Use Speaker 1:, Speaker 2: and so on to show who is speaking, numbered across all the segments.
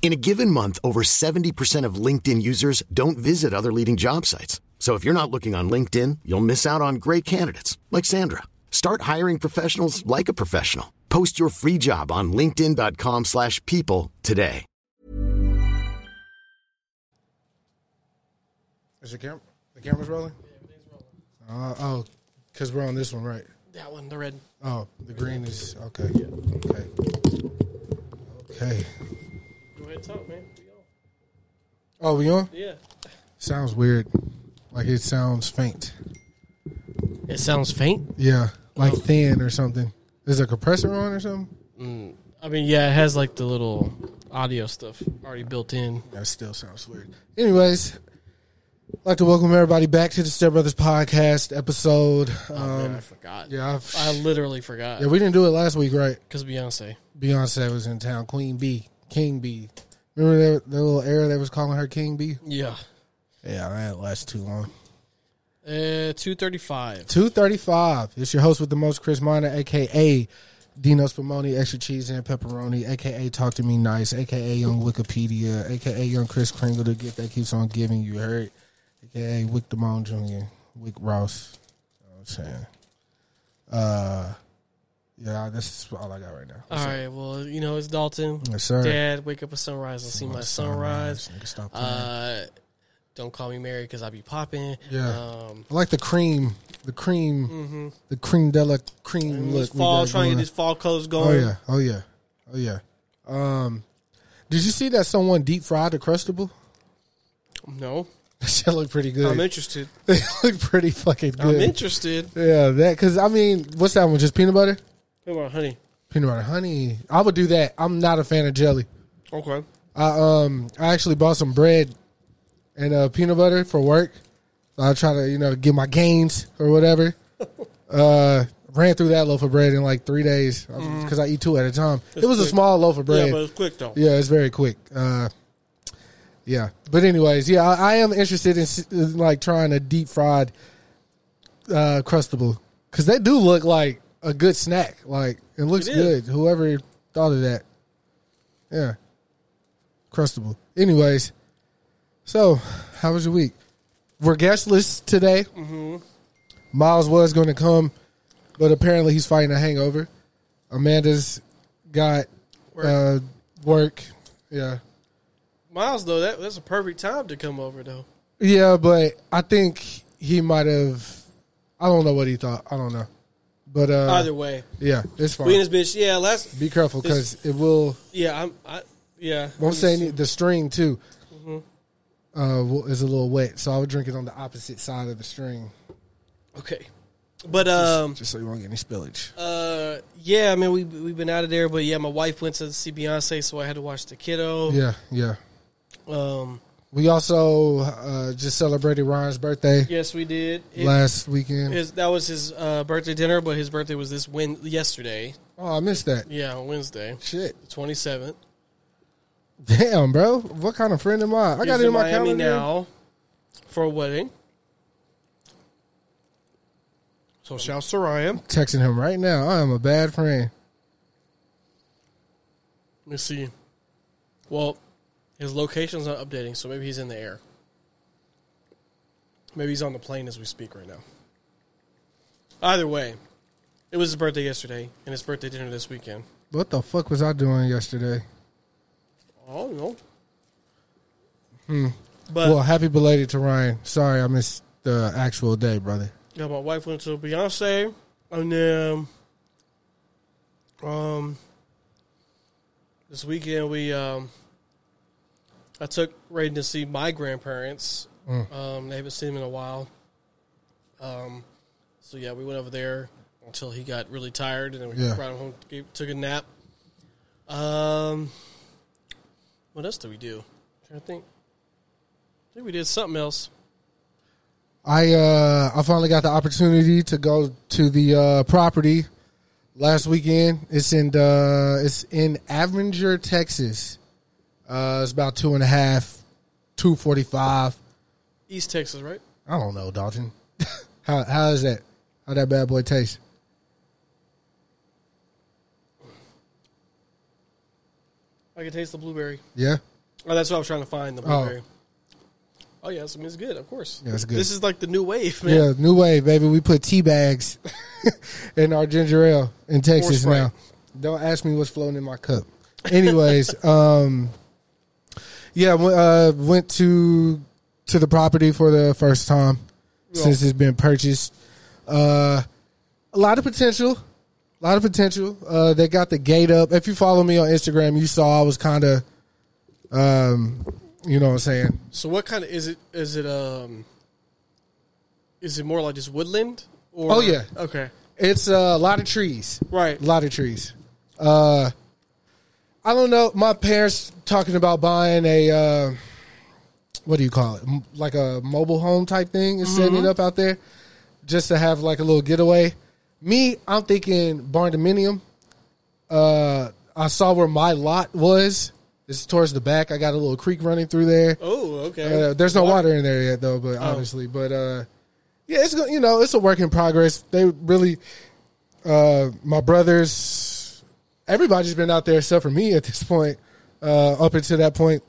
Speaker 1: In a given month, over 70% of LinkedIn users don't visit other leading job sites. So if you're not looking on LinkedIn, you'll miss out on great candidates like Sandra. Start hiring professionals like a professional. Post your free job on linkedin.com/people slash people today.
Speaker 2: Is your camera? The camera's rolling. Uh, oh, because we're on this one, right?
Speaker 3: That one, the red.
Speaker 2: Oh, the green is okay. Okay. Okay.
Speaker 3: Go ahead, talk, man.
Speaker 2: Oh, we on?
Speaker 3: Yeah.
Speaker 2: Sounds weird. Like it sounds faint.
Speaker 3: It sounds faint.
Speaker 2: Yeah,
Speaker 3: Oh.
Speaker 2: like thin or something. Is a compressor on or something?
Speaker 3: I mean, yeah, it has like the little audio stuff already built in.
Speaker 2: That still sounds weird. Anyways, I'd like to welcome everybody back to the Step Brothers podcast episode.
Speaker 3: Oh, man, I
Speaker 2: Um,
Speaker 3: forgot.
Speaker 2: yeah, I've,
Speaker 3: I literally forgot.
Speaker 2: yeah, we didn't do it last week, right?
Speaker 3: Because Beyonce.
Speaker 2: Beyonce was in town. Queen B, King B. Remember that, that little era that was calling her King B?
Speaker 3: Yeah.
Speaker 2: Yeah, that didn't last too long.
Speaker 3: Uh, two thirty-five.
Speaker 2: 235. It's your host with the most, Chris Minor, aka Dino Spumoni, extra cheese and pepperoni, aka Talk to Me Nice, aka Young Wikipedia, aka Young Chris Kringle, the gift that keeps on giving. You heard, aka Wick Damone Jr., Wick Ross. You know what I'm saying, uh, yeah, that's all I got right now.
Speaker 3: All right. Well, you know it's Dalton.
Speaker 2: Yes, sir.
Speaker 3: Dad, wake up at sunrise and see my sunrise.
Speaker 2: Nigga, stop playing.
Speaker 3: Uh, don't call me Mary because I be popping.
Speaker 2: Yeah.
Speaker 3: Um,
Speaker 2: I like the cream, the cream, the cream de la cream
Speaker 3: this
Speaker 2: look. we
Speaker 3: fall,
Speaker 2: got
Speaker 3: trying
Speaker 2: going.
Speaker 3: to get Mm-hmm. these fall colors
Speaker 2: Oh
Speaker 3: going.
Speaker 2: yeah. Oh yeah. Oh yeah. Um, did you see that someone deep fried a crustable?
Speaker 3: No,
Speaker 2: That shit looked pretty
Speaker 3: I'm
Speaker 2: good.
Speaker 3: interested.
Speaker 2: It looked pretty fucking
Speaker 3: I'm
Speaker 2: good.
Speaker 3: interested.
Speaker 2: Yeah, that because I mean, what's that one? Just peanut butter,
Speaker 3: Come on, honey.
Speaker 2: peanut butter, honey. I would do that. I'm not a fan of jelly.
Speaker 3: Okay.
Speaker 2: I um, I actually bought some bread and uh, peanut butter for work. I try to you know get my gains or whatever. Uh, ran through that loaf of bread in like three days because I eat two at a time. it was a
Speaker 3: Mm-hmm. quick.
Speaker 2: small loaf of bread.
Speaker 3: Yeah, but it's quick though.
Speaker 2: Yeah, it's very quick. Uh, yeah, but anyways, yeah, I, I am interested in, s- in like trying a deep fried uh, crustable because they do look like a good snack. Like it looks
Speaker 3: It
Speaker 2: good.
Speaker 3: is.
Speaker 2: Whoever thought of that, yeah, crustable. Anyways, so how was your week? We're guestless today.
Speaker 3: Mm-hmm.
Speaker 2: Miles was going to come, but apparently he's fighting a hangover. Amanda's got
Speaker 3: Work.
Speaker 2: Uh, work. Yeah.
Speaker 3: Miles though, that, that's a perfect time to come over though.
Speaker 2: Yeah, but I think he might have. I don't know what he thought. I don't know. But uh,
Speaker 3: Either way,
Speaker 2: yeah, it's fine.
Speaker 3: we in this bitch. Yeah, last.
Speaker 2: Be careful
Speaker 3: this-
Speaker 2: because it will.
Speaker 3: Yeah, I'm. I yeah.
Speaker 2: I'm saying the string too
Speaker 3: Mm-hmm.
Speaker 2: uh, will- is a little wet, so I would drink it on the opposite side of the string,
Speaker 3: Okay, but um,
Speaker 2: just so you won't get any spillage.
Speaker 3: uh, yeah. I mean, we we've been out of there, but yeah, my wife went to see Beyonce, so I had to watch the kiddo.
Speaker 2: yeah, yeah.
Speaker 3: Um.
Speaker 2: We also uh, just celebrated Ryan's birthday
Speaker 3: Yes, we did. It-
Speaker 2: last weekend.
Speaker 3: his, that was his uh, birthday dinner, but his birthday was this win yesterday.
Speaker 2: oh, I missed that.
Speaker 3: Yeah, on Wednesday,
Speaker 2: Shit.
Speaker 3: the twenty seventh.
Speaker 2: Damn, bro. What kind of friend am I? I got it in my
Speaker 3: Miami
Speaker 2: calendar.
Speaker 3: now for a wedding. So shouts to Ryan.
Speaker 2: texting him right now. I am a bad friend.
Speaker 3: Let me see. Well, his location's not updating, so maybe he's in the air. Maybe he's on the plane as we speak right now. Either way, it was his birthday yesterday and his birthday dinner this weekend.
Speaker 2: What the fuck was I doing yesterday?
Speaker 3: Oh no. Hmm. But
Speaker 2: well, happy belated to Ryan. Sorry, I missed the actual day, brother.
Speaker 3: yeah, my wife went to Beyonce and then um this weekend we um I took Raiden to see my grandparents. Um, they haven't seen him in a while. Um, so yeah, we went over there until he got really tired, and then we
Speaker 2: Yeah.
Speaker 3: brought him home, gave, took a nap. Um, What else do we do? i trying to think. I think we did something else.
Speaker 2: I uh, I finally got the opportunity to go to the uh, property last weekend. It's in uh, it's in Avenger, Texas. Uh, it's about two and a half, two forty five.
Speaker 3: East Texas, right?
Speaker 2: I don't know, Dalton. how how is that? How that bad boy taste?
Speaker 3: I can taste the blueberry.
Speaker 2: Yeah,
Speaker 3: Oh, that's what I was trying to find the
Speaker 2: Oh.
Speaker 3: blueberry. Oh, yeah, I mean, it's good, of course.
Speaker 2: Yeah, it's good.
Speaker 3: This is like the new wave, man.
Speaker 2: yeah. New wave, baby. We put tea bags in our ginger ale in Texas
Speaker 3: Sprite.
Speaker 2: now. Don't ask me what's floating in my cup. Anyways, um, yeah, w- uh, went to to the property for the first time since it's been purchased. Uh, a lot of potential. A lot of potential. Uh, they got the gate up. If you follow me on Instagram, you saw I was kind of, um, you know what I'm saying?
Speaker 3: So, what kind of is it? Is it um, is it more like just woodland? Or,
Speaker 2: Oh, yeah.
Speaker 3: okay,
Speaker 2: It's uh, a lot of trees.
Speaker 3: right.
Speaker 2: A lot of trees. Uh, I don't know. My parents talking about buying a uh, what do you call it? M- Like a mobile home type thing and setting it up out there, just to have like a little getaway. Me, I'm thinking barn dominium. Uh, I saw where my lot was. It's towards the back. I got a little creek running through there.
Speaker 3: Oh, okay.
Speaker 2: Uh, there's no water in there yet, though. But
Speaker 3: Oh.
Speaker 2: obviously, but uh, yeah, it's go- you know it's a work in progress. They really, uh, my brothers, everybody's been out there except for me at this point. Uh, up until that point,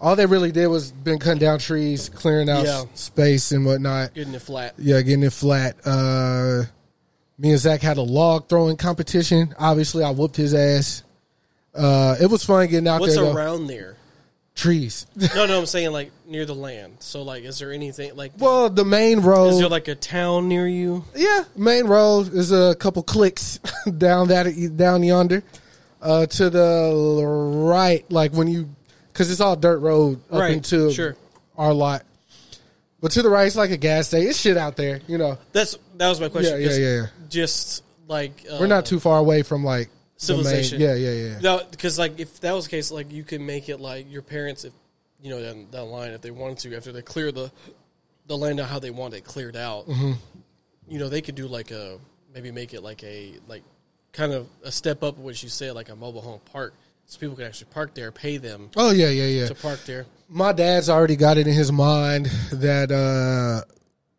Speaker 2: all they really did was been cutting down trees, clearing out
Speaker 3: Yeah.
Speaker 2: s- space and whatnot.
Speaker 3: Getting it flat.
Speaker 2: Yeah, getting it flat. Uh, me and Zach had a log throwing competition. Obviously, I whooped his ass. Uh, it was fun getting out
Speaker 3: What's
Speaker 2: there. though.
Speaker 3: around there?
Speaker 2: Trees.
Speaker 3: No, no, I'm saying like near the land. So, like, is there anything like?
Speaker 2: well, the main road.
Speaker 3: is there like a town near you?
Speaker 2: Yeah, main road is a couple clicks down that down yonder uh, to the right. Like when you, because it's all dirt road up
Speaker 3: Right,
Speaker 2: into
Speaker 3: sure.
Speaker 2: our lot. But to the right, it's like a gas station. It's shit out there, you know.
Speaker 3: That's that was my question.
Speaker 2: Yeah, yeah,
Speaker 3: 'cause
Speaker 2: yeah, yeah.
Speaker 3: Just like uh,
Speaker 2: We're not too far away from like the main-
Speaker 3: civilization.
Speaker 2: yeah, yeah, yeah.
Speaker 3: No, because like if that was the case, like you can make it like your parents, if you know down, down the line, if they wanted to, after they clear the the land out how they want it cleared out,
Speaker 2: Mm-hmm.
Speaker 3: you know, they could do like a maybe make it like a like kind of a step up, what you said, like a mobile home park, so people could actually park there, pay them
Speaker 2: Oh yeah, yeah, yeah.
Speaker 3: to park there.
Speaker 2: my dad's already got it in his mind that uh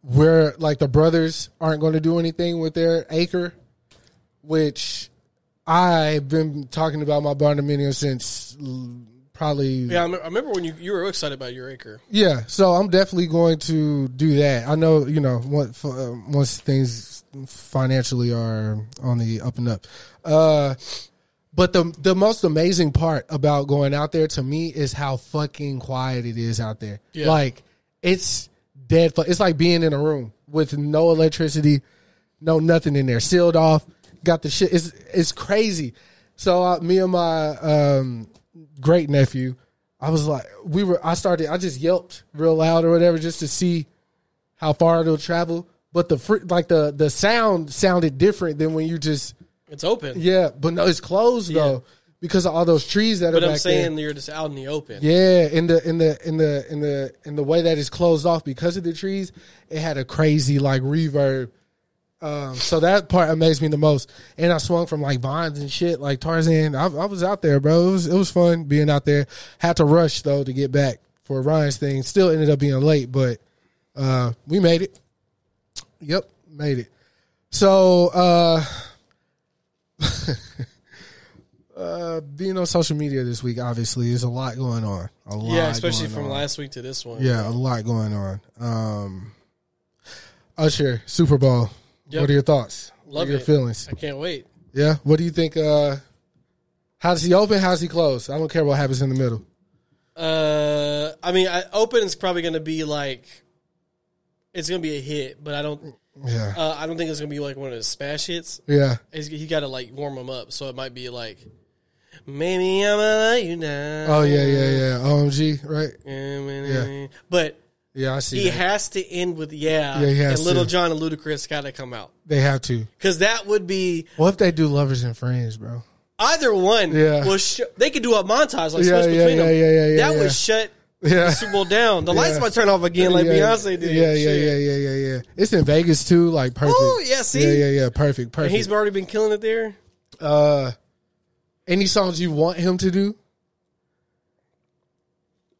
Speaker 2: we're like the brothers aren't going to do anything with their acre which i've been talking about my barndominium since l- probably
Speaker 3: Yeah, I, me- I remember when you you were excited about your acre.
Speaker 2: yeah, so I'm definitely going to do that. I know, you know, what, f- uh, once things financially are on the up and up. Uh, but the the most amazing part about going out there to me is how fucking quiet it is out there.
Speaker 3: Yeah.
Speaker 2: Like it's dead. fu- It's like being in a room with no electricity, no nothing in there, sealed off. Got the shit. It's it's crazy. So uh, me and my um, great nephew, I was like, we were. I started. I just yelped real loud or whatever, just to see how far it'll travel. But the fr- like the the sound sounded different than when you just
Speaker 3: It's open.
Speaker 2: yeah. But no, it's closed though because of all those trees that
Speaker 3: But
Speaker 2: are
Speaker 3: I'm
Speaker 2: back
Speaker 3: saying
Speaker 2: there.
Speaker 3: you're just out in the open.
Speaker 2: Yeah, in the in the in the in the in the way that it's closed off because of the trees, it had a crazy like reverb. Um, so that part amazed me the most, and I swung from like vines and shit, like Tarzan. I, I was out there, bro. It was it was fun being out there. Had to rush though to get back for Ryan's thing. Still ended up being late, but uh, we made it. Yep, made it. So uh, uh, being on social media this week, obviously, there's a lot going on. A lot,
Speaker 3: Yeah, especially
Speaker 2: going
Speaker 3: from
Speaker 2: on.
Speaker 3: last week to this one.
Speaker 2: Yeah, a lot going on. Um, Usher, Super Bowl.
Speaker 3: Yep.
Speaker 2: What are your thoughts? what
Speaker 3: Love
Speaker 2: are your
Speaker 3: it.
Speaker 2: feelings?
Speaker 3: I can't wait.
Speaker 2: Yeah. What do you think? Uh, how does he open? How's he close? I don't care what happens in the middle.
Speaker 3: Uh, I mean, I, open is probably going to be like it's going to be a hit, but I don't.
Speaker 2: Yeah.
Speaker 3: Uh, I don't think it's going to be like one of his smash hits.
Speaker 2: yeah.
Speaker 3: He's, he got to like warm him up, so it might be like, maybe I'm gonna let you down.
Speaker 2: Oh yeah, yeah, yeah. OMG, right?
Speaker 3: yeah. But
Speaker 2: Yeah, I see.
Speaker 3: he
Speaker 2: that.
Speaker 3: has to end with yeah,
Speaker 2: Yeah, he has
Speaker 3: and Little
Speaker 2: to.
Speaker 3: John and Ludacris got to come out
Speaker 2: they have to.
Speaker 3: because that would be
Speaker 2: What if they do lovers and friends, bro?
Speaker 3: Either one
Speaker 2: Yeah.
Speaker 3: was sh- they could do a montage like
Speaker 2: Yeah,
Speaker 3: switch
Speaker 2: yeah,
Speaker 3: between
Speaker 2: yeah,
Speaker 3: them.
Speaker 2: yeah, yeah, yeah,
Speaker 3: that
Speaker 2: yeah.
Speaker 3: would shut
Speaker 2: Yeah.
Speaker 3: the Super Bowl down. The lights
Speaker 2: Yeah.
Speaker 3: might turn off again like
Speaker 2: yeah.
Speaker 3: Beyonce did.
Speaker 2: Yeah, yeah,
Speaker 3: Shit.
Speaker 2: yeah, yeah, yeah, yeah. It's in Vegas too, like perfect.
Speaker 3: Ooh, yeah, see?
Speaker 2: yeah, yeah, yeah, perfect, perfect.
Speaker 3: And he's already been killing it there.
Speaker 2: uh, any songs you want him to do?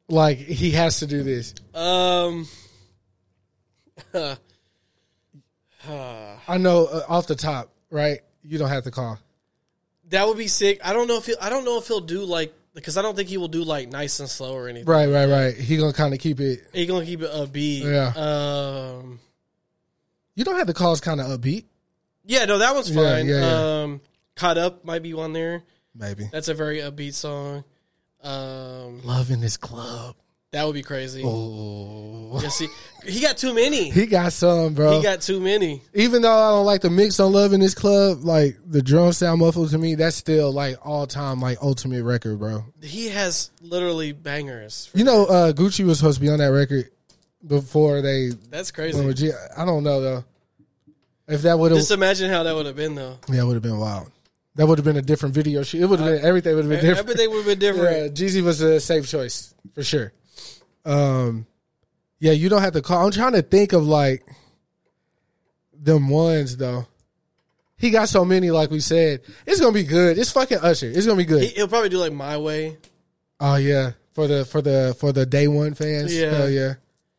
Speaker 2: Like he has to do this.
Speaker 3: Um,
Speaker 2: I know uh, off the top, right? You don't have to call.
Speaker 3: that would be sick. I don't know if he, I don't know if he'll do like because I don't think he will do like nice and slow or anything.
Speaker 2: Right, right, right. He gonna kind of keep it.
Speaker 3: He gonna keep it a B.
Speaker 2: Yeah.
Speaker 3: Um.
Speaker 2: You don't have to call. It's kind of upbeat,
Speaker 3: Yeah. No, that one's
Speaker 2: Yeah,
Speaker 3: fine.
Speaker 2: yeah, yeah.
Speaker 3: Um. Caught up might be one there.
Speaker 2: maybe.
Speaker 3: That's a very upbeat song. Um.
Speaker 2: Love in this club.
Speaker 3: That would be crazy.
Speaker 2: Oh,
Speaker 3: Yeah, see, he got too many.
Speaker 2: he uh, got some, bro.
Speaker 3: He got too many.
Speaker 2: even though I don't like the mix on Love in This Club, like the drum sound muffled to me, that's still like all time like ultimate record, bro.
Speaker 3: He has literally bangers.
Speaker 2: You know, uh Gucci was supposed to be on that record before they
Speaker 3: That's
Speaker 2: went
Speaker 3: crazy.
Speaker 2: with G. I don't know though. If that would have
Speaker 3: Just imagine how that would have been though.
Speaker 2: Yeah, would have been wild. That would have been a different video shoot. It would have been everything would have been different.
Speaker 3: Uh, Everything would have been different.
Speaker 2: Yeah, Jeezy was a safe choice for sure. Um, yeah, you don't have to call. I'm trying to think of like them ones though. He got so many, like we said. It's gonna be good. It's fucking Usher. It's gonna be good.
Speaker 3: He, he'll probably do like my way.
Speaker 2: oh yeah, for the for the for the day one fans.
Speaker 3: Yeah.
Speaker 2: Hell yeah.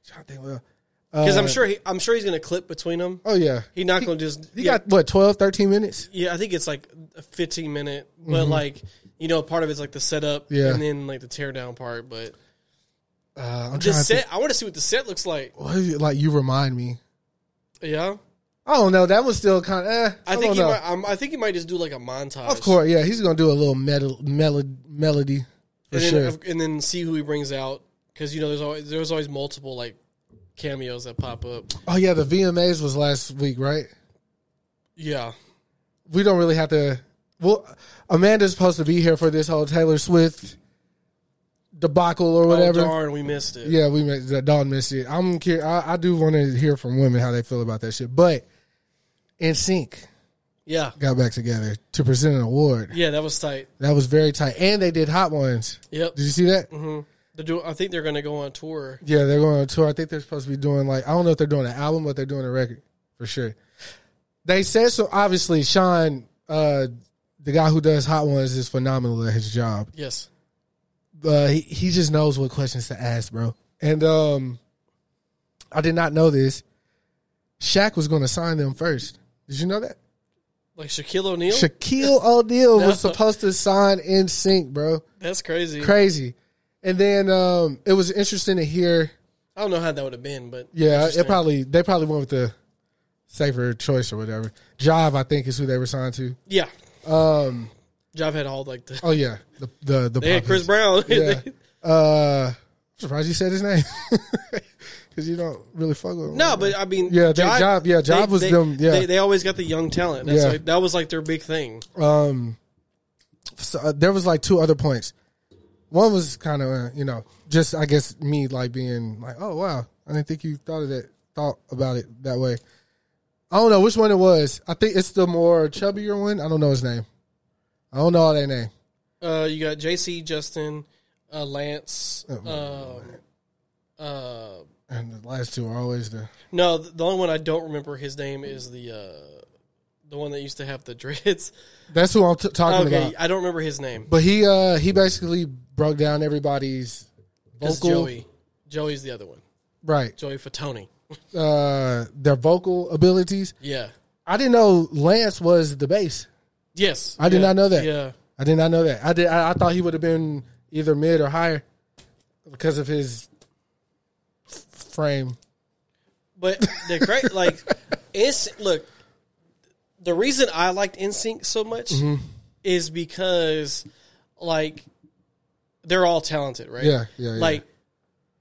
Speaker 2: Trying to think. Well,
Speaker 3: Because
Speaker 2: Uh,
Speaker 3: I'm sure he, I'm sure he's gonna clip between them.
Speaker 2: oh yeah.
Speaker 3: He's not gonna just.
Speaker 2: He
Speaker 3: yeah,
Speaker 2: got what 12, 13 minutes.
Speaker 3: yeah, I think it's like a 15 minute, but like you know, part of it's like the setup,
Speaker 2: Mm-hmm. Yeah.
Speaker 3: and then like the teardown part. But
Speaker 2: Uh, I'm
Speaker 3: the
Speaker 2: trying to
Speaker 3: set, I want to see what the set looks like.
Speaker 2: What is it, like you remind me.
Speaker 3: Yeah, I,
Speaker 2: I don't know. That was still kind of. Eh, I,
Speaker 3: think
Speaker 2: don't
Speaker 3: he
Speaker 2: know.
Speaker 3: might. I'm, I think he might just do like a montage.
Speaker 2: Of course, yeah, he's gonna do a little metal, melo- melody for
Speaker 3: and
Speaker 2: sure.
Speaker 3: then, and then see who he brings out because you know there's always there's always multiple like cameos that pop up.
Speaker 2: oh yeah, the VMAs was last week, right?
Speaker 3: Yeah,
Speaker 2: We don't really have to. Well, Amanda's supposed to be here for this whole Taylor Swift debacle or whatever.
Speaker 3: Oh, darn, we missed it.
Speaker 2: Yeah, we missed that. Dawn missed it. I'm curious. I, I do want to hear from women how they feel about that shit. But In Sync
Speaker 3: yeah,
Speaker 2: got back together to present an award.
Speaker 3: Yeah, That was tight.
Speaker 2: That was very tight, and they did hot ones.
Speaker 3: Yep,
Speaker 2: Did you see that?
Speaker 3: they're doing. I think they're gonna go on tour.
Speaker 2: Yeah, they're going on tour. I think they're supposed to be doing like I don't know if they're doing an album, but they're doing a record for sure. They said so. Obviously, Sean, uh, the guy who does hot ones, is phenomenal at his job.
Speaker 3: Yes,
Speaker 2: Uh, he he just knows what questions to ask, bro. And um, I did not know this. Shaq was going to sign them first. Did you know that?
Speaker 3: like Shaquille O'Neal.
Speaker 2: Shaquille O'Neal
Speaker 3: No.
Speaker 2: was supposed to sign in sync, bro.
Speaker 3: That's crazy.
Speaker 2: Crazy. And then um, it was interesting to hear
Speaker 3: I don't know how that would have been, but
Speaker 2: Yeah,
Speaker 3: interesting.
Speaker 2: it probably they probably went with the safer choice or whatever. Jive, I think, is who they were signed to.
Speaker 3: yeah. Um, Jav had all like the.
Speaker 2: Oh yeah, the the the
Speaker 3: They had
Speaker 2: Poppins.
Speaker 3: Chris Brown.
Speaker 2: Yeah. Uh, I'm surprised you said his name because you don't really fuck with him.
Speaker 3: no, but I mean,
Speaker 2: Yeah, they- Jav- yeah, Jav was
Speaker 3: they,
Speaker 2: them, yeah.
Speaker 3: they, they always got the young talent. That's
Speaker 2: Yeah.
Speaker 3: like, that was like their big thing.
Speaker 2: um, so, uh, there was like two other points. One was kind of uh, you know just I guess me like being like oh wow I didn't think you thought of that thought about it that way. I don't know which one it was. I think it's the more chubbier one. I don't know his name. I don't know all their name.
Speaker 3: Uh, you got JC, Justin, uh, Lance.
Speaker 2: Oh,
Speaker 3: um, uh,
Speaker 2: And the last two are always the
Speaker 3: no, th- the only one I don't remember his name is the uh, the one that used to have the dreads.
Speaker 2: that's who I'm t- talking
Speaker 3: Okay,
Speaker 2: about.
Speaker 3: I don't remember his name.
Speaker 2: But he uh he basically broke down everybody's
Speaker 3: That's
Speaker 2: vocal
Speaker 3: Joey. Joey's the other one.
Speaker 2: right
Speaker 3: Joey Fatone.
Speaker 2: uh their vocal abilities.
Speaker 3: Yeah.
Speaker 2: I didn't know Lance was the bass.
Speaker 3: Yes.
Speaker 2: I did
Speaker 3: Yeah.
Speaker 2: not know that.
Speaker 3: Yeah.
Speaker 2: I did not know that. I did I, I thought he would have been either mid or higher because of his f- frame.
Speaker 3: But the great like it's look the reason I liked NSYNC so much
Speaker 2: Mm-hmm.
Speaker 3: is because like they're all talented, right?
Speaker 2: Yeah, yeah, yeah.
Speaker 3: Like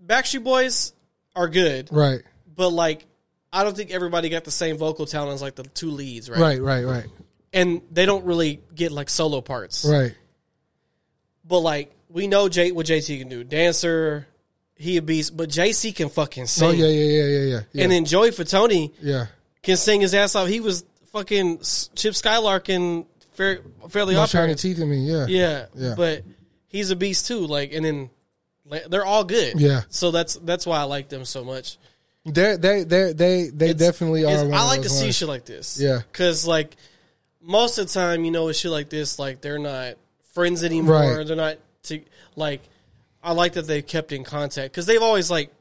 Speaker 3: Backstreet Boys are good,
Speaker 2: Right.
Speaker 3: but like I don't think everybody got the same vocal talent as like the two leads, right?
Speaker 2: Right, right, right.
Speaker 3: And they don't really get like solo parts.
Speaker 2: Right.
Speaker 3: But like we know J what JT can do. Dancer, he a beast, but JC can fucking sing.
Speaker 2: Oh yeah, yeah, yeah, yeah, yeah. yeah.
Speaker 3: And then Joey Fatone
Speaker 2: yeah.
Speaker 3: can sing his ass off. He was fucking S- Chip Skylark in fair, fairly
Speaker 2: No
Speaker 3: odd
Speaker 2: shiny
Speaker 3: parents.
Speaker 2: teeth in me. Yeah.
Speaker 3: Yeah,
Speaker 2: Yeah.
Speaker 3: But he's a beast too. Like, and then like, they're all good.
Speaker 2: Yeah.
Speaker 3: So that's that's why I like them so much.
Speaker 2: They're, they they they they
Speaker 3: It's-
Speaker 2: definitely are.
Speaker 3: it's-
Speaker 2: one
Speaker 3: I
Speaker 2: of
Speaker 3: like to
Speaker 2: those
Speaker 3: see
Speaker 2: ones.
Speaker 3: shit like this.
Speaker 2: Yeah.
Speaker 3: Because like most of the time, you know, with shit like this, like they're not friends anymore.
Speaker 2: Right.
Speaker 3: They're not to like. I like that they kept in contact because they've always like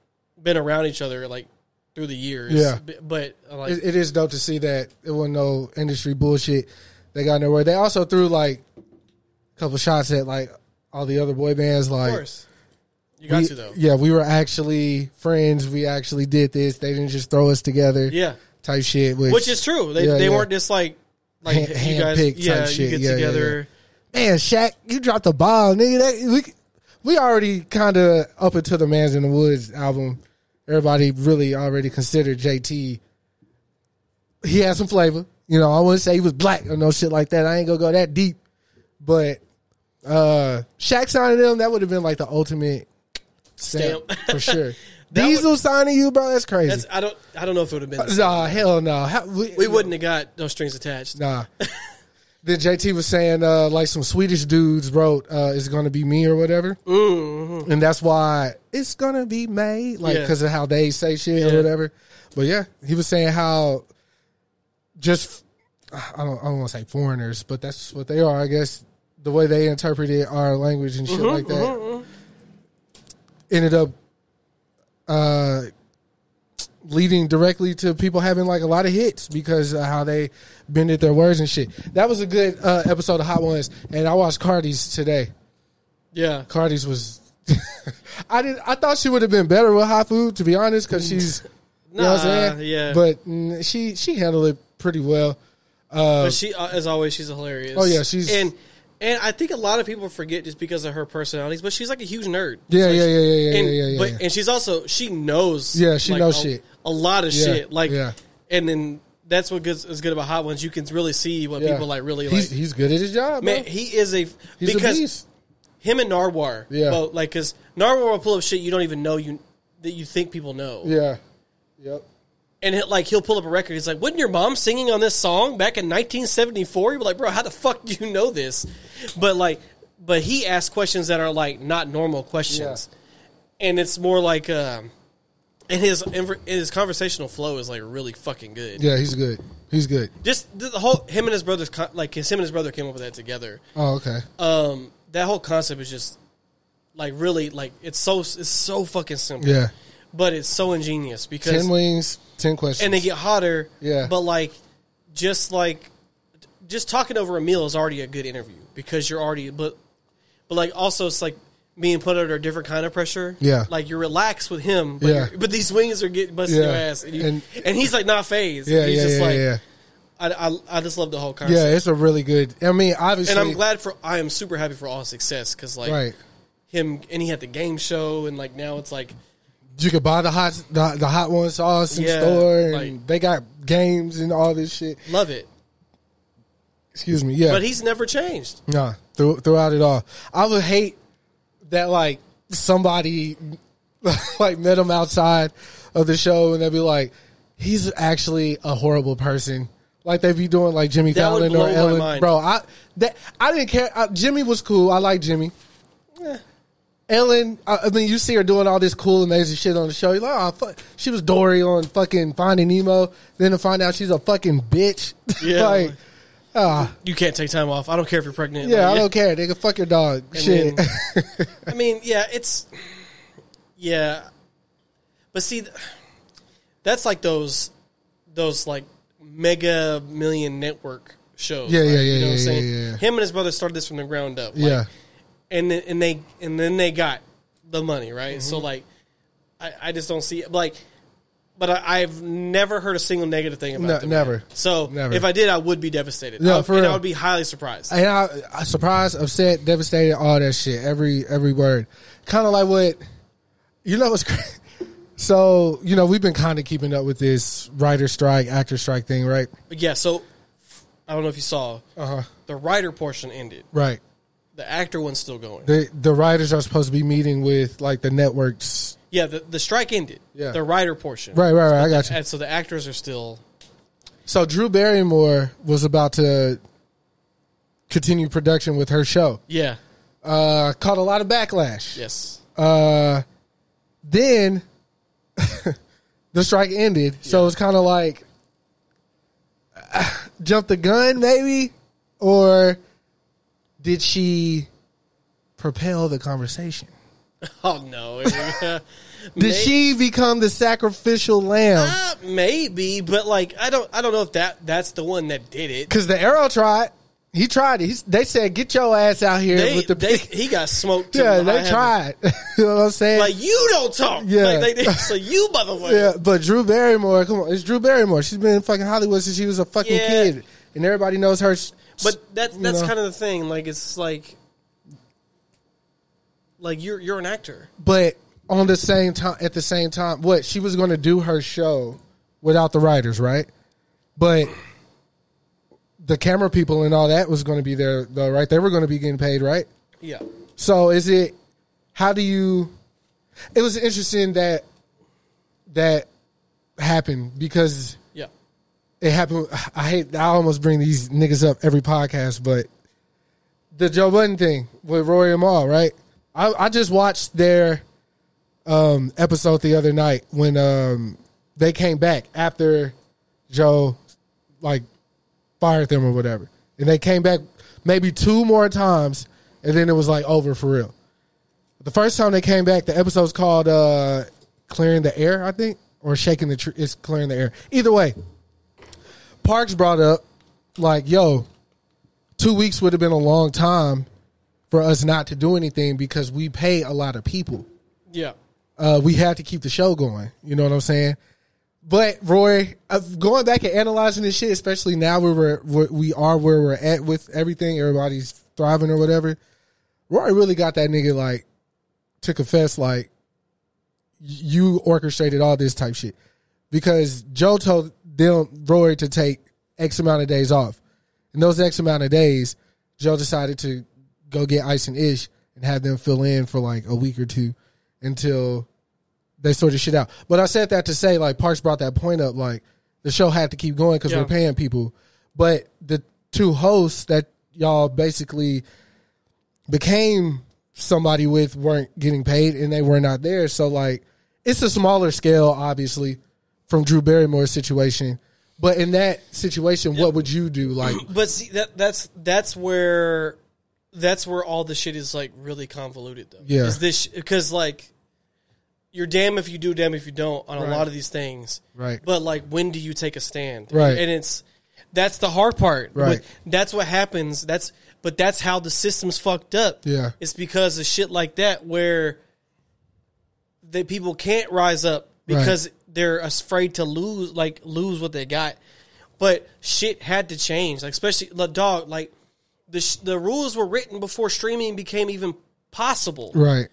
Speaker 3: been around each other like through the years.
Speaker 2: Yeah.
Speaker 3: B- But like,
Speaker 2: It, it is dope to see that it wasn't no industry bullshit. They got nowhere. They also threw like a couple shots at like all the other boy bands. Like
Speaker 3: of course, you got
Speaker 2: we-
Speaker 3: to though.
Speaker 2: Yeah, we were actually friends. We actually did this. They didn't just throw us together.
Speaker 3: Yeah.
Speaker 2: type shit. Which,
Speaker 3: Which is true. They
Speaker 2: Yeah,
Speaker 3: they
Speaker 2: yeah.
Speaker 3: weren't just like like
Speaker 2: Hand-
Speaker 3: you guys.
Speaker 2: handpicked type
Speaker 3: yeah,
Speaker 2: shit.
Speaker 3: you get
Speaker 2: Yeah, yeah,
Speaker 3: together.
Speaker 2: yeah. man, Shaq, you dropped the ball, nigga. That, we we already kind of up until the Man's in the Woods album. Everybody really already considered JT. He had some flavor, you know. I wouldn't say he was black or no shit like that. I ain't gonna go that deep, but uh Shaq signing them that would have been like the ultimate stamp,
Speaker 3: Stamp.
Speaker 2: for sure.
Speaker 3: That
Speaker 2: Diesel signing you, bro, that's crazy.
Speaker 3: That's I don't I don't know if it would have been. the same.
Speaker 2: Nah, hell no. How,
Speaker 3: We wouldn't have got no strings attached.
Speaker 2: Nah. then JT was saying uh, like some Swedish dudes wrote uh, "It's gonna be me" or whatever, mm-hmm. and that's why it's gonna be made, like
Speaker 3: Yeah.
Speaker 2: because of how they say shit
Speaker 3: Yeah.
Speaker 2: or whatever. But yeah, he was saying how just I don't I don't want to say foreigners, but that's what they are, I guess. The way they interpreted our language and shit like that ended up uh, leading directly to people having like a lot of hits because of how they bended their words and shit. That was a good uh, episode of Hot Ones, and I watched Cardi's today.
Speaker 3: Yeah,
Speaker 2: Cardi's was, I did I thought she would have been better with hot food to be honest because she's, you know what I'm
Speaker 3: Nah,
Speaker 2: saying?
Speaker 3: yeah.
Speaker 2: But mm, she she handled it pretty well.
Speaker 3: but she uh, as always she's hilarious.
Speaker 2: Oh, yeah, she's-
Speaker 3: and and I think a lot of people forget just because of her personalities, but she's like a huge nerd.
Speaker 2: Yeah,
Speaker 3: Like,
Speaker 2: yeah, yeah, yeah, yeah,
Speaker 3: and,
Speaker 2: yeah, yeah,
Speaker 3: But
Speaker 2: yeah.
Speaker 3: and she's also she knows.
Speaker 2: Yeah, she
Speaker 3: like,
Speaker 2: knows
Speaker 3: a,
Speaker 2: shit.
Speaker 3: A lot of
Speaker 2: Yeah,
Speaker 3: shit. Like,
Speaker 2: yeah.
Speaker 3: and then that's what good, is good about Hot Ones. You can really see what
Speaker 2: Yeah.
Speaker 3: people like really
Speaker 2: he's,
Speaker 3: like.
Speaker 2: he's good at his job,
Speaker 3: Man,
Speaker 2: man.
Speaker 3: he is a
Speaker 2: He's
Speaker 3: because
Speaker 2: a beast.
Speaker 3: him and Narwhar.
Speaker 2: Yeah.
Speaker 3: both, like because Narwhar will pull up shit you don't even know you that you think people know.
Speaker 2: Yeah, yep.
Speaker 3: and he like he'll pull up a record. He's like, "Wasn't your mom singing on this song back in 1974?" You're like, "Bro, how the fuck do you know this?" But like, but he asks questions that are like not normal questions, and it's more like, um, and his and his conversational flow is like really fucking good.
Speaker 2: Yeah, he's good. He's good.
Speaker 3: Just the the whole him and his brother's con- like his him and his brother came up with that together.
Speaker 2: Oh, okay.
Speaker 3: Um, that whole concept is just like really like it's so it's so fucking simple,
Speaker 2: yeah,
Speaker 3: but it's so ingenious because
Speaker 2: ten wings, ten questions,
Speaker 3: and they get hotter.
Speaker 2: Yeah.
Speaker 3: But like, just like, just talking over a meal is already a good interview because you're already. But, but like, also it's like being put under a different kind of pressure.
Speaker 2: Yeah.
Speaker 3: Like you're relaxed with him. But
Speaker 2: Yeah.
Speaker 3: you're- But these wings are getting busting
Speaker 2: Yeah.
Speaker 3: your ass, and, you,
Speaker 2: And-
Speaker 3: and he's like not phased.
Speaker 2: yeah,
Speaker 3: he's
Speaker 2: yeah,
Speaker 3: just
Speaker 2: yeah,
Speaker 3: like,
Speaker 2: yeah.
Speaker 3: I, I, I just love the whole concept.
Speaker 2: Yeah, it's a really good. I mean, obviously,
Speaker 3: and I'm glad for. I am super happy for all success because like
Speaker 2: Right,
Speaker 3: him and he had the game show and like now it's like
Speaker 2: you could buy the hot the, the hot one sauce in
Speaker 3: Yeah,
Speaker 2: store, and
Speaker 3: like-
Speaker 2: they got games and all this shit.
Speaker 3: love it.
Speaker 2: Excuse me, yeah,
Speaker 3: But he's never changed.
Speaker 2: nah, through, throughout it all, I would hate that like somebody like met him outside of the show and they'd be like, he's actually a horrible person. Like they be doing like Jimmy
Speaker 3: That
Speaker 2: Fallon
Speaker 3: would
Speaker 2: or
Speaker 3: blow my
Speaker 2: Ellen,
Speaker 3: mind.
Speaker 2: bro. I that I didn't care. I, Jimmy was cool. I like Jimmy. Ellen, I, I mean, you see her doing all this cool, amazing shit on the show. You're like, oh, fuck. she was Dory on fucking Finding Nemo. Then to find out she's a fucking bitch.
Speaker 3: Yeah.
Speaker 2: like,
Speaker 3: You can't take time off. I don't care if you're pregnant.
Speaker 2: yeah,
Speaker 3: Like,
Speaker 2: I don't care. Nigga, fuck your dog. shit.
Speaker 3: mean- I mean, yeah, it's yeah, but see, th- that's like those those like mega million network shows.
Speaker 2: Yeah,
Speaker 3: right?
Speaker 2: yeah, yeah,
Speaker 3: You know what I'm
Speaker 2: yeah,
Speaker 3: saying?
Speaker 2: yeah, yeah.
Speaker 3: Him and his brother started this from the ground up. like,
Speaker 2: yeah.
Speaker 3: and then, and they and then they got the money right.
Speaker 2: Mm-hmm.
Speaker 3: So like, I, I just don't see it. Like, but I, I've never heard a single negative thing about
Speaker 2: No,
Speaker 3: them.
Speaker 2: never.
Speaker 3: So
Speaker 2: Never.
Speaker 3: if I did, I would be devastated.
Speaker 2: No,
Speaker 3: I, would-
Speaker 2: for
Speaker 3: and I
Speaker 2: real.
Speaker 3: would be highly surprised.
Speaker 2: And I, I surprised, upset, devastated, all that shit. Every every word, kind of like what you know. What's crazy? So you know, we've been kind of keeping up with this writer strike, actor strike thing, right?
Speaker 3: But yeah, so I don't know if you saw
Speaker 2: Uh-huh.
Speaker 3: the writer portion ended.
Speaker 2: Right.
Speaker 3: The actor one's still going.
Speaker 2: The the writers are supposed to be meeting with like the networks.
Speaker 3: yeah, the, the strike ended.
Speaker 2: Yeah.
Speaker 3: The writer portion.
Speaker 2: Right, right, right. I got you.
Speaker 3: And so the actors are still
Speaker 2: So Drew Barrymore was about to continue production with her show.
Speaker 3: Yeah.
Speaker 2: Uh, caught a lot of backlash.
Speaker 3: Yes.
Speaker 2: Uh, then the strike ended, so it's kind of like uh, jump the gun, maybe, or did she propel the conversation?
Speaker 3: Oh no. Did
Speaker 2: Did she become the sacrificial lamb?
Speaker 3: Uh, maybe, but like I don't I don't know if that that's the one that did it.
Speaker 2: Because the arrow tried. He tried it. He's, they said, "Get your ass out here
Speaker 3: They,
Speaker 2: with the
Speaker 3: they,
Speaker 2: pig."
Speaker 3: he got smoked. too.
Speaker 2: Yeah,
Speaker 3: I
Speaker 2: they
Speaker 3: haven't-
Speaker 2: tried. you know what I'm saying?
Speaker 3: Like you don't talk.
Speaker 2: Yeah.
Speaker 3: Like, they, they, so you motherfucker.
Speaker 2: yeah, but Drew Barrymore, come on, it's Drew Barrymore. She's been in fucking Hollywood since she was a fucking
Speaker 3: Yeah.
Speaker 2: kid, and everybody knows her. s-
Speaker 3: But that's
Speaker 2: you
Speaker 3: that's
Speaker 2: know.
Speaker 3: kind of the thing. Like it's like like you're you're an actor.
Speaker 2: But on the same time, at the same time, what she was going to do her show without the writers, right? But the camera people and all that was going to be there, though, right? They were going to be getting paid, right?
Speaker 3: Yeah.
Speaker 2: So is it? How do you? It was interesting that that happened because
Speaker 3: Yeah.
Speaker 2: it happened. I hate. I almost bring these niggas up every podcast, but the Joe Budden thing with Rory and Maul, right? I, I just watched their um, episode the other night when um, they came back after Joe like fired them or whatever, and they came back maybe two more times, and then it was like over for real. The first time they came back, the episode's called uh, "Clearing the Air," I think, or "Shaking the Tree." It's clearing the air. Either way, Parks brought up, like, yo, two weeks would have been a long time for us not to do anything because we pay a lot of people.
Speaker 3: Yeah.
Speaker 2: Uh, we have to keep the show going. You know what I'm saying? But Roy, uh, going back and analyzing this shit, especially now where we're where we are where we're at with everything, everybody's thriving or whatever. Roy really got that nigga like to confess, like you orchestrated all this type shit because Joe told them Roy to take X amount of days off. In those X amount of days, Joe decided to go get Ice and Ish and have them fill in for like a week or two until they sort of shit out. But I said that to say like Parks brought that point up, like the show had to keep going because
Speaker 3: Yeah.
Speaker 2: we're paying people. But the two hosts that y'all basically became somebody with weren't getting paid and they were not there. So like it's a smaller scale, obviously, from Drew Barrymore's situation. But in that situation, what would you do? Like
Speaker 3: But see that that's that's where that's where all the shit is like really convoluted though.
Speaker 2: Yeah.
Speaker 3: Is this because like you're damn if you do, damn if you don't on a
Speaker 2: Right.
Speaker 3: lot of these things.
Speaker 2: Right.
Speaker 3: But like when do you take a stand?
Speaker 2: Right.
Speaker 3: And it's that's the hard part.
Speaker 2: Right.
Speaker 3: But that's what happens. That's but that's how the system's fucked up.
Speaker 2: Yeah.
Speaker 3: It's because of shit like that where that people can't rise up
Speaker 2: Right.
Speaker 3: because they're afraid to lose like lose what they got. But shit had to change, like especially the dog. Like the sh- the rules were written before streaming became even possible.
Speaker 2: Right.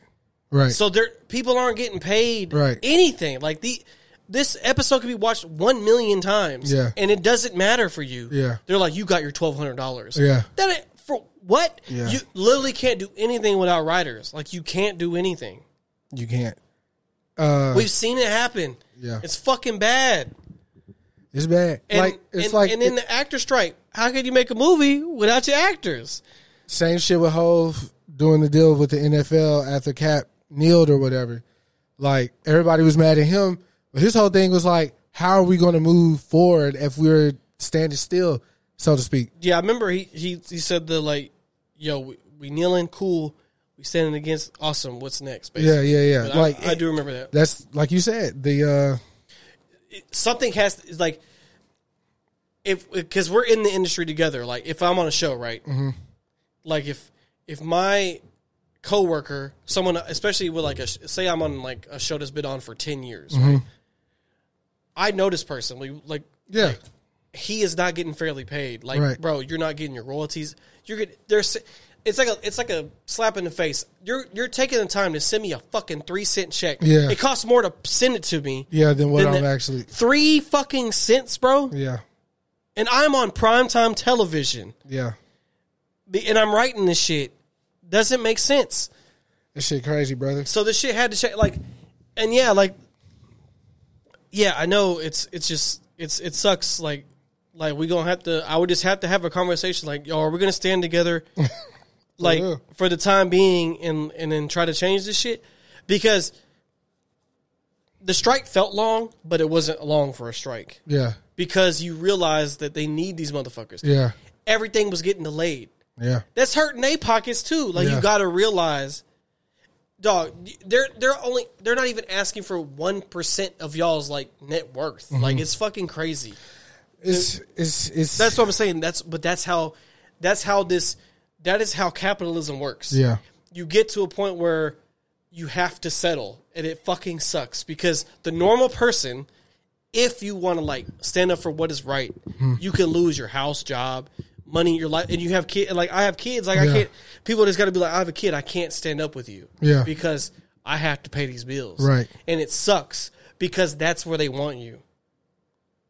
Speaker 2: Right.
Speaker 3: So there, people aren't getting paid
Speaker 2: Right.
Speaker 3: anything. Like the this episode could be watched one million times,
Speaker 2: Yeah.
Speaker 3: and it doesn't matter for you.
Speaker 2: Yeah.
Speaker 3: they're like, you got your twelve hundred dollars.
Speaker 2: Yeah.
Speaker 3: that ain't- for what?
Speaker 2: Yeah.
Speaker 3: You literally can't do anything without writers. Like you can't do anything.
Speaker 2: you can't. Uh
Speaker 3: We've seen it happen.
Speaker 2: Yeah.
Speaker 3: it's fucking bad.
Speaker 2: it's bad.
Speaker 3: And,
Speaker 2: like it's
Speaker 3: and,
Speaker 2: like
Speaker 3: and then
Speaker 2: it-
Speaker 3: the actor strike. How can you make a movie without your actors?
Speaker 2: same shit with Hove doing the deal with the NFL after Cap kneeled or whatever. Like everybody was mad at him, but his whole thing was like, how are we going to move forward if we're standing still, so to speak?
Speaker 3: Yeah, I remember he he he said the like, yo, we, we kneeling, cool. We standing against, awesome. What's next?
Speaker 2: Yeah, yeah, yeah.
Speaker 3: But
Speaker 2: like
Speaker 3: I, I do remember that.
Speaker 2: That's like you said. The uh
Speaker 3: something has to, like if because we're in the industry together. Like if I'm on a show, right?
Speaker 2: Mm-hmm.
Speaker 3: Like if if my coworker, someone, especially with like a sh- say I'm on like a show that's been on for ten years,
Speaker 2: Mm-hmm.
Speaker 3: right? I know this person. We like
Speaker 2: yeah,
Speaker 3: he is not getting fairly paid. Like,
Speaker 2: Right.
Speaker 3: bro, you're not getting your royalties. You're getting there's it's like a it's like a slap in the face. You're you're taking the time to send me a fucking three cent check.
Speaker 2: Yeah.
Speaker 3: it costs more to send it to me.
Speaker 2: yeah. Then what
Speaker 3: Then
Speaker 2: I'm
Speaker 3: the-
Speaker 2: actually
Speaker 3: Three fucking cents, bro.
Speaker 2: yeah
Speaker 3: And I'm on primetime television,
Speaker 2: yeah.
Speaker 3: The- and I'm writing this shit. Doesn't make sense.
Speaker 2: This shit crazy, brother.
Speaker 3: So this shit had to change. Like, and yeah, like, yeah, I know it's it's just it's it sucks. Like, like we gonna have to. I would just have to have a conversation. Like, yo, are we gonna stand together? like
Speaker 2: real.
Speaker 3: for the time being, and and then try to change this shit because the strike felt long, but it wasn't long for a strike
Speaker 2: Yeah.
Speaker 3: because you realize that they need these motherfuckers.
Speaker 2: Yeah.
Speaker 3: Everything was getting delayed.
Speaker 2: Yeah.
Speaker 3: That's hurting they pockets too. Like
Speaker 2: Yeah.
Speaker 3: you got to realize, dog. They're they're only they're not even asking for one percent of y'all's like net worth.
Speaker 2: Mm-hmm.
Speaker 3: Like it's fucking crazy.
Speaker 2: It's it's it's
Speaker 3: That's what I'm saying. That's but that's how that's how this that is how capitalism works.
Speaker 2: yeah.
Speaker 3: You get to a point where you have to settle and it fucking sucks because the normal person if you want to like stand up for what is right,
Speaker 2: Hmm.
Speaker 3: you can lose your house, job, money, your life and you have kid like I have kids like I
Speaker 2: Yeah.
Speaker 3: can't people just got to be like I have a kid, I can't stand up with you.
Speaker 2: Yeah.
Speaker 3: Because I have to pay these bills.
Speaker 2: Right.
Speaker 3: And it sucks because that's where they want you.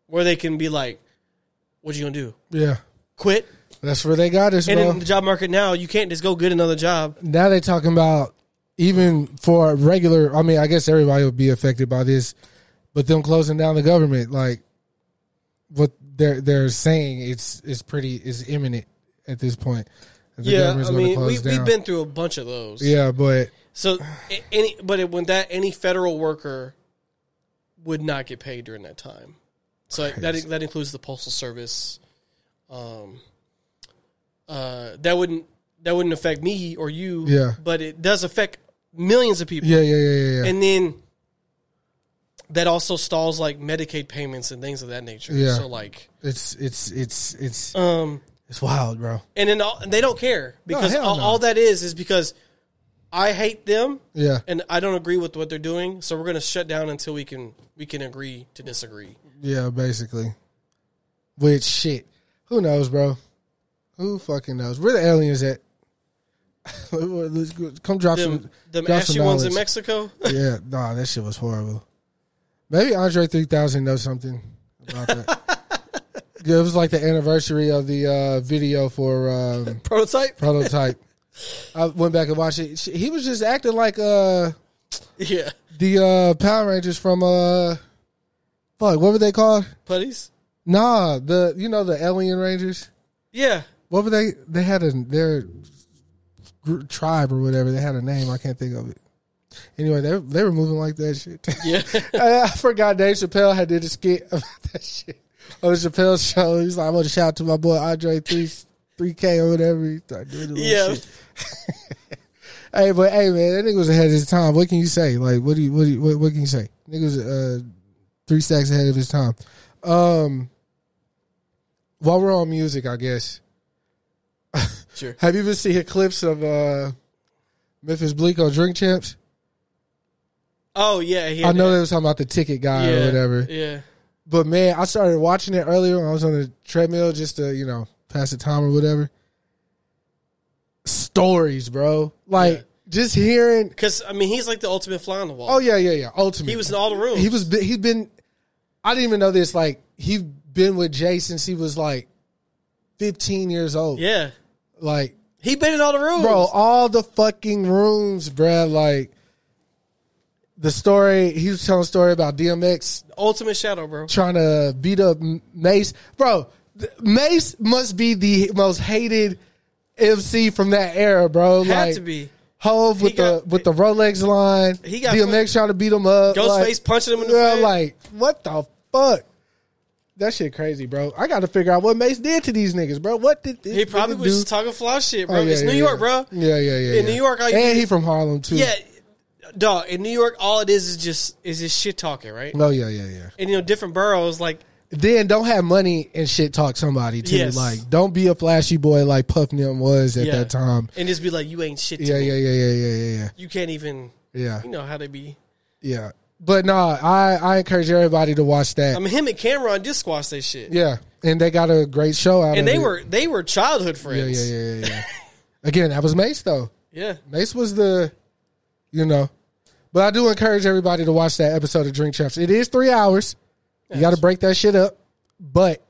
Speaker 3: Where they can be like what you going to do?
Speaker 2: Yeah.
Speaker 3: quit.
Speaker 2: That's where they got us,
Speaker 3: And
Speaker 2: bro.
Speaker 3: in the job market now, you can't just go get another job.
Speaker 2: now they talking about even for regular. I mean, I guess everybody would be affected by this, but them closing down the government, like what they're they're saying, it's it's pretty is imminent at this point. The
Speaker 3: yeah,
Speaker 2: government's
Speaker 3: I
Speaker 2: gonna
Speaker 3: mean, we,
Speaker 2: close
Speaker 3: we've
Speaker 2: down.
Speaker 3: been through a bunch of those.
Speaker 2: yeah, but
Speaker 3: So a- any, but it, when that any federal worker would not get paid during that time. So that that includes the postal service. Um, uh, that wouldn't that wouldn't affect me or you.
Speaker 2: Yeah.
Speaker 3: but it does affect millions of people.
Speaker 2: yeah, yeah, yeah, yeah, yeah.
Speaker 3: and then that also stalls like Medicaid payments and things of that nature.
Speaker 2: Yeah.
Speaker 3: So like,
Speaker 2: it's it's it's it's
Speaker 3: um,
Speaker 2: it's wild, bro.
Speaker 3: and then all, and they don't care because
Speaker 2: hell
Speaker 3: all,
Speaker 2: no.
Speaker 3: all that is is because I hate them
Speaker 2: Yeah,
Speaker 3: and I don't agree with what they're doing, so we're gonna shut down until we can we can agree to disagree.
Speaker 2: yeah, basically. Which shit? Who knows, bro? Who fucking knows? Where the aliens at? Let's go- Come drop
Speaker 3: Them
Speaker 2: some
Speaker 3: them
Speaker 2: drop some
Speaker 3: ashy ones in
Speaker 2: knowledge.
Speaker 3: Mexico.
Speaker 2: yeah, nah, that shit was horrible. Maybe Andre three thousand knows something about that. Yeah, it was like the anniversary of the uh, video for um,
Speaker 3: Prototype.
Speaker 2: prototype. I went back and watched it. Sh- He was just acting like uh,
Speaker 3: Yeah.
Speaker 2: the uh, Power Rangers from uh, fuck, what were they called?
Speaker 3: Putties.
Speaker 2: Nah, the you know the Alien Rangers.
Speaker 3: Yeah.
Speaker 2: What were they? They had a their gr- tribe or whatever. They had a name. I can't think of it. Anyway, they they were moving like that shit.
Speaker 3: Yeah.
Speaker 2: I, I forgot Dave Chappelle had did a skit about that shit on the Chappelle show. He's like, I want to shout out to my boy Andre three three K or whatever. He started doing the little
Speaker 3: yeah.
Speaker 2: shit. Hey, but hey, man, that nigga was ahead of his time. What can you say? Like, what do you what do you, what, what can you say? Nigga was uh, three stacks ahead of his time. Um, while we're on music, I guess.
Speaker 3: Sure.
Speaker 2: Have you been seeing clips of uh, Memphis Bleak on Drink Champs?
Speaker 3: Oh yeah. He
Speaker 2: I
Speaker 3: had
Speaker 2: know
Speaker 3: that.
Speaker 2: they was talking about the ticket guy or whatever.
Speaker 3: Yeah.
Speaker 2: But man, I started watching it earlier when I was on the treadmill just to, you know, pass the time or whatever. Stories, bro. Like
Speaker 3: Yeah.
Speaker 2: just hearing
Speaker 3: Because I mean, he's like the ultimate fly on the wall.
Speaker 2: Oh yeah, yeah, yeah. Ultimate.
Speaker 3: He was in all the rooms.
Speaker 2: He was bi- he's been I didn't even know this like he's been with Jay since he was like 15 years old.
Speaker 3: Yeah.
Speaker 2: Like
Speaker 3: He been in all the rooms,
Speaker 2: bro all the fucking rooms bruh. like the story he was telling a story about dmx
Speaker 3: Ultimate shadow, bro.
Speaker 2: trying to beat up M- mace bro th- mace must be the most hated mc from that era bro
Speaker 3: Had
Speaker 2: like
Speaker 3: to be.
Speaker 2: hove with
Speaker 3: He got-
Speaker 2: the with the rolex line
Speaker 3: He got
Speaker 2: dmx trying to beat him up
Speaker 3: Ghostface
Speaker 2: like,
Speaker 3: punching him in the
Speaker 2: yeah,
Speaker 3: face.
Speaker 2: like what the fuck that shit crazy, bro. I got to figure out what Mace did to these niggas, bro. What did this
Speaker 3: He probably
Speaker 2: nigga
Speaker 3: was
Speaker 2: do?
Speaker 3: just talking fly shit,
Speaker 2: Oh,
Speaker 3: bro.
Speaker 2: yeah,
Speaker 3: it's
Speaker 2: yeah,
Speaker 3: New York,
Speaker 2: yeah.
Speaker 3: bro.
Speaker 2: Yeah, yeah, yeah.
Speaker 3: In
Speaker 2: yeah.
Speaker 3: New York, all you
Speaker 2: and
Speaker 3: do-
Speaker 2: he from Harlem too.
Speaker 3: Yeah, dog. In New York, all it is is just is just shit talking, right?
Speaker 2: No, Oh, yeah, yeah, yeah.
Speaker 3: And you know, different boroughs like
Speaker 2: Then don't have money and shit talk somebody too.
Speaker 3: Yes.
Speaker 2: Like, don't be a flashy boy like Puff Nim was at
Speaker 3: yeah,
Speaker 2: that time.
Speaker 3: and just be like, you ain't shit. To
Speaker 2: Yeah,
Speaker 3: me.
Speaker 2: yeah, yeah, yeah, yeah, yeah, yeah.
Speaker 3: You can't even.
Speaker 2: Yeah,
Speaker 3: You know how they be.
Speaker 2: yeah. But no, I I encourage everybody to watch that.
Speaker 3: I mean, him and Cameron did squash that shit.
Speaker 2: yeah, and they got a great show out. of
Speaker 3: And they
Speaker 2: it.
Speaker 3: were they were childhood
Speaker 2: Yeah, yeah,
Speaker 3: friends.
Speaker 2: yeah, yeah. yeah. Again, that was Mace though.
Speaker 3: yeah.
Speaker 2: Mace was the, you know, but I do encourage everybody to watch that episode of Drink Champs. It is three hours. You got to break that shit up, but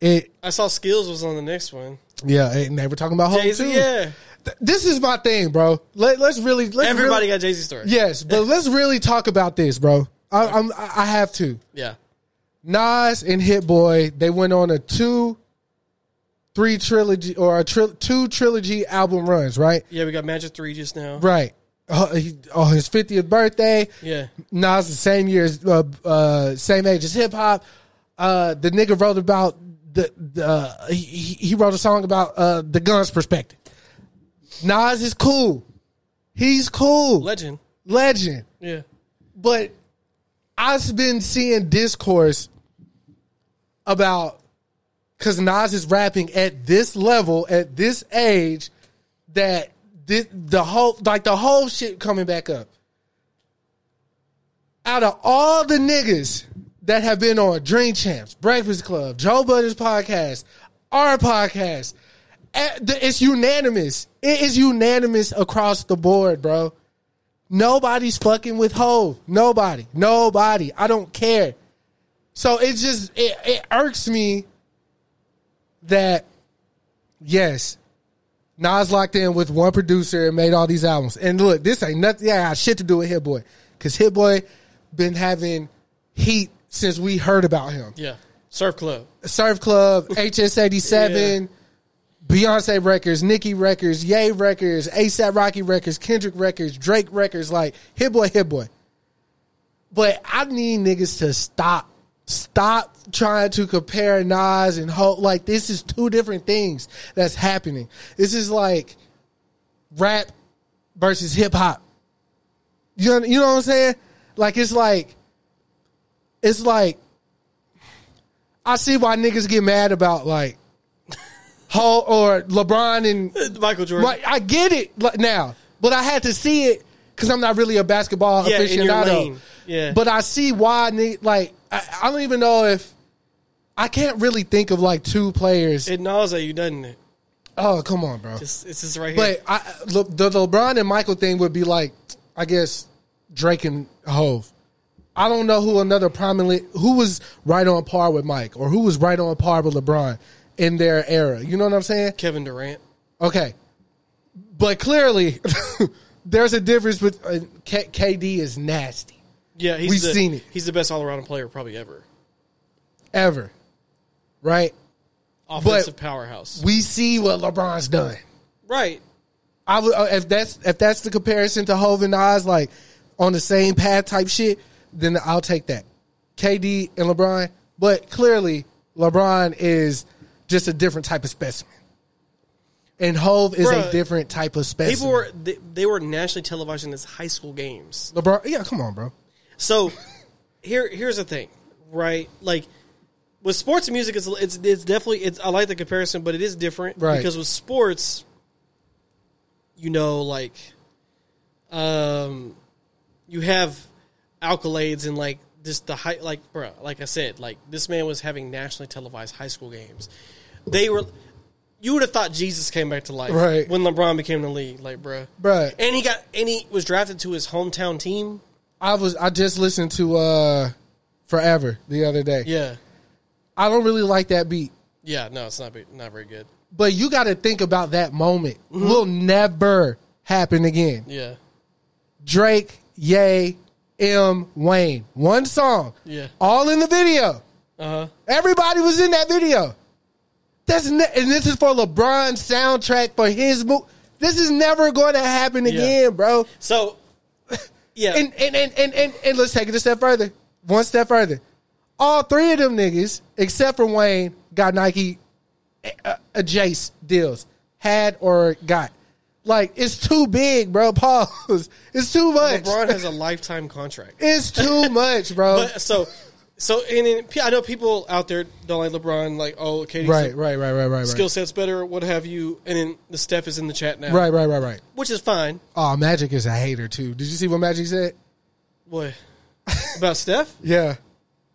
Speaker 2: it
Speaker 3: I saw Skills was on the next one.
Speaker 2: yeah, and they were talking about home
Speaker 3: Jay
Speaker 2: Oh, too.
Speaker 3: Z, yeah.
Speaker 2: Th- This is my thing, bro. Let, let's really let's
Speaker 3: Everybody
Speaker 2: really-
Speaker 3: got Jay Z story.
Speaker 2: yes, but let's really talk about this, bro. I, I'm I I have to.
Speaker 3: yeah.
Speaker 2: Nas and Hit Boy, they went on a two, three trilogy or a tri- two trilogy album runs, right?
Speaker 3: Yeah, we got Magic Three just now.
Speaker 2: Right. Uh, he, on his 50th birthday,
Speaker 3: Yeah,
Speaker 2: Nas the same year, as, uh, uh, same age as hip hop. Uh, the nigga wrote about the, the uh, he, he he wrote a song about uh, the guns perspective. Nas is cool. He's cool.
Speaker 3: Legend.
Speaker 2: Legend
Speaker 3: Yeah,
Speaker 2: but I've been seeing discourse about because Nas is rapping at this level at this age that the, the whole like the whole shit coming back up. Out of all the niggas that have been on Dream Champs, Breakfast Club, Joe Budden's podcast, our podcast, eh, the- it's unanimous. It is unanimous across the board, bro. Nobody's fucking with Hove. Nobody. Nobody. I don't care. So it just it, it irks me that yes, Nas locked in with one producer and made all these albums. And look, this ain't nothing. Yeah, I got shit to do with Hit Boy because Hit Boy been having heat since we heard about him.
Speaker 3: yeah. Surf Club.
Speaker 2: Surf Club, HS87, Beyonce Records, Nicki Records, Ye Records, ASAP Rocky Records, Kendrick Records, Drake Records, like Hit Boy, Hit Boy. But I need niggas to stop. Stop trying to compare Nas and Hope. Like, this is two different things that's happening. This is like rap versus hip hop. You, know- you know what I'm saying? Like, it's like, it's like I see why niggas get mad about like Hall or LeBron and
Speaker 3: Michael Jordan.
Speaker 2: like I get it like, now, but I had to see it because I'm not really a basketball
Speaker 3: Yeah, in your
Speaker 2: aficionado.
Speaker 3: lane. Yeah.
Speaker 2: but I see why nigg- like I, I don't even know if I can't really think of like two players.
Speaker 3: It gnaws at you, doesn't it?
Speaker 2: oh come on, bro!
Speaker 3: It's, it's just right here.
Speaker 2: But I, Le, the LeBron and Michael thing would be like I guess Drake and Hove. I don't know who another prominent who was right on par with Mike or who was right on par with LeBron in their era. You know what I'm saying?
Speaker 3: Kevin Durant.
Speaker 2: Okay, but clearly there's a difference. With uh, K- KD is nasty
Speaker 3: Yeah, he's
Speaker 2: We've
Speaker 3: the,
Speaker 2: seen it.
Speaker 3: He's the best all around player probably ever.
Speaker 2: ever, right?
Speaker 3: Offensive powerhouse.
Speaker 2: We see what LeBron's done.
Speaker 3: right.
Speaker 2: I would uh, if that's if that's the comparison to Hov and Nas, like on the same path type shit, then I'll take that. KD and LeBron, but clearly LeBron is just a different type of specimen, and Hove is a
Speaker 3: Bruh,
Speaker 2: different type of specimen.
Speaker 3: People were they, they were nationally televising his high school games.
Speaker 2: LeBron, yeah, come on, bro.
Speaker 3: So here here's the thing, right? Like with sports and music, it's it's, it's definitely it's, I like the comparison, but it is different
Speaker 2: Right.
Speaker 3: because with sports, you know, like um, you have accolades and like just the high, like bruh, like I said, like this man was having nationally televised high school games. They were. You would have thought Jesus came back to life
Speaker 2: Right.
Speaker 3: when LeBron became the league, like bruh.
Speaker 2: Bruh.
Speaker 3: and he got and he was drafted to his hometown team.
Speaker 2: I was I just listened to uh Forever the other day.
Speaker 3: Yeah,
Speaker 2: I don't really like that beat.
Speaker 3: Yeah, no, it's not be- not very good.
Speaker 2: But you got to think about that moment.
Speaker 3: Mm-hmm.
Speaker 2: Will never happen again.
Speaker 3: Yeah,
Speaker 2: Drake, Ye, M, Wayne. One song.
Speaker 3: Yeah.
Speaker 2: All in the video.
Speaker 3: uh huh.
Speaker 2: Everybody was in that video. That's ne- and this is for LeBron's soundtrack for his move. This is never going to happen again, bro.
Speaker 3: So, yeah,
Speaker 2: And and, and and and and let's take it a step further. One step further. All three of them niggas, except for Wayne, got Nike uh, adjacent deals. Had or got. Like it's too big, bro. Pause. It's too much.
Speaker 3: LeBron has a lifetime contract.
Speaker 2: It's too much, bro.
Speaker 3: But uh, so, so and in, I know people out there don't like LeBron. Like, oh, Katie's
Speaker 2: right, right, right, right, right, right.
Speaker 3: skill set's better, what have you? And then the Steph is in the chat now,
Speaker 2: Right, right, right, right.
Speaker 3: Which is fine.
Speaker 2: Oh, Magic is a hater too. Did you see what Magic said?
Speaker 3: What about Steph?
Speaker 2: Yeah,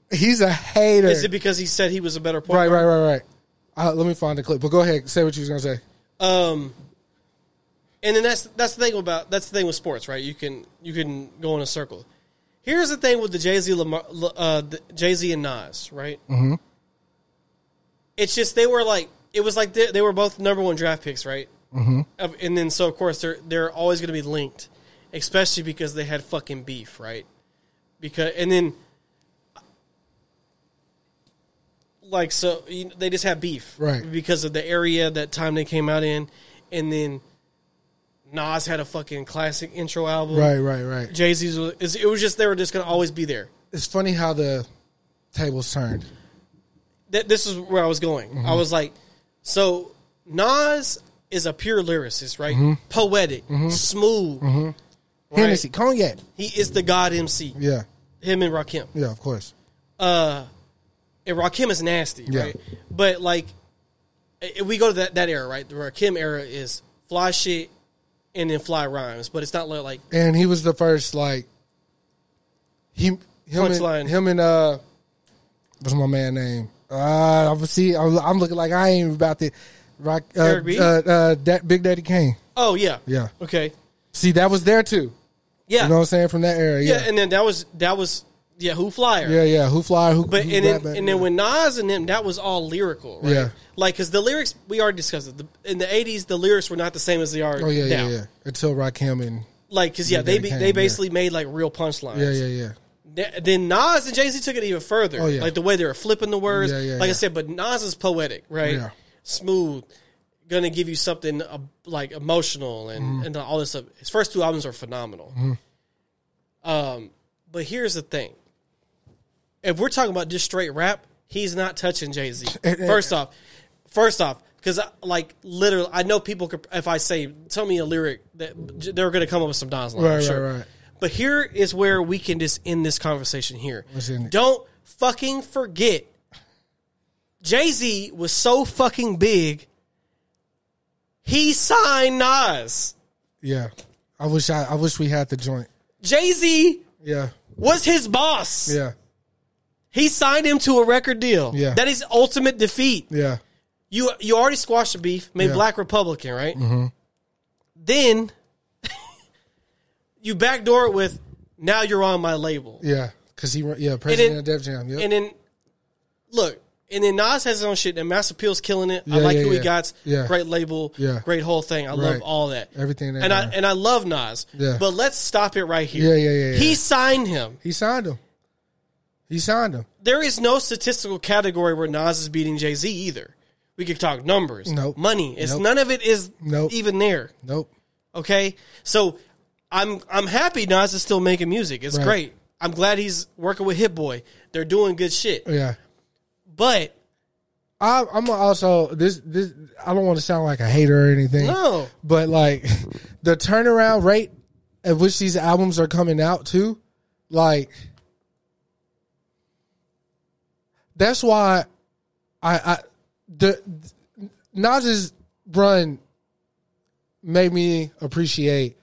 Speaker 2: he's a hater.
Speaker 3: Is it because he said he was a better point?
Speaker 2: right,
Speaker 3: guard?
Speaker 2: right, right, right. Uh, let me find the clip. But go ahead, say what you was gonna say.
Speaker 3: Um, and then that's that's the thing about that's the thing with sports, right? You can you can go in a circle. Here's the thing with the Jay Z Lamar L- uh, Jay Z and Nas, right? Mm-hmm. It's just they were like it was like they, they were both number one draft picks, right? Mm-hmm. And then so of course they're they're always going to be linked, especially because they had fucking beef, right? Because and then like so you know, they just have beef,
Speaker 2: Right.
Speaker 3: Because of the area that time they came out in, and then Nas had a fucking classic intro album,
Speaker 2: Right, right, right.
Speaker 3: Jay Z's was it was just they were just gonna always be there.
Speaker 2: It's funny how the tables turned.
Speaker 3: That this is where I was going. I
Speaker 2: Mm-hmm.
Speaker 3: was like, so Nas is a pure lyricist, right?
Speaker 2: Mm-hmm.
Speaker 3: Poetic, smooth. right?
Speaker 2: Hennessy, cognac.
Speaker 3: He is the God MC.
Speaker 2: Mm-hmm. Yeah,
Speaker 3: Him and Rakim. Uh,
Speaker 2: yeah, of course.
Speaker 3: and Rakim is nasty,
Speaker 2: Yeah.
Speaker 3: right? But like, if we go to that, that era, right? The Rakim era is fly shit and then fly rhymes, but it's not li- like
Speaker 2: And he was the first like he him
Speaker 3: Punchline.
Speaker 2: and, him and uh what's my man name? Uh, I'm see, I'm, I'm looking like I ain't about to rock. Uh,
Speaker 3: Eric B?
Speaker 2: uh, uh, that Big Daddy Kane.
Speaker 3: oh yeah,
Speaker 2: Yeah.
Speaker 3: okay,
Speaker 2: See, that was there too.
Speaker 3: yeah,
Speaker 2: You know what I'm saying from that era.
Speaker 3: yeah,
Speaker 2: Yeah, yeah,
Speaker 3: And then that was that was yeah, who flyer,
Speaker 2: yeah. Who fly? Who?
Speaker 3: But
Speaker 2: who
Speaker 3: and
Speaker 2: rap
Speaker 3: then,
Speaker 2: back
Speaker 3: and then when Nas and them, that was all lyrical, right?
Speaker 2: Yeah.
Speaker 3: Like, because the lyrics we already discussed it. The, in the '80s, the lyrics were not the same as they are.
Speaker 2: oh yeah, yeah,
Speaker 3: now.
Speaker 2: yeah. Until Rakim and
Speaker 3: Like, because yeah, they
Speaker 2: Daddy
Speaker 3: be,
Speaker 2: Kane,
Speaker 3: they
Speaker 2: yeah.
Speaker 3: basically made like real punchlines.
Speaker 2: yeah, yeah, yeah.
Speaker 3: Th- then Nas and Jay Z took it even further.
Speaker 2: Oh, yeah.
Speaker 3: Like the way they were flipping the words.
Speaker 2: Yeah, yeah,
Speaker 3: like I
Speaker 2: yeah.
Speaker 3: said, but Nas is poetic, right?
Speaker 2: Yeah.
Speaker 3: Smooth, gonna give you something uh, like emotional and
Speaker 2: Mm-hmm.
Speaker 3: and all this stuff. His first two albums are phenomenal.
Speaker 2: Mm-hmm.
Speaker 3: Um, but here's the thing: if we're talking about just straight rap, he's not touching Jay Z. First off, first off. Because, like, literally, I know people could, if I say, tell me a lyric, that they're going to come up with some Nas line.
Speaker 2: Right,
Speaker 3: I'm
Speaker 2: right,
Speaker 3: sure.
Speaker 2: right.
Speaker 3: But here is where we can just end this conversation here.
Speaker 2: Let's end it.
Speaker 3: Don't fucking forget Jay Z was so fucking big, he signed Nas.
Speaker 2: Yeah. I wish I, I wish we had the joint.
Speaker 3: Jay Z
Speaker 2: Yeah.
Speaker 3: was his boss.
Speaker 2: Yeah.
Speaker 3: He signed him to a record deal.
Speaker 2: Yeah.
Speaker 3: That is ultimate defeat.
Speaker 2: Yeah.
Speaker 3: You you already squashed the beef, made
Speaker 2: Yeah. Mm-hmm.
Speaker 3: Black Republican, right? Then you backdoor it with now you're on my label.
Speaker 2: Yeah. Cause he run- yeah, president
Speaker 3: then-
Speaker 2: of Def Jam. Yep.
Speaker 3: And then look, and then Nas has his own shit. And Master Peel's killing it. I
Speaker 2: Yeah,
Speaker 3: like
Speaker 2: yeah,
Speaker 3: who he
Speaker 2: yeah.
Speaker 3: got.
Speaker 2: Yeah.
Speaker 3: Great label.
Speaker 2: Yeah.
Speaker 3: Great whole thing. I love
Speaker 2: Right.
Speaker 3: all that.
Speaker 2: Everything they
Speaker 3: And I
Speaker 2: are.
Speaker 3: and I love Nas.
Speaker 2: Yeah.
Speaker 3: But let's stop it right here.
Speaker 2: Yeah, yeah, yeah, yeah.
Speaker 3: He signed him.
Speaker 2: he signed him. He signed him.
Speaker 3: There is no statistical category where Nas is beating Jay Z either. We could talk numbers,
Speaker 2: Nope.
Speaker 3: money. It's
Speaker 2: Nope.
Speaker 3: none of it is
Speaker 2: Nope.
Speaker 3: even there.
Speaker 2: Nope.
Speaker 3: Okay, so I'm I'm happy Nas is still making music. It's
Speaker 2: Right.
Speaker 3: great. I'm glad he's working with Hit Boy. They're doing good shit.
Speaker 2: Yeah.
Speaker 3: But
Speaker 2: I, I'm also this this I don't want to sound like a hater or anything.
Speaker 3: No.
Speaker 2: But like the turnaround rate at which these albums are coming out too, like that's why I I the Nas's run made me appreciate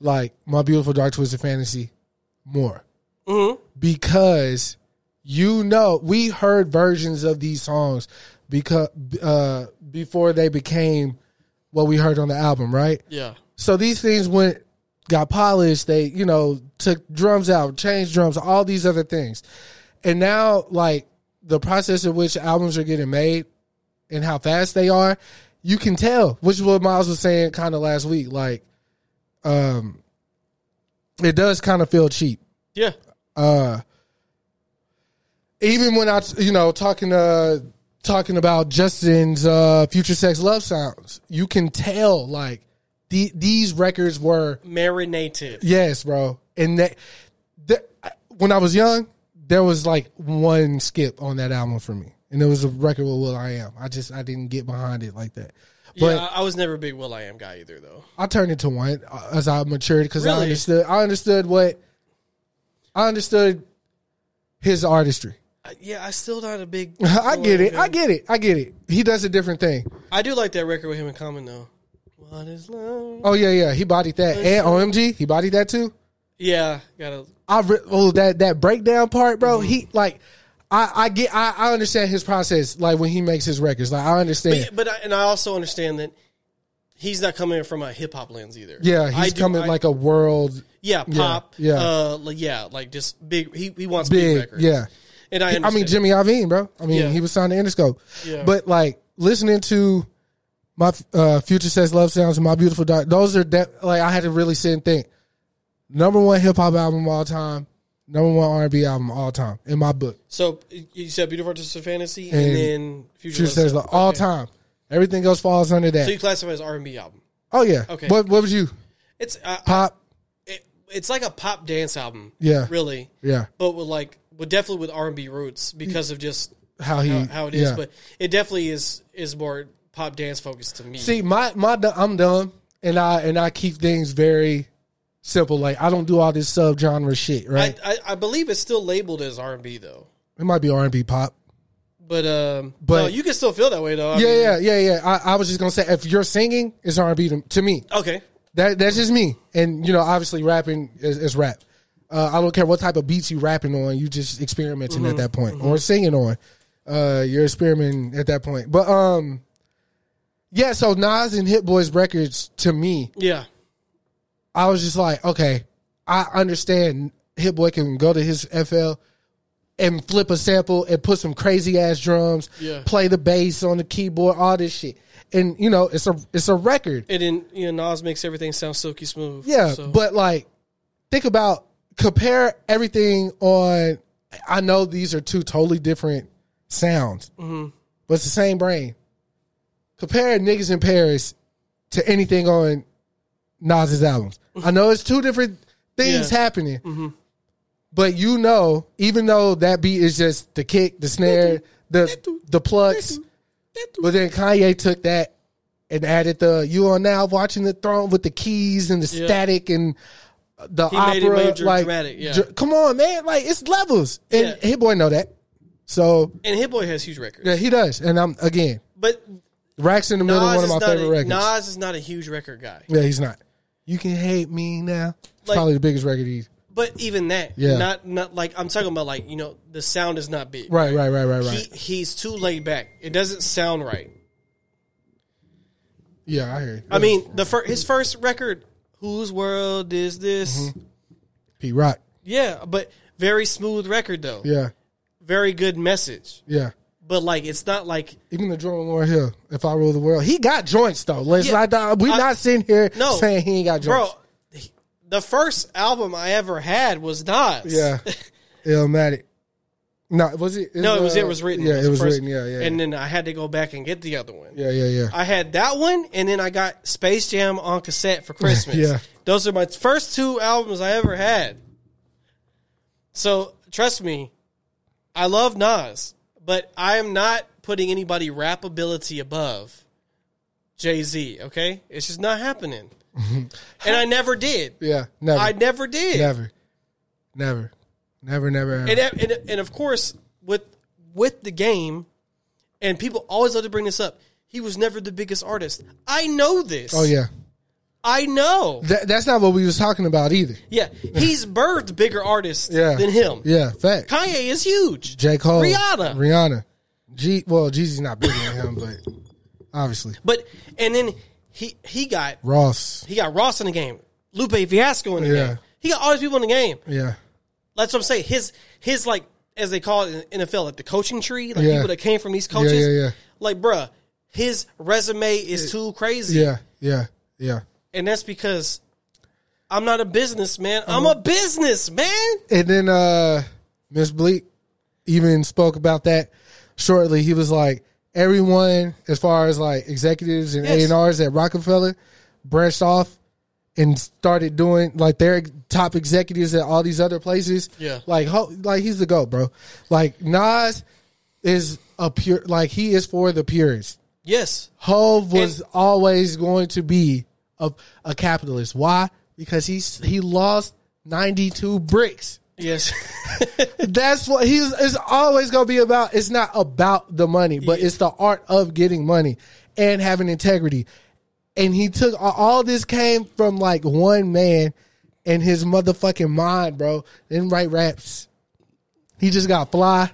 Speaker 2: like my beautiful dark twisted fantasy more
Speaker 3: Mm-hmm.
Speaker 2: because you know we heard versions of these songs because uh, before they became what we heard on the album, right?
Speaker 3: Yeah.
Speaker 2: So these things went got polished. They you know took drums out, changed drums, all these other things, and now like the process in which albums are getting made and how fast they are, you can tell. Which is what Miles was saying kind of last week. Like, um, it does kind of feel cheap
Speaker 3: Yeah.
Speaker 2: uh even when I you know talking uh talking about Justin's uh future sex love sounds, you can tell like the, these records were
Speaker 3: Marinated.
Speaker 2: yes, bro. And that, that when I was young, there was like one skip on that album for me. And it was a record with Will I Am. I just I didn't get behind it like that. But
Speaker 3: yeah, I I was never a big Will I Am guy either, though.
Speaker 2: I turned into one uh, as I matured because I
Speaker 3: Really?
Speaker 2: understood I understood what I understood his artistry.
Speaker 3: I, yeah, I still not a big.
Speaker 2: I
Speaker 3: Will
Speaker 2: get
Speaker 3: Am
Speaker 2: it. I
Speaker 3: fan.
Speaker 2: get it. I get it. He does a different thing.
Speaker 3: I do like that record with him in common though. What is love?
Speaker 2: Oh yeah, yeah. He bodied that. And OMG, he bodied that too.
Speaker 3: Yeah, gotta.
Speaker 2: I re- oh that that breakdown part, bro.
Speaker 3: Mm-hmm.
Speaker 2: He like, I I get I, I understand his process. Like when he makes his records, like I
Speaker 3: But,
Speaker 2: understand.
Speaker 3: but I, and I also understand that he's not coming from a hip hop lens either.
Speaker 2: yeah,
Speaker 3: I
Speaker 2: he's
Speaker 3: do-
Speaker 2: coming
Speaker 3: I-
Speaker 2: like a world
Speaker 3: yeah pop yeah
Speaker 2: yeah.
Speaker 3: uh, like, yeah like just big. He he wants big,
Speaker 2: big.
Speaker 3: records.
Speaker 2: Yeah,
Speaker 3: and I
Speaker 2: I
Speaker 3: understand.
Speaker 2: mean Jimmy Iovine, bro. I mean
Speaker 3: Yeah.
Speaker 2: he was signed to Interscope.
Speaker 3: Yeah.
Speaker 2: But like listening to my uh, future says love sounds and my beautiful dark. Those are de- like I had to really sit and think. Number one hip hop album of all time. Number one R and B album of all time in my book.
Speaker 3: So you said Beautiful Artists Fantasy and,
Speaker 2: And
Speaker 3: then Future
Speaker 2: Future says like, all time. Everything else falls under that.
Speaker 3: So you classify it as R and B album.
Speaker 2: oh yeah.
Speaker 3: Okay.
Speaker 2: What what was you?
Speaker 3: It's I, I-
Speaker 2: Pop.
Speaker 3: it, it's like a pop dance album.
Speaker 2: Yeah.
Speaker 3: really.
Speaker 2: Yeah.
Speaker 3: but with like, but definitely with R and B roots because of just
Speaker 2: How he
Speaker 3: how, how it is.
Speaker 2: Mm, yeah.
Speaker 3: But it definitely is is more pop dance focused to me.
Speaker 2: See, my my I'm dumb, and I and I keep things very simple. Like I don't do all this subgenre shit. Right?
Speaker 3: I, I I believe it's still labeled as R and B though.
Speaker 2: it might be R and B pop.
Speaker 3: But um,
Speaker 2: But-
Speaker 3: no, you can still feel that way though. I
Speaker 2: yeah,
Speaker 3: mean-
Speaker 2: yeah, yeah, yeah. I, I was just gonna say if you're singing, it's R and B to, to me.
Speaker 3: Okay.
Speaker 2: That that's just me. And you know, obviously, rapping is, is rap. Uh, I don't care what type of beats you rapping on. You just experimenting at that point, or singing on. Uh, you're experimenting at that point. But um, yeah. So Nas and Hit Boys records to me,
Speaker 3: Yeah.
Speaker 2: I was just like, okay, I understand. Hit Boy can go to his FL and flip a sample and put some crazy ass drums,
Speaker 3: Yeah.
Speaker 2: play the bass on the keyboard, all this shit. And you know, it's a it's a record.
Speaker 3: And then you know Nas makes everything sound silky smooth.
Speaker 2: Yeah,
Speaker 3: so-
Speaker 2: but like, think about compare everything on. I know these are two totally different sounds,
Speaker 3: Mm-hmm.
Speaker 2: but it's the same brain. Compare niggas in Paris to anything on Nas's albums. I know it's two different things
Speaker 3: Yeah. Mm-hmm.
Speaker 2: happening, but you know, even though that beat is just the kick, the snare, the the plucks, but then Kanye took that and added the "You are now watching the throne" with the keys and the
Speaker 3: Yeah.
Speaker 2: static and the
Speaker 3: He made it
Speaker 2: opera.
Speaker 3: major
Speaker 2: like,
Speaker 3: dramatic, yeah.
Speaker 2: dr- come on, man! Like it's levels, and
Speaker 3: Yeah.
Speaker 2: Hit Boy know that. So
Speaker 3: and Hit Boy has huge records.
Speaker 2: yeah, he does. And I'm again,
Speaker 3: But
Speaker 2: Racks in the Middle,
Speaker 3: Nas
Speaker 2: one of
Speaker 3: is
Speaker 2: my
Speaker 3: not
Speaker 2: favorite
Speaker 3: a,
Speaker 2: records.
Speaker 3: Nas is not a huge record guy.
Speaker 2: yeah, he's not. You can hate me now. It's
Speaker 3: Like-
Speaker 2: probably the biggest record he's.
Speaker 3: But even that,
Speaker 2: Yeah.
Speaker 3: not not like I'm talking about like you know the sound is not big.
Speaker 2: Right, right, right, right, right.
Speaker 3: He he's too laid back. It doesn't sound right.
Speaker 2: yeah, I hear. You.
Speaker 3: I mean, the fir- his first record, whose world is this?
Speaker 2: Mm-hmm. Pete Rock.
Speaker 3: Yeah, but very smooth record though.
Speaker 2: Yeah,
Speaker 3: Very good message.
Speaker 2: yeah.
Speaker 3: But like, it's not like
Speaker 2: Even the drummer Lauren Hill, if I rule the world, he got joints though. Let's
Speaker 3: Yeah.
Speaker 2: not. We're
Speaker 3: I-
Speaker 2: not sitting here
Speaker 3: No.
Speaker 2: saying he ain't got
Speaker 3: bro.
Speaker 2: joints.
Speaker 3: he- The first album I ever had was Nas.
Speaker 2: Yeah, Illmatic. No, was it?
Speaker 3: No, it was
Speaker 2: uh,
Speaker 3: it was written.
Speaker 2: Yeah, it
Speaker 3: the
Speaker 2: was
Speaker 3: first-
Speaker 2: written. Yeah, yeah,
Speaker 3: And then I had to go back and get the other one.
Speaker 2: yeah, yeah, yeah.
Speaker 3: I had that one, and then I got Space Jam on cassette for Christmas.
Speaker 2: Yeah.
Speaker 3: Those are my first two albums I ever had. So trust me, I love Nas, but I am not putting anybody rap ability above Jay Z. Okay, it's just not happening, and I never did.
Speaker 2: yeah, never,
Speaker 3: I never did.
Speaker 2: never, never, never, never. ever.
Speaker 3: And, and and of course with with the game, and people always love to bring this up. He was never the biggest artist. I know this.
Speaker 2: oh yeah,
Speaker 3: I know.
Speaker 2: That- that's not what we was talking about either.
Speaker 3: Yeah, he's birthed bigger artists
Speaker 2: Yeah,
Speaker 3: than him.
Speaker 2: Yeah, fact.
Speaker 3: Kanye is huge.
Speaker 2: J Cole,
Speaker 3: Rihanna.
Speaker 2: Rihanna, G. Well, Jeezy's not bigger than him, but obviously
Speaker 3: but and then he he got
Speaker 2: Ross.
Speaker 3: he got Ross in the game, Lupe Fiasco in the
Speaker 2: Yeah.
Speaker 3: game. He got all these people in the game.
Speaker 2: Yeah,
Speaker 3: That's what I'm saying. His his like as they call it in NFL, like the coaching tree, like
Speaker 2: Yeah.
Speaker 3: people that came from these coaches.
Speaker 2: yeah, yeah.
Speaker 3: Like, bruh, his resume is too crazy.
Speaker 2: yeah, yeah, yeah.
Speaker 3: And that's because I'm not a businessman. I'm a businessman.
Speaker 2: And then uh Miss Bleak even spoke about that shortly. He was like, everyone, as far as like executives and
Speaker 3: Yes.
Speaker 2: A and Rs at Rockefeller, branched off and started doing like their top executives at all these other places.
Speaker 3: Yeah.
Speaker 2: like ho- like he's the goat, bro. Like Nas is a pure, like he is for the purists.
Speaker 3: Yes.
Speaker 2: Hove was always going to be a, a capitalist. Why? Because he's he lost ninety two bricks.
Speaker 3: Yes.
Speaker 2: That's what he's it's always gonna be about. It's not about the money, but it's the art of getting money and having integrity. And he took all- all this came from like one man and his motherfucking mind, bro. Didn't write raps. He just got fly,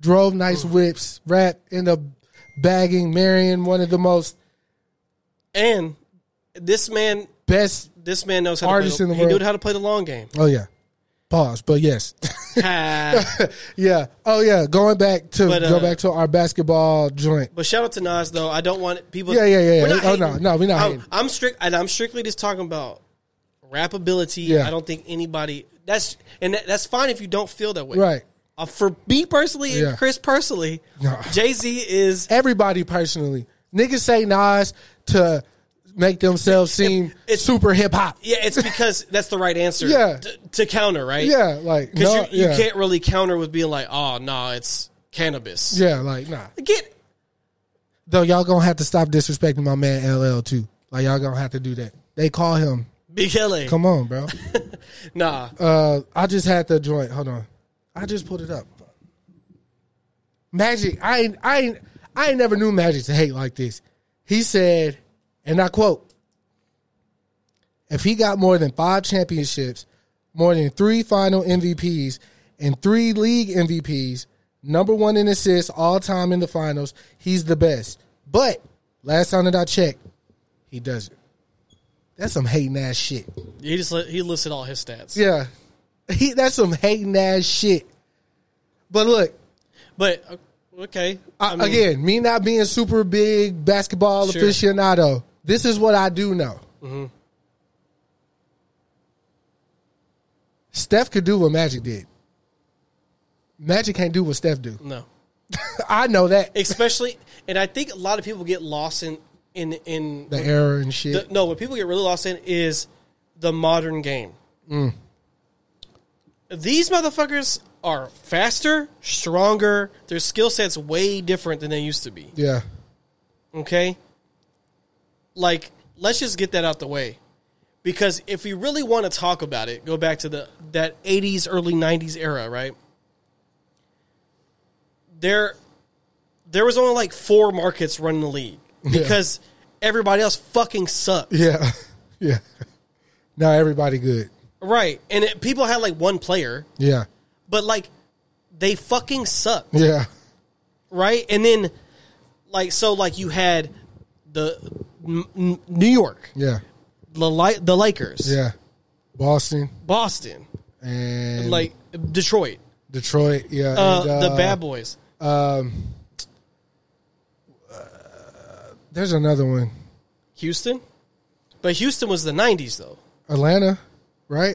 Speaker 2: drove nice
Speaker 3: Mm.
Speaker 2: whips, rap end up bagging, marrying one of the most
Speaker 3: and this man
Speaker 2: best.
Speaker 3: this man knows how
Speaker 2: Artist
Speaker 3: to
Speaker 2: in
Speaker 3: play
Speaker 2: the
Speaker 3: he
Speaker 2: world.
Speaker 3: knew how to play the long game.
Speaker 2: Oh yeah, pause. But yes, Ah.
Speaker 3: Ha.
Speaker 2: yeah. Oh yeah. Going back to
Speaker 3: But,
Speaker 2: go
Speaker 3: uh,
Speaker 2: back to our basketball joint.
Speaker 3: but shout out to Nas though. I don't want people.
Speaker 2: Yeah, yeah, yeah, yeah.
Speaker 3: We're not
Speaker 2: Oh, no,
Speaker 3: hating.
Speaker 2: no, we're not
Speaker 3: I'm,
Speaker 2: hating.
Speaker 3: I'm strict, and I'm strictly just talking about rap ability.
Speaker 2: Yeah.
Speaker 3: I don't think anybody. That's and that, that's fine if you don't feel that way.
Speaker 2: Right.
Speaker 3: Uh, for me personally
Speaker 2: Yeah.
Speaker 3: and Chris personally,
Speaker 2: Nah.
Speaker 3: Jay Z is
Speaker 2: Everybody personally, niggas say Nas to make themselves seem super hip hop.
Speaker 3: yeah. It's because that's the right answer.
Speaker 2: Yeah.
Speaker 3: t- to counter right.
Speaker 2: Yeah, like
Speaker 3: because
Speaker 2: no,
Speaker 3: you, you
Speaker 2: yeah,
Speaker 3: can't really counter with being like, oh nah, it's cannabis.
Speaker 2: yeah, like nah.
Speaker 3: Get
Speaker 2: Though y'all gonna have to stop disrespecting my man LL too. Like y'all gonna have to do that. They call him.
Speaker 3: Big L.A.
Speaker 2: Come on, bro.
Speaker 3: Nah,
Speaker 2: Uh, I just had the joint. Hold on, I just pulled it up. Magic, I ain't, I ain't, I ain't never knew Magic to hate like this. He said, and I quote: "If he got more than five championships, more than three Final MVPs, and three league MVPs, number one in assists all time in the finals, he's the best." But last time that I checked, he doesn't. That's some hating ass shit.
Speaker 3: he just li- he listed all his stats.
Speaker 2: Yeah. He that's some hating ass shit. But look,
Speaker 3: But uh, okay,
Speaker 2: I, again, me not being super big basketball
Speaker 3: Sure. Mm-hmm.
Speaker 2: aficionado, this is what I do know. Steph could do what Magic did. Magic can't do what Steph do.
Speaker 3: no.
Speaker 2: I know that
Speaker 3: Especially, and I think a lot of people get lost in in in
Speaker 2: the error and shit.
Speaker 3: the, no. What people get really lost in is the modern game.
Speaker 2: Mm.
Speaker 3: These motherfuckers are faster, stronger. Their skill sets way different than they used to be.
Speaker 2: yeah,
Speaker 3: Okay, like let's just get that out the way, because if we really want to talk about it, go back to the that '80s, early '90s era, right? There, there was only like four markets running the league because everybody else fucking sucked.
Speaker 2: yeah, yeah. Now everybody good.
Speaker 3: Right. And it, people had like one player,
Speaker 2: Yeah,
Speaker 3: but like they fucking sucked,
Speaker 2: yeah,
Speaker 3: right? And then like so like you had the n- n- New York,
Speaker 2: yeah,
Speaker 3: the Li- the Lakers,
Speaker 2: yeah. Boston
Speaker 3: Boston,
Speaker 2: and
Speaker 3: like Detroit,
Speaker 2: Detroit. Yeah,
Speaker 3: uh,
Speaker 2: and,
Speaker 3: the Bad Boys.
Speaker 2: There's another one.
Speaker 3: Houston? But Houston was the 90s though.
Speaker 2: Atlanta, right?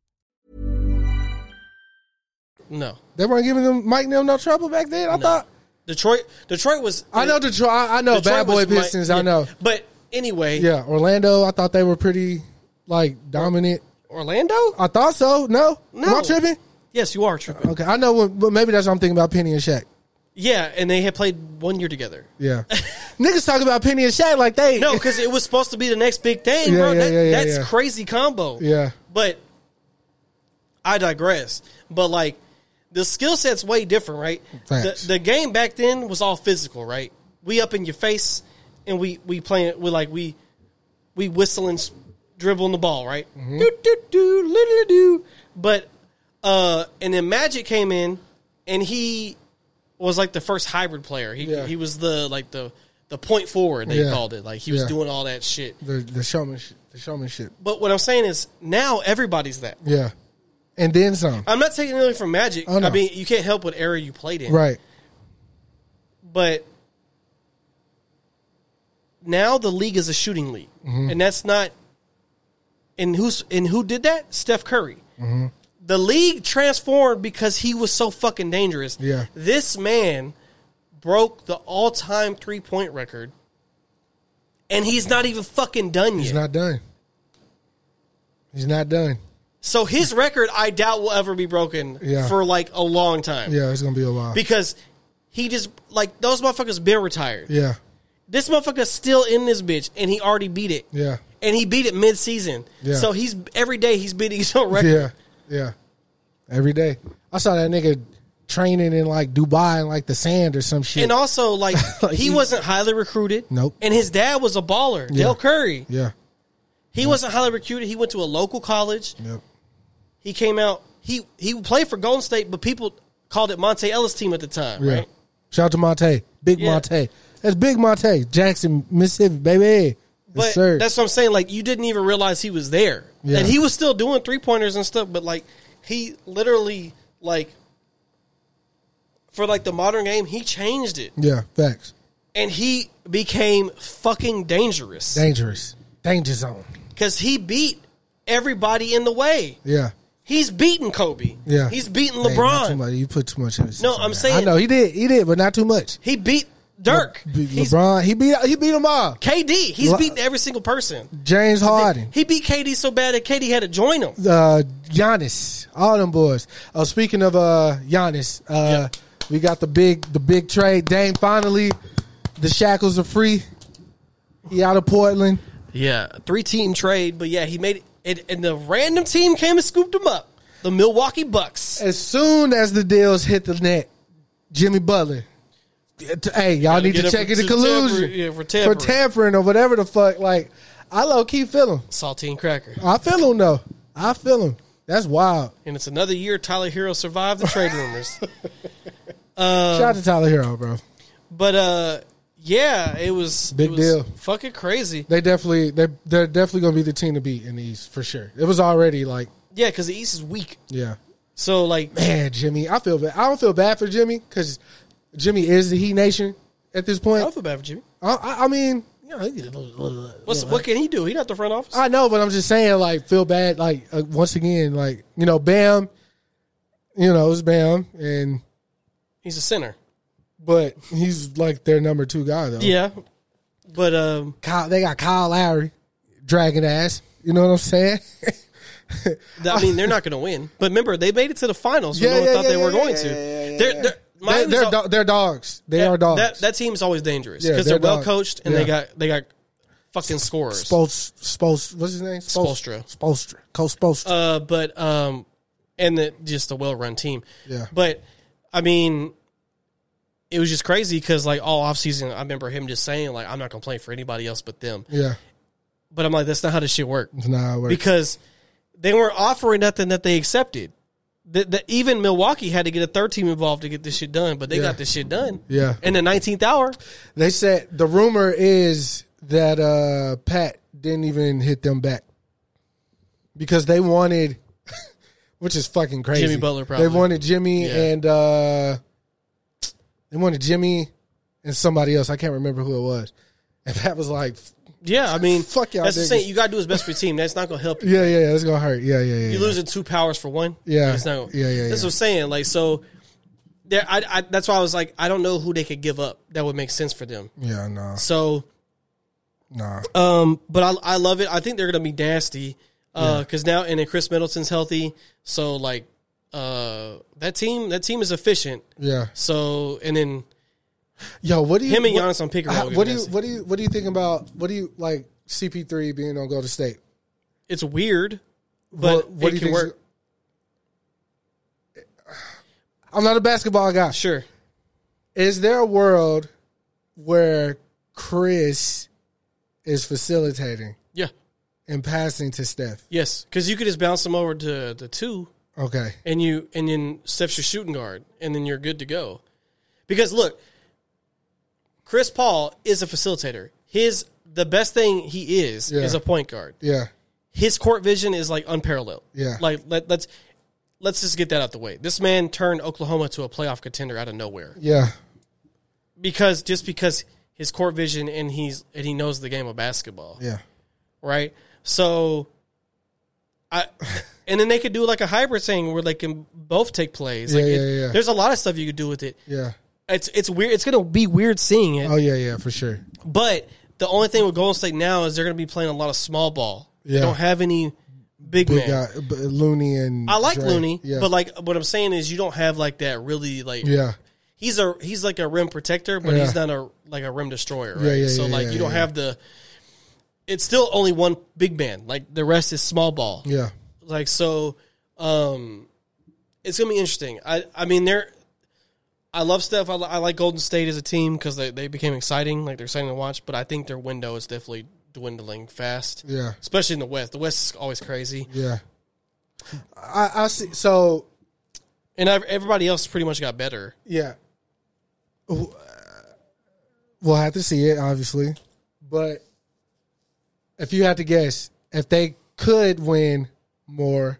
Speaker 3: No.
Speaker 2: They weren't giving them Mike and them no trouble back then. I thought
Speaker 3: Detroit Detroit was
Speaker 2: I know Detroit. I I know
Speaker 3: Detroit
Speaker 2: Bad Boy
Speaker 3: was my-
Speaker 2: Pistons. I
Speaker 3: yeah.
Speaker 2: know.
Speaker 3: But anyway,
Speaker 2: Yeah, Orlando. I thought they were pretty like dominant.
Speaker 3: Orlando?
Speaker 2: I thought so. No,
Speaker 3: No.
Speaker 2: Am I tripping?
Speaker 3: Yes, you are tripping.
Speaker 2: Okay, I know. What, but maybe that's what I'm thinking about Penny and Shaq.
Speaker 3: Yeah, and they had played one year together.
Speaker 2: Yeah, niggas talk about Penny and Shaq like they.
Speaker 3: No, because it was supposed to be the next big thing,
Speaker 2: Yeah,
Speaker 3: bro.
Speaker 2: yeah,
Speaker 3: that,
Speaker 2: yeah, yeah,
Speaker 3: that's
Speaker 2: yeah.
Speaker 3: crazy combo.
Speaker 2: Yeah.
Speaker 3: But I digress. But like the skill set's way different, right?
Speaker 2: Facts.
Speaker 3: The, the game back then was all physical, right? We up in your face and we we playing we like we we whistling s- dribbling the ball, right?
Speaker 2: Mm-hmm.
Speaker 3: Do do do little do. But uh and then Magic came in and he was like the first hybrid player. He
Speaker 2: Yeah.
Speaker 3: he was the like the the point forward they
Speaker 2: Yeah.
Speaker 3: called it. Like he was
Speaker 2: Yeah.
Speaker 3: doing all that shit.
Speaker 2: the the showmanship. The showmanship.
Speaker 3: But what I'm saying is now everybody's that.
Speaker 2: Yeah, and then some.
Speaker 3: I'm not taking anything from Magic.
Speaker 2: Oh, no.
Speaker 3: I mean, you can't help what era you played in,
Speaker 2: Right.
Speaker 3: But now the league is a shooting league, and that's not. And who's and who did that? Steph Curry. The league transformed because he was so fucking dangerous.
Speaker 2: Yeah.
Speaker 3: this man broke the all-time three-point record, and he's not even fucking done yet.
Speaker 2: He's not done. He's not done.
Speaker 3: So his record, I doubt, will ever be broken
Speaker 2: Yeah.
Speaker 3: for like a long time.
Speaker 2: Yeah, it's gonna be a while.
Speaker 3: Because he just like those motherfuckers been retired.
Speaker 2: yeah,
Speaker 3: This motherfucker's still in this bitch, and he already beat it.
Speaker 2: yeah,
Speaker 3: And he beat it mid season.
Speaker 2: Yeah.
Speaker 3: So he's every day he's beating his own record.
Speaker 2: yeah, yeah. Every day, I saw that nigga training in like Dubai in like the sand or some shit.
Speaker 3: And also, like,
Speaker 2: Like,
Speaker 3: he
Speaker 2: he-
Speaker 3: wasn't highly recruited.
Speaker 2: Nope.
Speaker 3: And his dad was a baller, Dale Curry.
Speaker 2: yeah,
Speaker 3: He wasn't highly recruited. He went to a local college.
Speaker 2: yep,
Speaker 3: He came out. He he played for Golden State, but people called it Monte Ellis team at the time,
Speaker 2: yeah.
Speaker 3: right?
Speaker 2: Shout out to Monte, Big
Speaker 3: Yeah.
Speaker 2: Monte. That's Big Monte, Jackson, Mississippi, baby.
Speaker 3: But
Speaker 2: yes, sir.
Speaker 3: that's what I'm saying. Like, you didn't even realize he was there,
Speaker 2: Yeah.
Speaker 3: and he was still doing three pointers and stuff. But like, he literally like for like the modern game, he changed it,
Speaker 2: yeah, facts.
Speaker 3: and he became fucking dangerous
Speaker 2: Dangerous, danger zone.
Speaker 3: because he beat everybody in the way.
Speaker 2: Yeah.
Speaker 3: He's beating Kobe.
Speaker 2: Yeah,
Speaker 3: He's beating
Speaker 2: Hey, not too
Speaker 3: LeBron.
Speaker 2: much. you put too much. emphasis
Speaker 3: No,
Speaker 2: on
Speaker 3: I'm
Speaker 2: that.
Speaker 3: saying-
Speaker 2: I know he did. He did, but not too much.
Speaker 3: he beat Dirk.
Speaker 2: Be-
Speaker 3: He's
Speaker 2: LeBron, he beat he beat them all.
Speaker 3: KD. He's
Speaker 2: Le-
Speaker 3: beating every single person.
Speaker 2: James Harden,
Speaker 3: He beat KD so bad that KD had to join him.
Speaker 2: uh, Giannis, all them boys. Oh, speaking of uh, Giannis, uh, we got the big the big trade. Dame finally, the shackles are free. He out of Portland.
Speaker 3: Yeah, three team trade, but yeah, he made it, and the random team came and scooped him up. The Milwaukee Bucks.
Speaker 2: As soon as the deals hit the net, Jimmy Butler. Hey, y'all
Speaker 3: Gotta
Speaker 2: need
Speaker 3: get
Speaker 2: to
Speaker 3: up
Speaker 2: check
Speaker 3: for-
Speaker 2: into
Speaker 3: to
Speaker 2: collusion
Speaker 3: tamper- yeah, for
Speaker 2: for
Speaker 3: tampering.
Speaker 2: tampering or whatever the fuck. Like, I low key feel him.
Speaker 3: Saltine Cracker.
Speaker 2: I feel him though. I feel him. That's wild.
Speaker 3: And it's another year Tyler Hero survived the trade rumors. Uh,
Speaker 2: Shout out to Tyler Hero, bro.
Speaker 3: But uh yeah, it was
Speaker 2: Big
Speaker 3: it was
Speaker 2: deal.
Speaker 3: Fucking crazy.
Speaker 2: They definitely they they're definitely gonna be the team to beat in the East for sure. It was already like
Speaker 3: Yeah, because the East is weak.
Speaker 2: yeah,
Speaker 3: So like
Speaker 2: man, Jimmy. I feel bad. I don't feel bad for Jimmy because Jimmy is the Heat Nation at this
Speaker 3: I
Speaker 2: point.
Speaker 3: don't feel bad for Jimmy.
Speaker 2: I, I, I mean,
Speaker 3: What's what can he do? He not the front office.
Speaker 2: I know, but I'm just saying like feel bad. Like uh, once again, like you know, Bam. You know, it's Bam, and
Speaker 3: He's a center.
Speaker 2: but he's like their number two guy though.
Speaker 3: Oh. Yeah. But um
Speaker 2: Kyle, they got Kyle Lowry, dragon ass. You know what I'm saying?
Speaker 3: th- I mean they're not gonna win. But remember, they made it to the finals when
Speaker 2: Yeah,
Speaker 3: no one
Speaker 2: yeah,
Speaker 3: thought
Speaker 2: yeah,
Speaker 3: they
Speaker 2: yeah,
Speaker 3: were going
Speaker 2: yeah,
Speaker 3: to.
Speaker 2: yeah, yeah,
Speaker 3: They're,
Speaker 2: yeah.
Speaker 3: they're,
Speaker 2: They,
Speaker 3: Miami's
Speaker 2: they're,
Speaker 3: al-
Speaker 2: do- they're dogs. They are dogs.
Speaker 3: That, that team is always dangerous
Speaker 2: Yeah,
Speaker 3: because
Speaker 2: they're
Speaker 3: they're, well
Speaker 2: dogs.
Speaker 3: coached and they
Speaker 2: Yeah.
Speaker 3: got they got fucking scorers.
Speaker 2: Spolstra. Spolstra. What's his name?
Speaker 3: Spoelstra.
Speaker 2: Spolstra. Coach Spolstra.
Speaker 3: uh, but um, and the, just a well run team.
Speaker 2: Yeah.
Speaker 3: But I mean, it was just crazy because like all offseason, I remember him just saying like, "I'm not gonna play for anybody else but them."
Speaker 2: yeah.
Speaker 3: But I'm like, that's not how this shit works.
Speaker 2: It's not how it works.
Speaker 3: because they weren't offering nothing that they accepted. That that even Milwaukee had to get a third team involved to get this shit done, but they
Speaker 2: Yeah.
Speaker 3: got this shit done.
Speaker 2: Yeah.
Speaker 3: In the nineteenth hour,
Speaker 2: they said the rumor is that uh, Pat didn't even hit them back because they wanted, which is fucking crazy.
Speaker 3: Jimmy Butler probably.
Speaker 2: They wanted Jimmy
Speaker 3: Yeah.
Speaker 2: and uh, they wanted Jimmy and somebody else. I can't remember who it was. And Pat was like,
Speaker 3: yeah. I mean,
Speaker 2: Fuck y'all
Speaker 3: That's the
Speaker 2: niggas.
Speaker 3: thing. You got to do what's best for your team. That's not gonna help you.
Speaker 2: "Yeah, yeah, yeah, it's gonna hurt. Yeah, yeah, yeah."
Speaker 3: You're
Speaker 2: yeah.
Speaker 3: losing two powers for one.
Speaker 2: Yeah.
Speaker 3: It's not,
Speaker 2: Yeah, yeah, yeah.
Speaker 3: That's what I'm saying. Like so, there. I, I. That's why I was like, I don't know who they could give up that would make sense for them.
Speaker 2: Yeah, no,
Speaker 3: So
Speaker 2: no.
Speaker 3: Um, but I, I love it. I think they're gonna be nasty. Uh, cause now and then Chris Middleton's healthy, so like, uh, that team that team is efficient.
Speaker 2: Yeah,
Speaker 3: So and then
Speaker 2: yo, what do you?
Speaker 3: him and
Speaker 2: what-
Speaker 3: Giannis on pick and
Speaker 2: How-
Speaker 3: roll.
Speaker 2: what do you what do you what do you think about what do you like CP3 being on Golden State?
Speaker 3: It's weird,
Speaker 2: what
Speaker 3: but it
Speaker 2: do you
Speaker 3: can
Speaker 2: think's-
Speaker 3: work.
Speaker 2: I'm not a basketball guy.
Speaker 3: Sure.
Speaker 2: Is there a world where Chris is facilitating
Speaker 3: Yeah.
Speaker 2: and passing to Steph?
Speaker 3: Yes. Cause you could just bounce them over to the two,
Speaker 2: Okay.
Speaker 3: and you and then steps your shooting guard, and then you're good to go. Because look, Chris Paul is a facilitator. His the best thing he is
Speaker 2: Yeah.
Speaker 3: is a point guard.
Speaker 2: Yeah.
Speaker 3: His court vision is like unparalleled.
Speaker 2: Yeah.
Speaker 3: like let, let's let's just get that out the way. This man turned Oklahoma to a playoff contender out of nowhere
Speaker 2: Yeah.
Speaker 3: because just because his court vision and he's and he knows the game of basketball,
Speaker 2: Yeah.
Speaker 3: right? So, I and then they could do like a hybrid thing where they can both take plays. Like
Speaker 2: Yeah,
Speaker 3: it-
Speaker 2: yeah, yeah.
Speaker 3: There's a lot of stuff you could do with it.
Speaker 2: Yeah.
Speaker 3: It's it's weird. It's gonna be weird seeing it,
Speaker 2: Oh yeah, yeah, for sure.
Speaker 3: but the only thing with Golden State now is they're gonna be playing a lot of small ball.
Speaker 2: Yeah.
Speaker 3: They don't have any big,
Speaker 2: Big
Speaker 3: man.
Speaker 2: guy, B- Looney and
Speaker 3: I like
Speaker 2: Dre.
Speaker 3: Looney,
Speaker 2: Yeah,
Speaker 3: but like what I'm saying is you don't have like that really like
Speaker 2: yeah,
Speaker 3: he's a he's like a rim protector, but he's
Speaker 2: Yeah.
Speaker 3: not a like a rim destroyer, right?
Speaker 2: Yeah, yeah,
Speaker 3: so
Speaker 2: yeah,
Speaker 3: like
Speaker 2: yeah,
Speaker 3: you don't
Speaker 2: yeah.
Speaker 3: have the. It's still only one big man. Like the rest is small ball.
Speaker 2: yeah,
Speaker 3: Like so, um, it's gonna be interesting. I I mean they're. I love Steph. I, li- I like Golden State as a team because they, they became exciting. Like they're exciting to watch, but I think their window is definitely dwindling fast,
Speaker 2: yeah,
Speaker 3: especially in the West. The West is always crazy,
Speaker 2: yeah. I, I see. So
Speaker 3: and i everybody else pretty much got better.
Speaker 2: Yeah. Wh- We'll have to see it, obviously. But if you had to guess, if they could win more,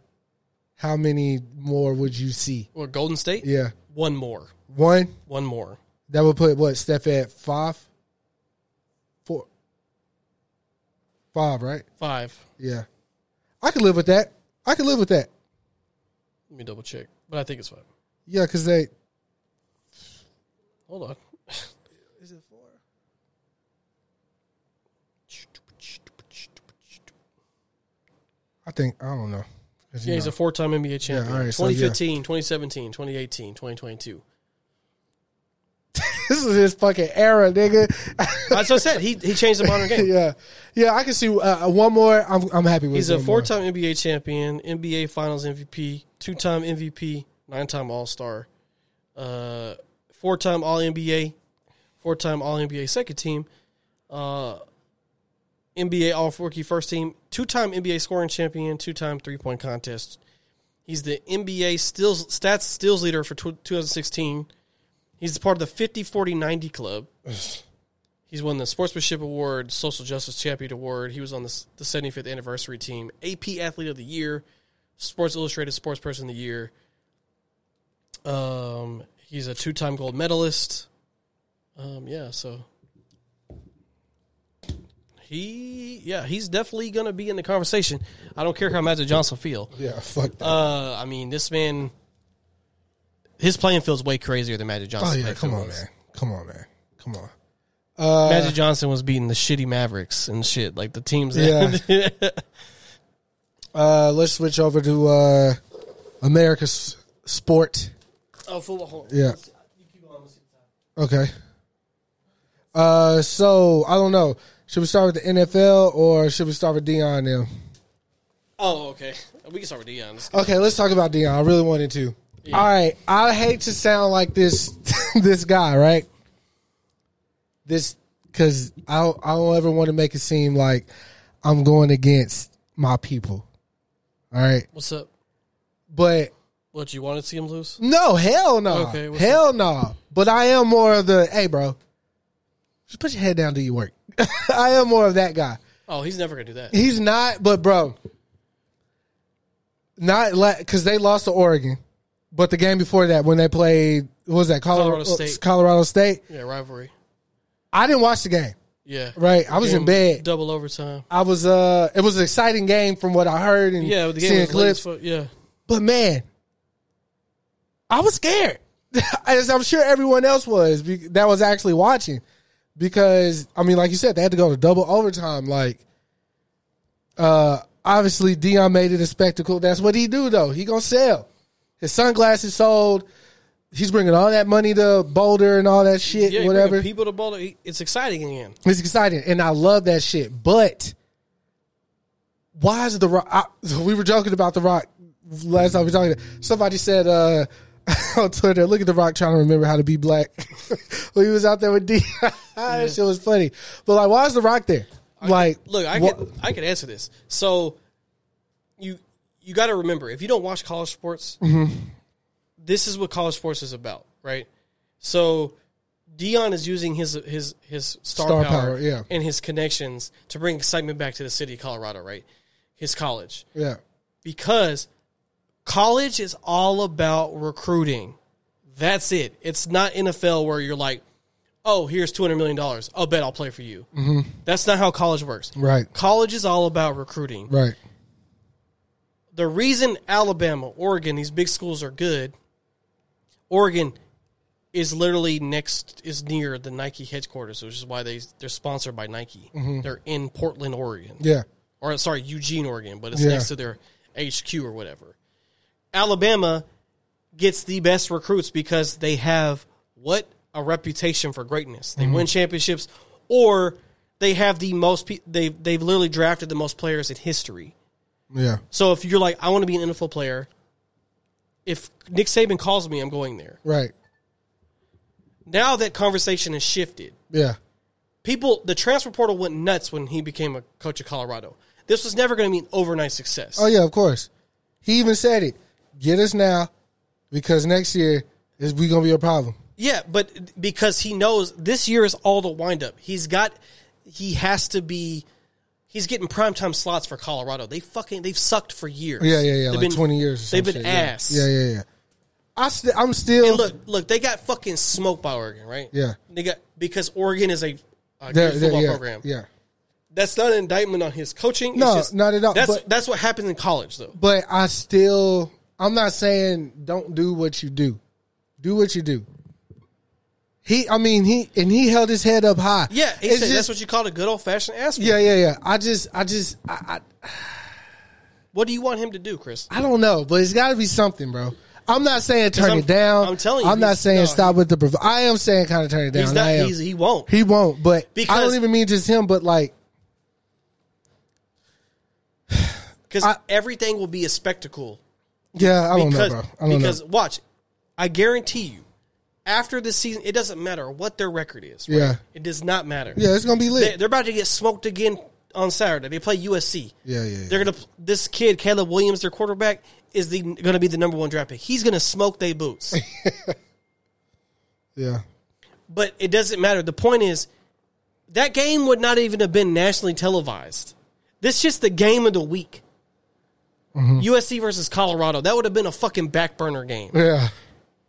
Speaker 2: how many more would you see?
Speaker 3: Well, Golden State,
Speaker 2: Yeah.
Speaker 3: one more,
Speaker 2: One,
Speaker 3: one more.
Speaker 2: that would put what, Steph at five? Four. Five, right?
Speaker 3: Five.
Speaker 2: Yeah. I could live with that. I could live with that.
Speaker 3: Let me double check, but I think it's five.
Speaker 2: Yeah, because they.
Speaker 3: Hold on.
Speaker 2: Is it four? I think, I don't know. 'Cause, you
Speaker 3: Yeah, he's a
Speaker 2: know,
Speaker 3: four-time NBA champion.
Speaker 2: all right, so, yeah.
Speaker 3: 2015, 2017, 2018, 2022.
Speaker 2: this is his fucking era, nigga.
Speaker 3: That's what I said. He he changed the modern game.
Speaker 2: yeah, yeah. I can see uh, one more. I'm I'm happy with.
Speaker 3: He's
Speaker 2: one
Speaker 3: a
Speaker 2: more.
Speaker 3: four-time NBA champion, NBA Finals MVP, two-time MVP, nine-time All-Star, uh, four-time All-NBA, four-time All-NBA second team, uh, NBA All-Rookie first team, two-time NBA scoring champion, two-time three-point contest. He's the NBA steals, stats steals leader for tw- 2016. He's part of the 50 40 90 club. He's won the Sportsmanship Award, Social Justice Champion Award. He was on the, s- the 75th anniversary team, AP Athlete of the Year, Sports Illustrated Sports Person of the Year. Um, he's a two time gold medalist. Um, yeah, so he, yeah, he's definitely going to be in the conversation. I don't care how Magic Johnson feel.
Speaker 2: Yeah, fuck that.
Speaker 3: Uh, I mean, this man, his playing field's way crazier than Magic
Speaker 2: oh
Speaker 3: Johnson.
Speaker 2: yeah, come on,
Speaker 3: was.
Speaker 2: man. Come on, man. Come on. Uh,
Speaker 3: Magic Johnson was beating the shitty Mavericks and shit, like the teams. that-
Speaker 2: Uh, let's switch over to uh, America's sport.
Speaker 3: oh, football. Hold on.
Speaker 2: Yeah. Okay. Uh, so I don't know. Should we start with the NFL or should we start with Dion now?
Speaker 3: Oh, okay. We can start with Dion.
Speaker 2: Okay, let's talk about Dion. I really wanted to. All right, I hate to sound like this this guy, right? This because I don't, I don't ever want to make it seem like I'm going against my people. All right,
Speaker 3: What's up?
Speaker 2: but
Speaker 3: What you want to see him lose?
Speaker 2: no, hell no,
Speaker 3: Okay, what's
Speaker 2: hell no. But I am more of the hey, bro, just put your head down, do your work. I am more of that guy.
Speaker 3: Oh, he's never gonna do that.
Speaker 2: He's not, but bro, not like because they lost to Oregon, but the game before that when they played, what was that Colorado, uh,
Speaker 3: Colorado State.
Speaker 2: Colorado State.
Speaker 3: Yeah, rivalry.
Speaker 2: I didn't watch the game.
Speaker 3: Yeah,
Speaker 2: Right, I was in
Speaker 3: Game-
Speaker 2: bed.
Speaker 3: Double overtime.
Speaker 2: I was uh, it was an exciting game from what I heard and
Speaker 3: Yeah, the game
Speaker 2: seeing
Speaker 3: was late as
Speaker 2: clips.
Speaker 3: fuck. Yeah,
Speaker 2: But man, I was scared, as I'm sure everyone else was be- that was actually watching, because I mean, like you said, they had to go to double overtime. Like, uh, obviously Dion made it a spectacle. That's what he do though. He gonna sell his sunglasses sold. He's bringing all that money to Boulder and all that shit,
Speaker 3: yeah. you
Speaker 2: whatever.
Speaker 3: bringing People to ball. It's exciting again.
Speaker 2: It's exciting, and I love that shit. But why is the rock? I, we were joking about the rock last time we were talking. Somebody said uh, on Twitter, "Look at the rock trying to remember how to be black." when he was out there with D, that shit was funny. But like, why is the rock there? like,
Speaker 3: Look, I
Speaker 2: wha-
Speaker 3: could I could answer this. So you you got to remember if you don't watch college sports, this is what college sports is about, right? So Dion is using his his his star,
Speaker 2: Star
Speaker 3: power,
Speaker 2: power, yeah.
Speaker 3: and his connections to bring excitement back to the city of Colorado, right? His college
Speaker 2: yeah,
Speaker 3: because college is all about recruiting. That's it. It's not NFL where you're like, oh, here's two hundred million dollars. I'll bet I'll play for you. Mm-hmm. That's not how college works.
Speaker 2: right,
Speaker 3: College is all about recruiting.
Speaker 2: right,
Speaker 3: The reason Alabama, Oregon, these big schools are good, Oregon is literally next is near the Nike headquarters, which is why they they're sponsored by Nike. They're in Portland, Oregon.
Speaker 2: Mm-hmm. yeah,
Speaker 3: or sorry, Eugene, Oregon, but it's
Speaker 2: Yeah.
Speaker 3: next to their HQ or whatever. Alabama gets the best recruits because they have what a reputation for greatness.
Speaker 2: Mm-hmm.
Speaker 3: They win championships, or they have the most. Pe- they they've literally drafted the most players in history.
Speaker 2: Yeah.
Speaker 3: So if you're like, I want to be an NFL player, if Nick Saban calls me, I'm going there.
Speaker 2: Right.
Speaker 3: Now that conversation has shifted.
Speaker 2: Yeah.
Speaker 3: People, the transfer portal went nuts when he became a coach of Colorado. This was never going to mean overnight success.
Speaker 2: Oh yeah, of course. He even said it. Get us now, because next year is we gonna be a problem.
Speaker 3: Yeah, but because he knows this year is all the windup. He's got he has to be he's getting primetime slots for Colorado. They fucking they've sucked for years.
Speaker 2: Yeah, yeah, yeah.
Speaker 3: They've
Speaker 2: like
Speaker 3: been-
Speaker 2: twenty years. Or some
Speaker 3: They've been
Speaker 2: shit, yeah.
Speaker 3: ass.
Speaker 2: Yeah, yeah, yeah. I st- I'm still
Speaker 3: And look, look, they got fucking smoked by Oregon, right?
Speaker 2: Yeah.
Speaker 3: They got because Oregon is a, a
Speaker 2: They're-
Speaker 3: good
Speaker 2: they're-
Speaker 3: football
Speaker 2: yeah,
Speaker 3: program.
Speaker 2: Yeah,
Speaker 3: That's not an indictment on his coaching. It's
Speaker 2: No,
Speaker 3: just-
Speaker 2: not at all,
Speaker 3: That's
Speaker 2: but-
Speaker 3: that's what happens in college though.
Speaker 2: but I still I'm not saying don't do what you do. Do what you do. He, I mean, he and he held his head up high.
Speaker 3: Yeah, he
Speaker 2: It's
Speaker 3: said,
Speaker 2: just-
Speaker 3: that's what you call a good old fashioned ass. whoop.
Speaker 2: Yeah, yeah, yeah. I just, I just, I, I,
Speaker 3: What do you want him to do, Chris?
Speaker 2: I don't know, but it's got to be something, bro. I'm not saying turn
Speaker 3: I'm-
Speaker 2: it down.
Speaker 3: I'm telling you,
Speaker 2: I'm not
Speaker 3: he's-
Speaker 2: saying
Speaker 3: no,
Speaker 2: stop with the. Prov- I am saying kind of turn it down.
Speaker 3: He's not.
Speaker 2: I am.
Speaker 3: He's, he won't.
Speaker 2: He won't, but I
Speaker 3: Because-
Speaker 2: don't even mean just him, but like,
Speaker 3: Because
Speaker 2: I-
Speaker 3: everything will be a spectacle.
Speaker 2: yeah, I don't
Speaker 3: because,
Speaker 2: know, bro. I don't
Speaker 3: because
Speaker 2: know.
Speaker 3: watch, I guarantee you, after this season, it doesn't matter what their record is. Right?
Speaker 2: Yeah.
Speaker 3: it does not matter.
Speaker 2: Yeah, it's gonna be
Speaker 3: they,
Speaker 2: lit.
Speaker 3: they're about to get smoked again on Saturday. They play USC.
Speaker 2: Yeah, yeah, yeah.
Speaker 3: They're gonna. This kid, Caleb Williams, their quarterback, is the gonna be the number one draft pick. He's gonna smoke their boots.
Speaker 2: yeah,
Speaker 3: but it doesn't matter. The point is, that game would not even have been nationally televised. This is just the game of the week.
Speaker 2: Mm-hmm.
Speaker 3: USC versus Colorado. That would have been a fucking back burner game
Speaker 2: yeah,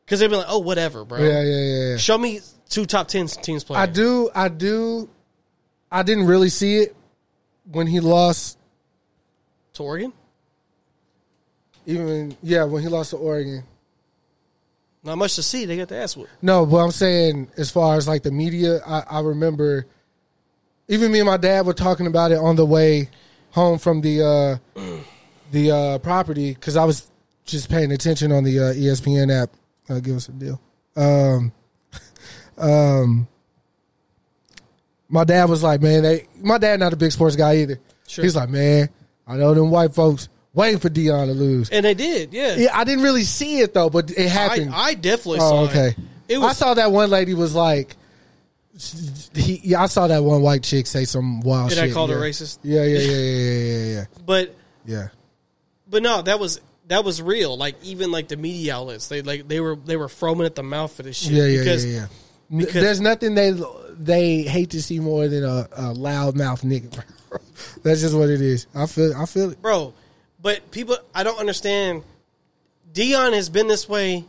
Speaker 3: because they'd be like, "Oh, whatever, bro.
Speaker 2: yeah, yeah, yeah. yeah.
Speaker 3: Show me two top ten teams playing."
Speaker 2: I do, I do. I didn't really see it when he lost.
Speaker 3: to Oregon.
Speaker 2: Even yeah, when he lost to Oregon.
Speaker 3: Not much to see. They got the ass whooped.
Speaker 2: No, but I'm saying as far as like the media, I, I remember even me and my dad were talking about it on the way home from the uh, the uh, property because I was just paying attention on the uh, ESPN app. Uh, give us a deal. Um, um, my dad was like, man, they. My dad not a big sports guy either.
Speaker 3: Sure.
Speaker 2: He's like, man, I know them white folks waiting for Dion to lose.
Speaker 3: and they did. Yeah,
Speaker 2: Yeah, I didn't really see it though, but it
Speaker 3: I,
Speaker 2: happened.
Speaker 3: I definitely
Speaker 2: Oh,
Speaker 3: saw
Speaker 2: okay.
Speaker 3: it. It was
Speaker 2: I saw that one lady was like, he, yeah, I saw that one white chick say some wild
Speaker 3: Did
Speaker 2: shit.
Speaker 3: I call her
Speaker 2: yeah.
Speaker 3: racist?
Speaker 2: Yeah, yeah, yeah, yeah, yeah, yeah, yeah.
Speaker 3: but
Speaker 2: yeah.
Speaker 3: but no, that was that was real. Like even like the media outlets, they like they were they were foaming at the mouth for this shit.
Speaker 2: Yeah, yeah,
Speaker 3: because
Speaker 2: yeah, yeah. N-
Speaker 3: because-
Speaker 2: There's nothing they they hate to see more than a, a loud mouth nigga. bro. That's just what it is. I feel I feel it.
Speaker 3: bro. But people, I don't understand. Dion has been this way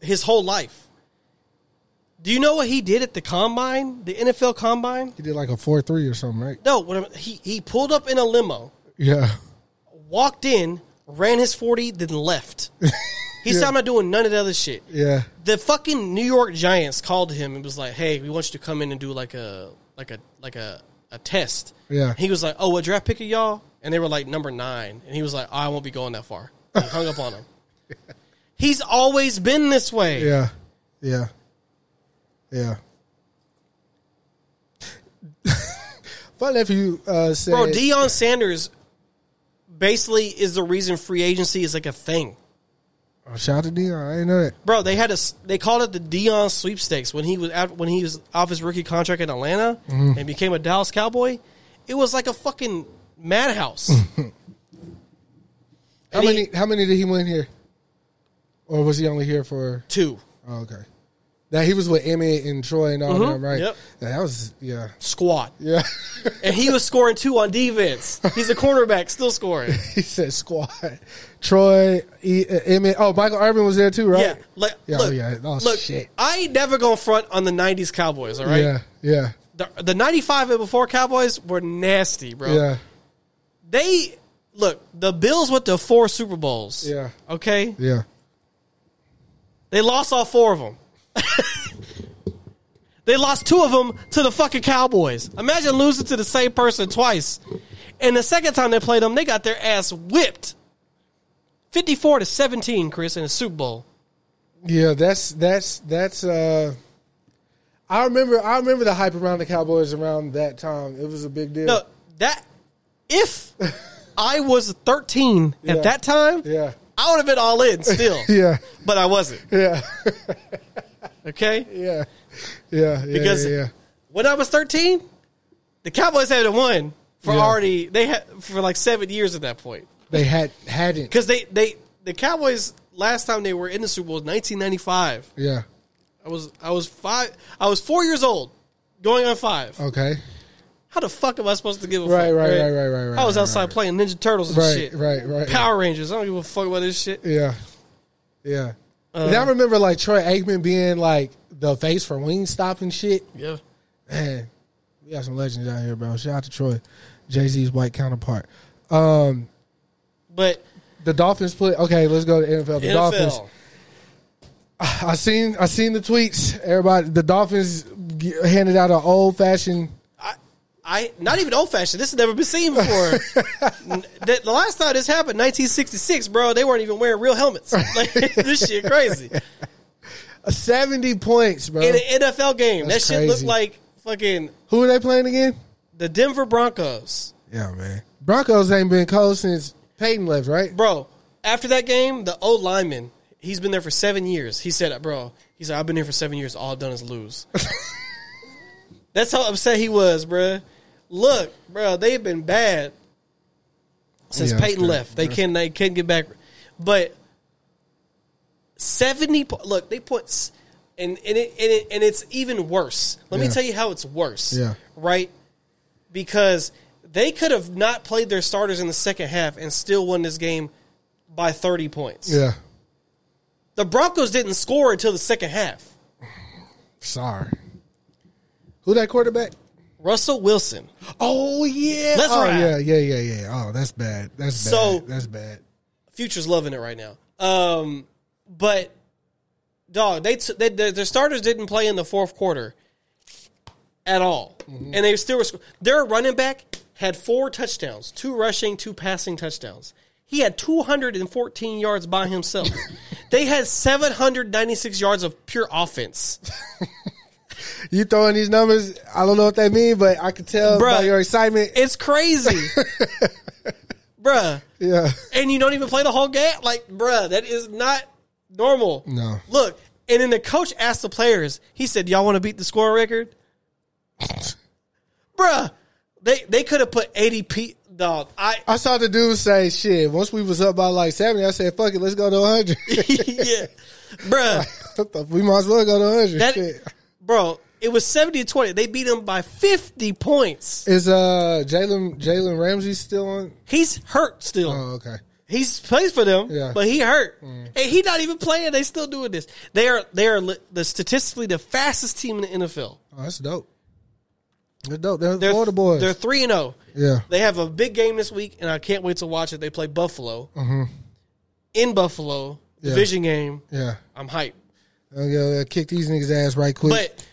Speaker 3: his whole life. Do you know what he did at the combine, the NFL combine?
Speaker 2: He did like a four three or something, right?
Speaker 3: No, what I'm- he he pulled up in a limo,
Speaker 2: Yeah,
Speaker 3: walked in, ran his forty, then left. He said, "I'm not doing none of that other shit."
Speaker 2: yeah,
Speaker 3: The fucking New York Giants called him and was like, "Hey, we want you to come in and do like a like a like a a test."
Speaker 2: Yeah.
Speaker 3: He was like, "Oh, what draft pick are y'all?" And they were like number nine, and he was like, "I won't be going that far." He hung up on him. He's always been this way.
Speaker 2: yeah, yeah, yeah. But if you uh, said,
Speaker 3: Bro, Deion Sanders basically is the reason free agency is like a thing.
Speaker 2: Oh, shout out to Dion. I didn't know that.
Speaker 3: Bro, they had a s- they called it the Dion sweepstakes when he was out, when he was off his rookie contract in Atlanta
Speaker 2: Mm-hmm.
Speaker 3: and became a Dallas Cowboy. It was like a fucking madhouse.
Speaker 2: Mm-hmm. How
Speaker 3: And he-
Speaker 2: many? how many did he win here? Or was he only here for?
Speaker 3: Two
Speaker 2: Oh, okay. That he was with Emmett and Troy and all them, right?
Speaker 3: Mm-hmm. Yep.
Speaker 2: Yeah, that was yeah,
Speaker 3: squad,
Speaker 2: yeah.
Speaker 3: and he was scoring two on defense. He's a cornerback, still scoring.
Speaker 2: he said squad. Troy, e, uh, Emmett. Oh, Michael Irvin was there too,
Speaker 3: Yeah,
Speaker 2: right?
Speaker 3: like,
Speaker 2: Yeah,
Speaker 3: look,
Speaker 2: oh, yeah. Oh,
Speaker 3: look,
Speaker 2: shit.
Speaker 3: I ain't never gonna front on the '90s Cowboys. All right,
Speaker 2: Yeah, yeah,
Speaker 3: the, the '95 and before Cowboys were nasty, bro.
Speaker 2: yeah,
Speaker 3: They look, the Bills went to four Super Bowls.
Speaker 2: Yeah.
Speaker 3: okay,
Speaker 2: yeah.
Speaker 3: They lost all four of them. they lost two of them to the fucking Cowboys. Imagine losing to the same person twice. And the second time they played them, they got their ass whipped. 54 to 17, Chris, in a Super Bowl.
Speaker 2: Yeah, that's that's that's. uh I remember I remember the hype around the Cowboys around that time. It was a big deal.
Speaker 3: No, that if I was 13
Speaker 2: Yeah.
Speaker 3: at that time,
Speaker 2: Yeah,
Speaker 3: I would have been all in still.
Speaker 2: yeah,
Speaker 3: But I wasn't.
Speaker 2: yeah,
Speaker 3: Okay?
Speaker 2: yeah, yeah. yeah
Speaker 3: Because-
Speaker 2: yeah, yeah.
Speaker 3: When I was 13, the Cowboys hadn't won for
Speaker 2: Yeah.
Speaker 3: already they had for like 7 years at that point.
Speaker 2: they had hadn't.
Speaker 3: Cuz they they the Cowboys last time they were in the Super Bowl was 1995.
Speaker 2: Yeah.
Speaker 3: I was I was 5 I was 4 years old going on 5.
Speaker 2: Okay.
Speaker 3: How the fuck am I supposed to give a
Speaker 2: Oh. Right,
Speaker 3: fuck?
Speaker 2: right, right, right, right, right,
Speaker 3: I was
Speaker 2: right,
Speaker 3: outside playing Ninja Turtles and
Speaker 2: Right,
Speaker 3: shit.
Speaker 2: right, right.
Speaker 3: Power Rangers. I don't give a fuck about this shit.
Speaker 2: Yeah. Yeah. and I remember like Troy Aikman being like the face for Wingstop and shit.
Speaker 3: Yeah.
Speaker 2: Man, we got some legends out here, bro. Shout out to Troy, Jay Z's white counterpart. Um,
Speaker 3: But
Speaker 2: the Dolphins play. Okay, let's go to NFL. The
Speaker 3: NFL.
Speaker 2: Dolphins. I seen I seen the tweets. Everybody, the Dolphins g- handed out an old fashioned.
Speaker 3: I not even old fashioned. This has never been seen before. N- the, the last time this happened, 1966, bro. They weren't even wearing real helmets. Like this shit crazy
Speaker 2: uh, Seventy points, bro.
Speaker 3: in an NFL game.
Speaker 2: That's
Speaker 3: that shit looked
Speaker 2: crazy.
Speaker 3: like fucking
Speaker 2: Who are they playing again?
Speaker 3: the Denver Broncos,
Speaker 2: Yeah, man. Broncos ain't been cold since Peyton left, right?
Speaker 3: bro. After that game, the old lineman. He's been there for seven years. He said, "Bro, he said I've been here for seven years. All I've done is lose." That's how upset he was, bro. Look, bro, they've been bad since
Speaker 2: Yeah, that's
Speaker 3: Peyton
Speaker 2: good.
Speaker 3: left. They can they can get back, but seventy. po- Look, they put s- and and it and, it, and it's even worse. Let
Speaker 2: Yeah.
Speaker 3: me tell you how it's worse.
Speaker 2: Yeah.
Speaker 3: right. Because they could have not played their starters in the second half and still won this game by thirty points.
Speaker 2: Yeah.
Speaker 3: The Broncos didn't score until the second half.
Speaker 2: Sorry. Who that quarterback?
Speaker 3: Russell Wilson.
Speaker 2: Oh yeah.
Speaker 3: Let's
Speaker 2: oh
Speaker 3: ride.
Speaker 2: yeah, yeah, yeah, yeah. Oh, that's bad. That's bad.
Speaker 3: So-
Speaker 2: that's bad.
Speaker 3: Future's loving it right now. Um, but dog, they, t- they their their starters didn't play in the fourth quarter at all, and they still were. sc- Their running back had four touchdowns, two rushing, two passing touchdowns. He had 214 yards by himself. they had 796 yards of pure offense.
Speaker 2: You throwing these numbers? I don't know what that mean, but I could tell
Speaker 3: Bruh.
Speaker 2: by your excitement.
Speaker 3: It's crazy, bruh.
Speaker 2: yeah.
Speaker 3: and you don't even play the whole game. Like, bruh, that is not normal.
Speaker 2: No.
Speaker 3: Look, and then the coach asked the players. He said, "Y'all want to beat the score record?" bruh, they they could have put eighty p. Dog, I
Speaker 2: I saw the dude say, "Shit." Once we was up by like seventy, I said, "Fuck it, let's go to 100.
Speaker 3: yeah, bruh,
Speaker 2: we might as well go to 100.
Speaker 3: that
Speaker 2: Shit.
Speaker 3: bro, it was seventy to twenty. They beat him by fifty points.
Speaker 2: Is uh Jalen Jalen Ramsey still on?
Speaker 3: He's hurt still.
Speaker 2: Oh, okay.
Speaker 3: He's plays for them,
Speaker 2: Yeah. Mm.
Speaker 3: but he hurt, and he not even playing. They still doing this. They are they are li- the statistically the fastest team in the NFL.
Speaker 2: Oh, that's dope. They're dope. They're,
Speaker 3: They're
Speaker 2: Florida boys.
Speaker 3: They're three and oh. zero.
Speaker 2: yeah.
Speaker 3: They have a big game this week, and I can't wait to watch it. They play Buffalo in Buffalo
Speaker 2: Mm-hmm. Yeah.
Speaker 3: division game.
Speaker 2: Yeah.
Speaker 3: I'm hyped,
Speaker 2: I'm gonna kick these niggas ass right quick.
Speaker 3: but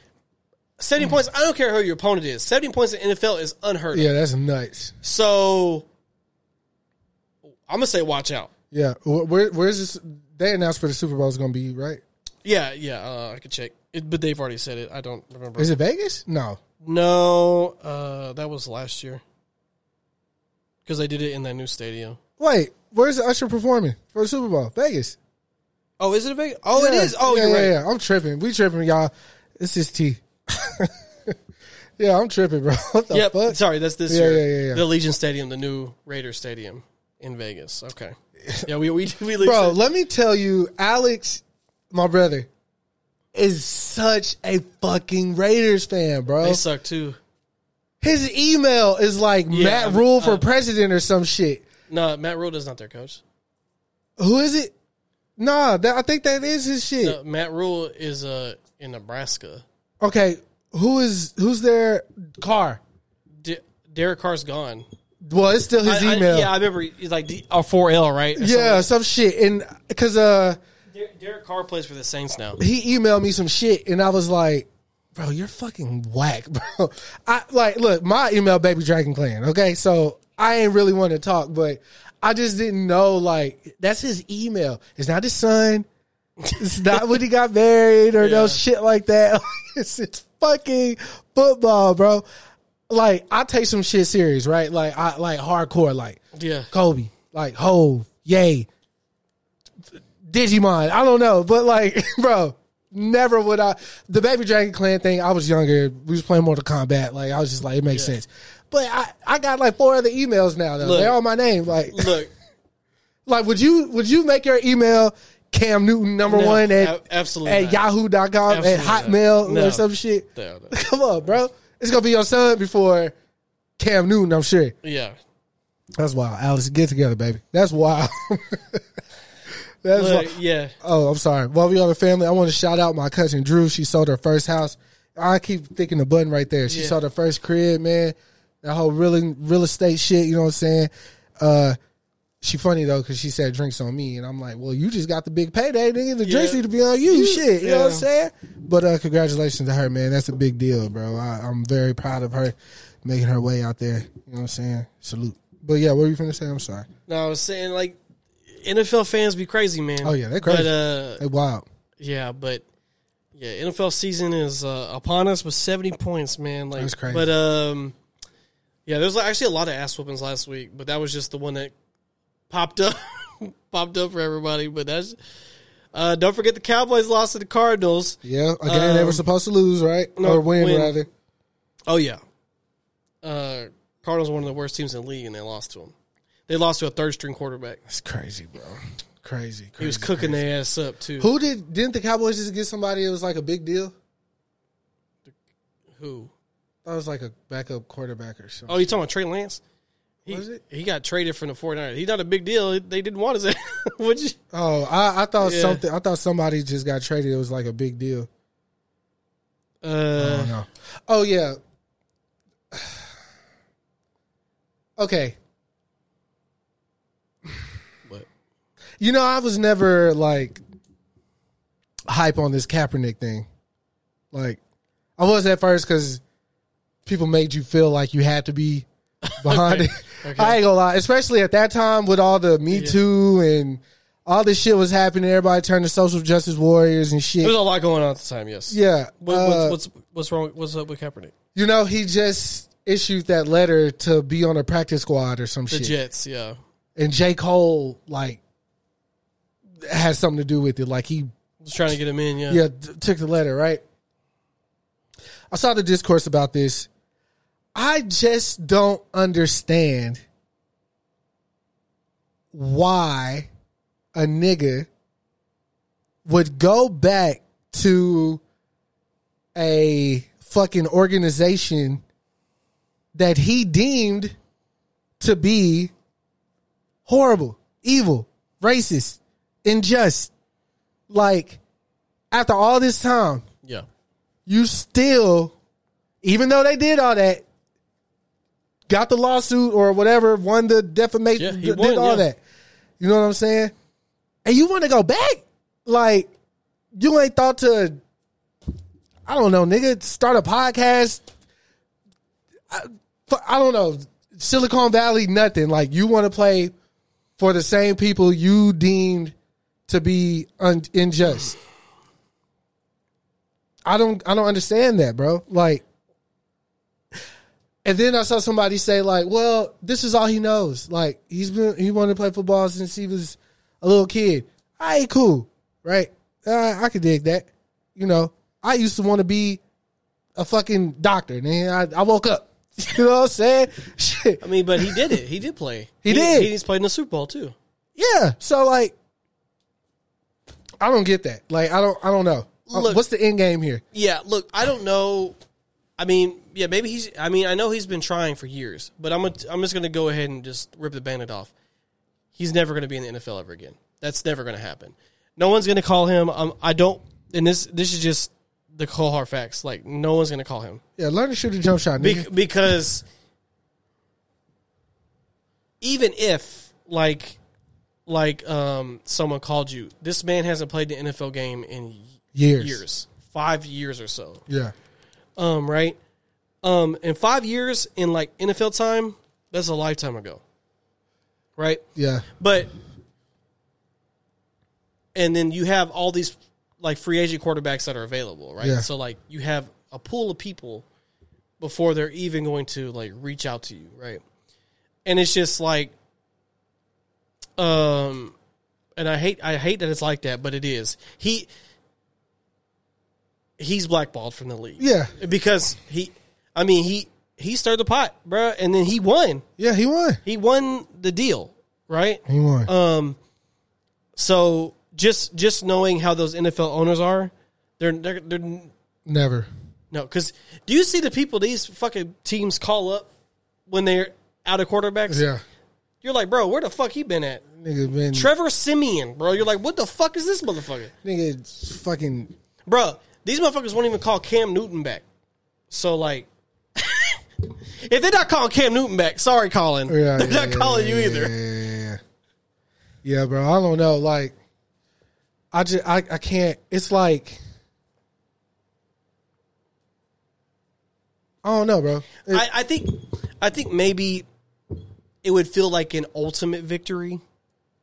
Speaker 3: seventy points. I don't care who your opponent is. Seventy points in NFL is unheard of.
Speaker 2: yeah, that's nuts.
Speaker 3: So I'm gonna say watch out.
Speaker 2: Yeah, Wh- where where's this? They announced for the Super Bowl is going to be right.
Speaker 3: Yeah, yeah. Uh, I could check, it, but they've already said it. I don't remember.
Speaker 2: Is it Vegas? No.
Speaker 3: No, uh, that was last year because they did it in that new stadium.
Speaker 2: Wait, where's Usher performing for the Super Bowl? Vegas.
Speaker 3: Oh, is it a Vegas? Oh, it
Speaker 2: Yeah.
Speaker 3: is. Oh,
Speaker 2: yeah,
Speaker 3: you're
Speaker 2: yeah,
Speaker 3: right.
Speaker 2: yeah. I'm tripping. We tripping, y'all. This is T. yeah, I'm tripping, bro. What the
Speaker 3: yep.
Speaker 2: fuck?
Speaker 3: Sorry, that's this
Speaker 2: Yeah,
Speaker 3: year.
Speaker 2: yeah, yeah, yeah.
Speaker 3: The Legion Stadium, the new Raider Stadium in Vegas. Okay. Yeah, we we we
Speaker 2: Bro,
Speaker 3: bro.
Speaker 2: let me tell you, Alex, my brother, is such a fucking Raiders fan, bro.
Speaker 3: They suck too.
Speaker 2: His email is like
Speaker 3: Yeah, uh,
Speaker 2: Matt
Speaker 3: I'm-
Speaker 2: Rule for
Speaker 3: I'm-
Speaker 2: president or some shit.
Speaker 3: No, Matt Rule is not their coach.
Speaker 2: Who is it? Nah, that, I think that is his shit.
Speaker 3: No, Matt Rule is uh in Nebraska.
Speaker 2: Okay, who is who's their car?
Speaker 3: D- Derek Carr's gone.
Speaker 2: Well, it's still his
Speaker 3: I- I-
Speaker 2: email.
Speaker 3: yeah, I remember. He's like D- or four L, right? Or
Speaker 2: yeah, some shit. And because uh,
Speaker 3: something. Der- Derek Carr plays for the Saints now.
Speaker 2: he emailed me some shit, and I was like, "Bro, you're fucking whack, bro." I like look my email, baby dragon clan. Okay, so I ain't really want to talk, but I just didn't know. Like that's his email. It's not his son. It's not when he got married or no shit like that. it's, it's fucking football, bro. Like I take some shit serious, right? Like I like hardcore, like
Speaker 3: Yeah.
Speaker 2: Kobe, like Hove, Yay, Digimon. I don't know, but like, bro, never would I. The Baby Dragon Clan thing. I was younger. We was playing Mortal Kombat. Like I was just like, it makes sense. But I, I got like four other emails now. Though.
Speaker 3: Look.
Speaker 2: They're on my name. Like,
Speaker 3: Look,
Speaker 2: like would you would you make your email Cam Newton number
Speaker 3: No,
Speaker 2: one at
Speaker 3: ab- absolutely
Speaker 2: at
Speaker 3: not.
Speaker 2: Yahoo.com at
Speaker 3: Absolutely not.
Speaker 2: Hotmail or
Speaker 3: No.
Speaker 2: some shit?
Speaker 3: No, no.
Speaker 2: Come on, bro. It's gonna be your son before Cam Newton. I'm sure.
Speaker 3: yeah.
Speaker 2: That's wild, Alice. Get together, baby. That's wild. That's
Speaker 3: Look,
Speaker 2: wild.
Speaker 3: yeah.
Speaker 2: Oh, I'm sorry. While we on the family, I want to shout out my cousin Drew. She sold her first house. I keep thinking the button right there. She
Speaker 3: Yeah.
Speaker 2: sold her first crib, man. That whole real real estate shit. You know what I'm saying? Uh, she funny though because she said drinks on me, and I'm like, well, you just got the big payday, nigga. The drinks
Speaker 3: Yeah.
Speaker 2: need to be on you, shit. You know what I'm
Speaker 3: yeah.
Speaker 2: saying? But uh, congratulations to her, man. That's a big deal, bro. I, I'm very proud of her making her way out there. You know what I'm saying? Salute. But yeah, what were you finna say? I'm sorry.
Speaker 3: No, I was saying like NFL fans be crazy, man.
Speaker 2: Oh, yeah, they crazy.
Speaker 3: But, uh,
Speaker 2: Hey, wow.
Speaker 3: yeah, but yeah, NFL season is uh, upon us with seventy points, man. Like
Speaker 2: That's crazy.
Speaker 3: But um, yeah, there's actually a lot of ass whoopings last week, but that was just the one that popped up, popped up for everybody. But that's uh, don't forget the Cowboys lost to the Cardinals.
Speaker 2: Yeah, a game they were
Speaker 3: Um,
Speaker 2: supposed to lose, right?
Speaker 3: no,
Speaker 2: or win,
Speaker 3: win.
Speaker 2: rather.
Speaker 3: Oh yeah, uh, Cardinals are one of the worst teams in the league, and they lost to them. They lost to a third string quarterback.
Speaker 2: That's crazy, bro. Crazy. crazy
Speaker 3: He was cooking their ass up too.
Speaker 2: Who did? Didn't the Cowboys just get somebody? that was like a big deal.
Speaker 3: Who?
Speaker 2: That was like a backup quarterback or something.
Speaker 3: Oh, you talking about Trey Lance? He,
Speaker 2: Was it?
Speaker 3: He got traded from the 49ers. He's not a big deal. They didn't want his ass. Would you?
Speaker 2: Oh, I, I thought
Speaker 3: Yeah.
Speaker 2: something. I thought somebody just got traded. It was like a big deal.
Speaker 3: Uh,
Speaker 2: no. Oh yeah. okay.
Speaker 3: What?
Speaker 2: You know, I was never like hype on this Kaepernick thing. Like, I was at first because people made you feel like you had to be behind it. I ain't gonna lie, especially at that time with all the Me Too and all this shit was happening. Everybody turned to social justice warriors and shit.
Speaker 3: There was a lot going on at the time, yes.
Speaker 2: yeah,
Speaker 3: What,
Speaker 2: uh,
Speaker 3: what's, what's, what's wrong? What's up with Kaepernick?
Speaker 2: you know, he just issued that letter to be on a practice squad or some
Speaker 3: The
Speaker 2: shit.
Speaker 3: Jets, yeah.
Speaker 2: And J. Cole, like, has something to do with it. Like, he,
Speaker 3: Just trying to get him in, yeah.
Speaker 2: yeah, t- took the letter, right? I saw the discourse about this. I just don't understand why a nigga would go back to a fucking organization that he deemed to be horrible, evil, racist, unjust. Like, after all this time,
Speaker 3: Yeah.
Speaker 2: you still, even though they did all that, got the lawsuit or whatever, won the defamation,
Speaker 3: Yeah, he
Speaker 2: did
Speaker 3: won,
Speaker 2: all
Speaker 3: yeah.
Speaker 2: that. You know what I'm saying? And you want to go back? Like, you ain't thought to, I don't know, nigga, start a podcast. I, fu- I don't know, Silicon Valley, nothing. Like, you want to play for the same people you deemed to be un- unjust. I don't I don't understand that, bro. Like and then I saw somebody say like, "Well, this is all he knows. Like he's been he wanted to play football since he was a little kid." I ain't cool, right? Uh, I could dig that. You know, I used to want to be a fucking doctor, man. I, I woke up. You know what I'm saying? Shit.
Speaker 3: I mean, but he did it. He did play.
Speaker 2: He did.
Speaker 3: He's played in the Super Bowl, too.
Speaker 2: Yeah. So like, I don't get that. Like, I don't. I don't know. Uh,
Speaker 3: Look-
Speaker 2: What's the end game here?
Speaker 3: Yeah, look, I don't know. I mean, yeah, maybe he's. I mean, I know he's been trying for years, but I'm gonna, I'm just gonna go ahead and just rip the bandit off. He's never gonna be in the NFL ever again. That's never gonna happen. No one's gonna call him. Um, I don't. And this this is just the cold hard facts. Like no one's gonna call him
Speaker 2: Yeah, learn to shoot a jump shot.
Speaker 3: Be-
Speaker 2: Nigga.
Speaker 3: because even if like like um someone called you, this man hasn't played the NFL game in
Speaker 2: Years.
Speaker 3: years, five years or so
Speaker 2: Yeah.
Speaker 3: um, right? Um, in five years in like NFL time, That's a lifetime ago. Right?
Speaker 2: Yeah.
Speaker 3: But and then you have all these like free agent quarterbacks that are available, right?
Speaker 2: Yeah.
Speaker 3: So like you have a pool of people before they're even going to like reach out to you, right? And it's just like um and I hate I hate that it's like that, but it is. He he's blackballed from the league.
Speaker 2: Yeah.
Speaker 3: Because he I mean he he stirred the pot, bruh, and then he won.
Speaker 2: Yeah, he won.
Speaker 3: He won the deal, right?
Speaker 2: He won.
Speaker 3: Um, so just just knowing how those NFL owners are, they're they're, they're no.
Speaker 2: Never.
Speaker 3: Because do you see the people these fucking teams call up when they're out of quarterbacks?
Speaker 2: Yeah.
Speaker 3: You're like, bro, where the fuck he been at?
Speaker 2: Nigga been
Speaker 3: Trevor Simeon, bro. You're like, what the fuck is this motherfucker,
Speaker 2: nigga fucking
Speaker 3: bro? These motherfuckers won't even call Cam Newton back. So like. If they're not calling Cam Newton back, sorry, Colin.
Speaker 2: Yeah,
Speaker 3: they're
Speaker 2: yeah,
Speaker 3: not
Speaker 2: yeah,
Speaker 3: calling
Speaker 2: yeah,
Speaker 3: you either.
Speaker 2: Yeah, yeah, bro. I don't know. Like, I just I, I can't. It's like I don't know, bro. It-
Speaker 3: I, I think I think maybe it would feel like an ultimate victory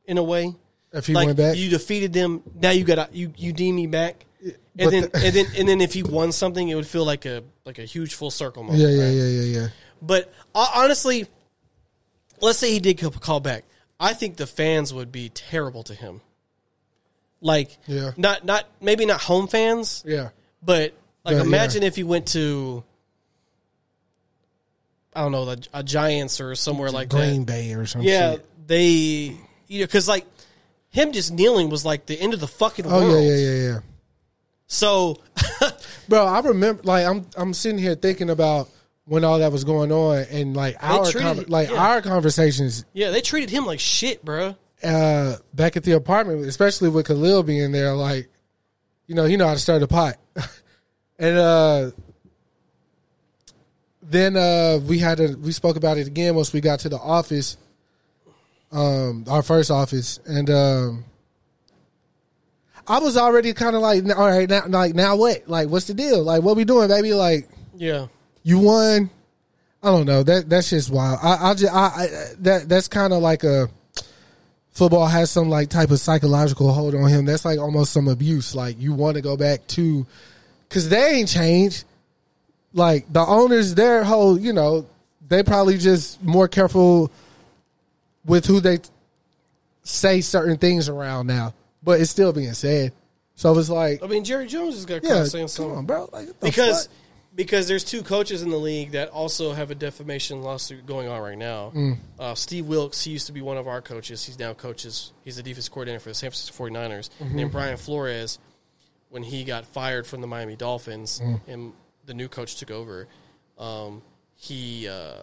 Speaker 3: in a way.
Speaker 2: if he
Speaker 3: like
Speaker 2: went back,
Speaker 3: you defeated them, now you got you you deem me back.
Speaker 2: but
Speaker 3: And then
Speaker 2: the-
Speaker 3: and then and then if he won something, it would feel like a like a huge full circle moment.
Speaker 2: yeah, yeah,
Speaker 3: right?
Speaker 2: yeah, yeah, yeah.
Speaker 3: But uh, honestly, let's say he did co- call back. I think the fans would be terrible to him. Like
Speaker 2: Yeah.
Speaker 3: not not maybe not home fans,
Speaker 2: Yeah,
Speaker 3: but like,
Speaker 2: Yeah,
Speaker 3: imagine if you went to, I don't know, the, a Giants or somewhere like
Speaker 2: Green
Speaker 3: that.
Speaker 2: Bay or something.
Speaker 3: Yeah, they, you know, because like him just kneeling was like the end of the fucking
Speaker 2: Oh
Speaker 3: world.
Speaker 2: yeah, yeah, yeah, yeah.
Speaker 3: So,
Speaker 2: Bro, I remember like I'm I'm sitting here thinking about when all that was going on and like our
Speaker 3: treated
Speaker 2: conver-
Speaker 3: it-
Speaker 2: like
Speaker 3: yeah.
Speaker 2: our conversations
Speaker 3: yeah, they treated him like shit, bro.
Speaker 2: uh, back at the apartment, especially with Khalil being there, like, you know, you know how to start a pot. and uh, then uh, we had a, we spoke about it again once we got to the office, um, our first office, and um, I was already kind of like, all right, now, like, now what? Like, what's the deal? Like, what we doing, baby? Like,
Speaker 3: Yeah,
Speaker 2: you won. I don't know. That that's just wild. I I just I, I that that's kind of like a football has some like type of psychological hold on him. That's like almost some abuse. Like you want to go back to because they ain't changed. Like the owners, their whole you know they probably just more careful with who they say certain things around now, but it's still being said. So it's like,
Speaker 3: I mean Jerry Jones just got caught
Speaker 2: yeah,
Speaker 3: saying
Speaker 2: come
Speaker 3: something
Speaker 2: on, bro. Like what the
Speaker 3: because
Speaker 2: fuck?
Speaker 3: because there's two coaches in the league that also have a defamation lawsuit going on right now.
Speaker 2: Mm.
Speaker 3: Uh, Steve Wilkes, he used to be one of our coaches. He's now coaches. He's the defense coordinator for the San Francisco 49ers.
Speaker 2: Mm-hmm.
Speaker 3: And then Brian Flores, when he got fired from the Miami Dolphins
Speaker 2: Mm.
Speaker 3: and the new coach took over, um, he uh,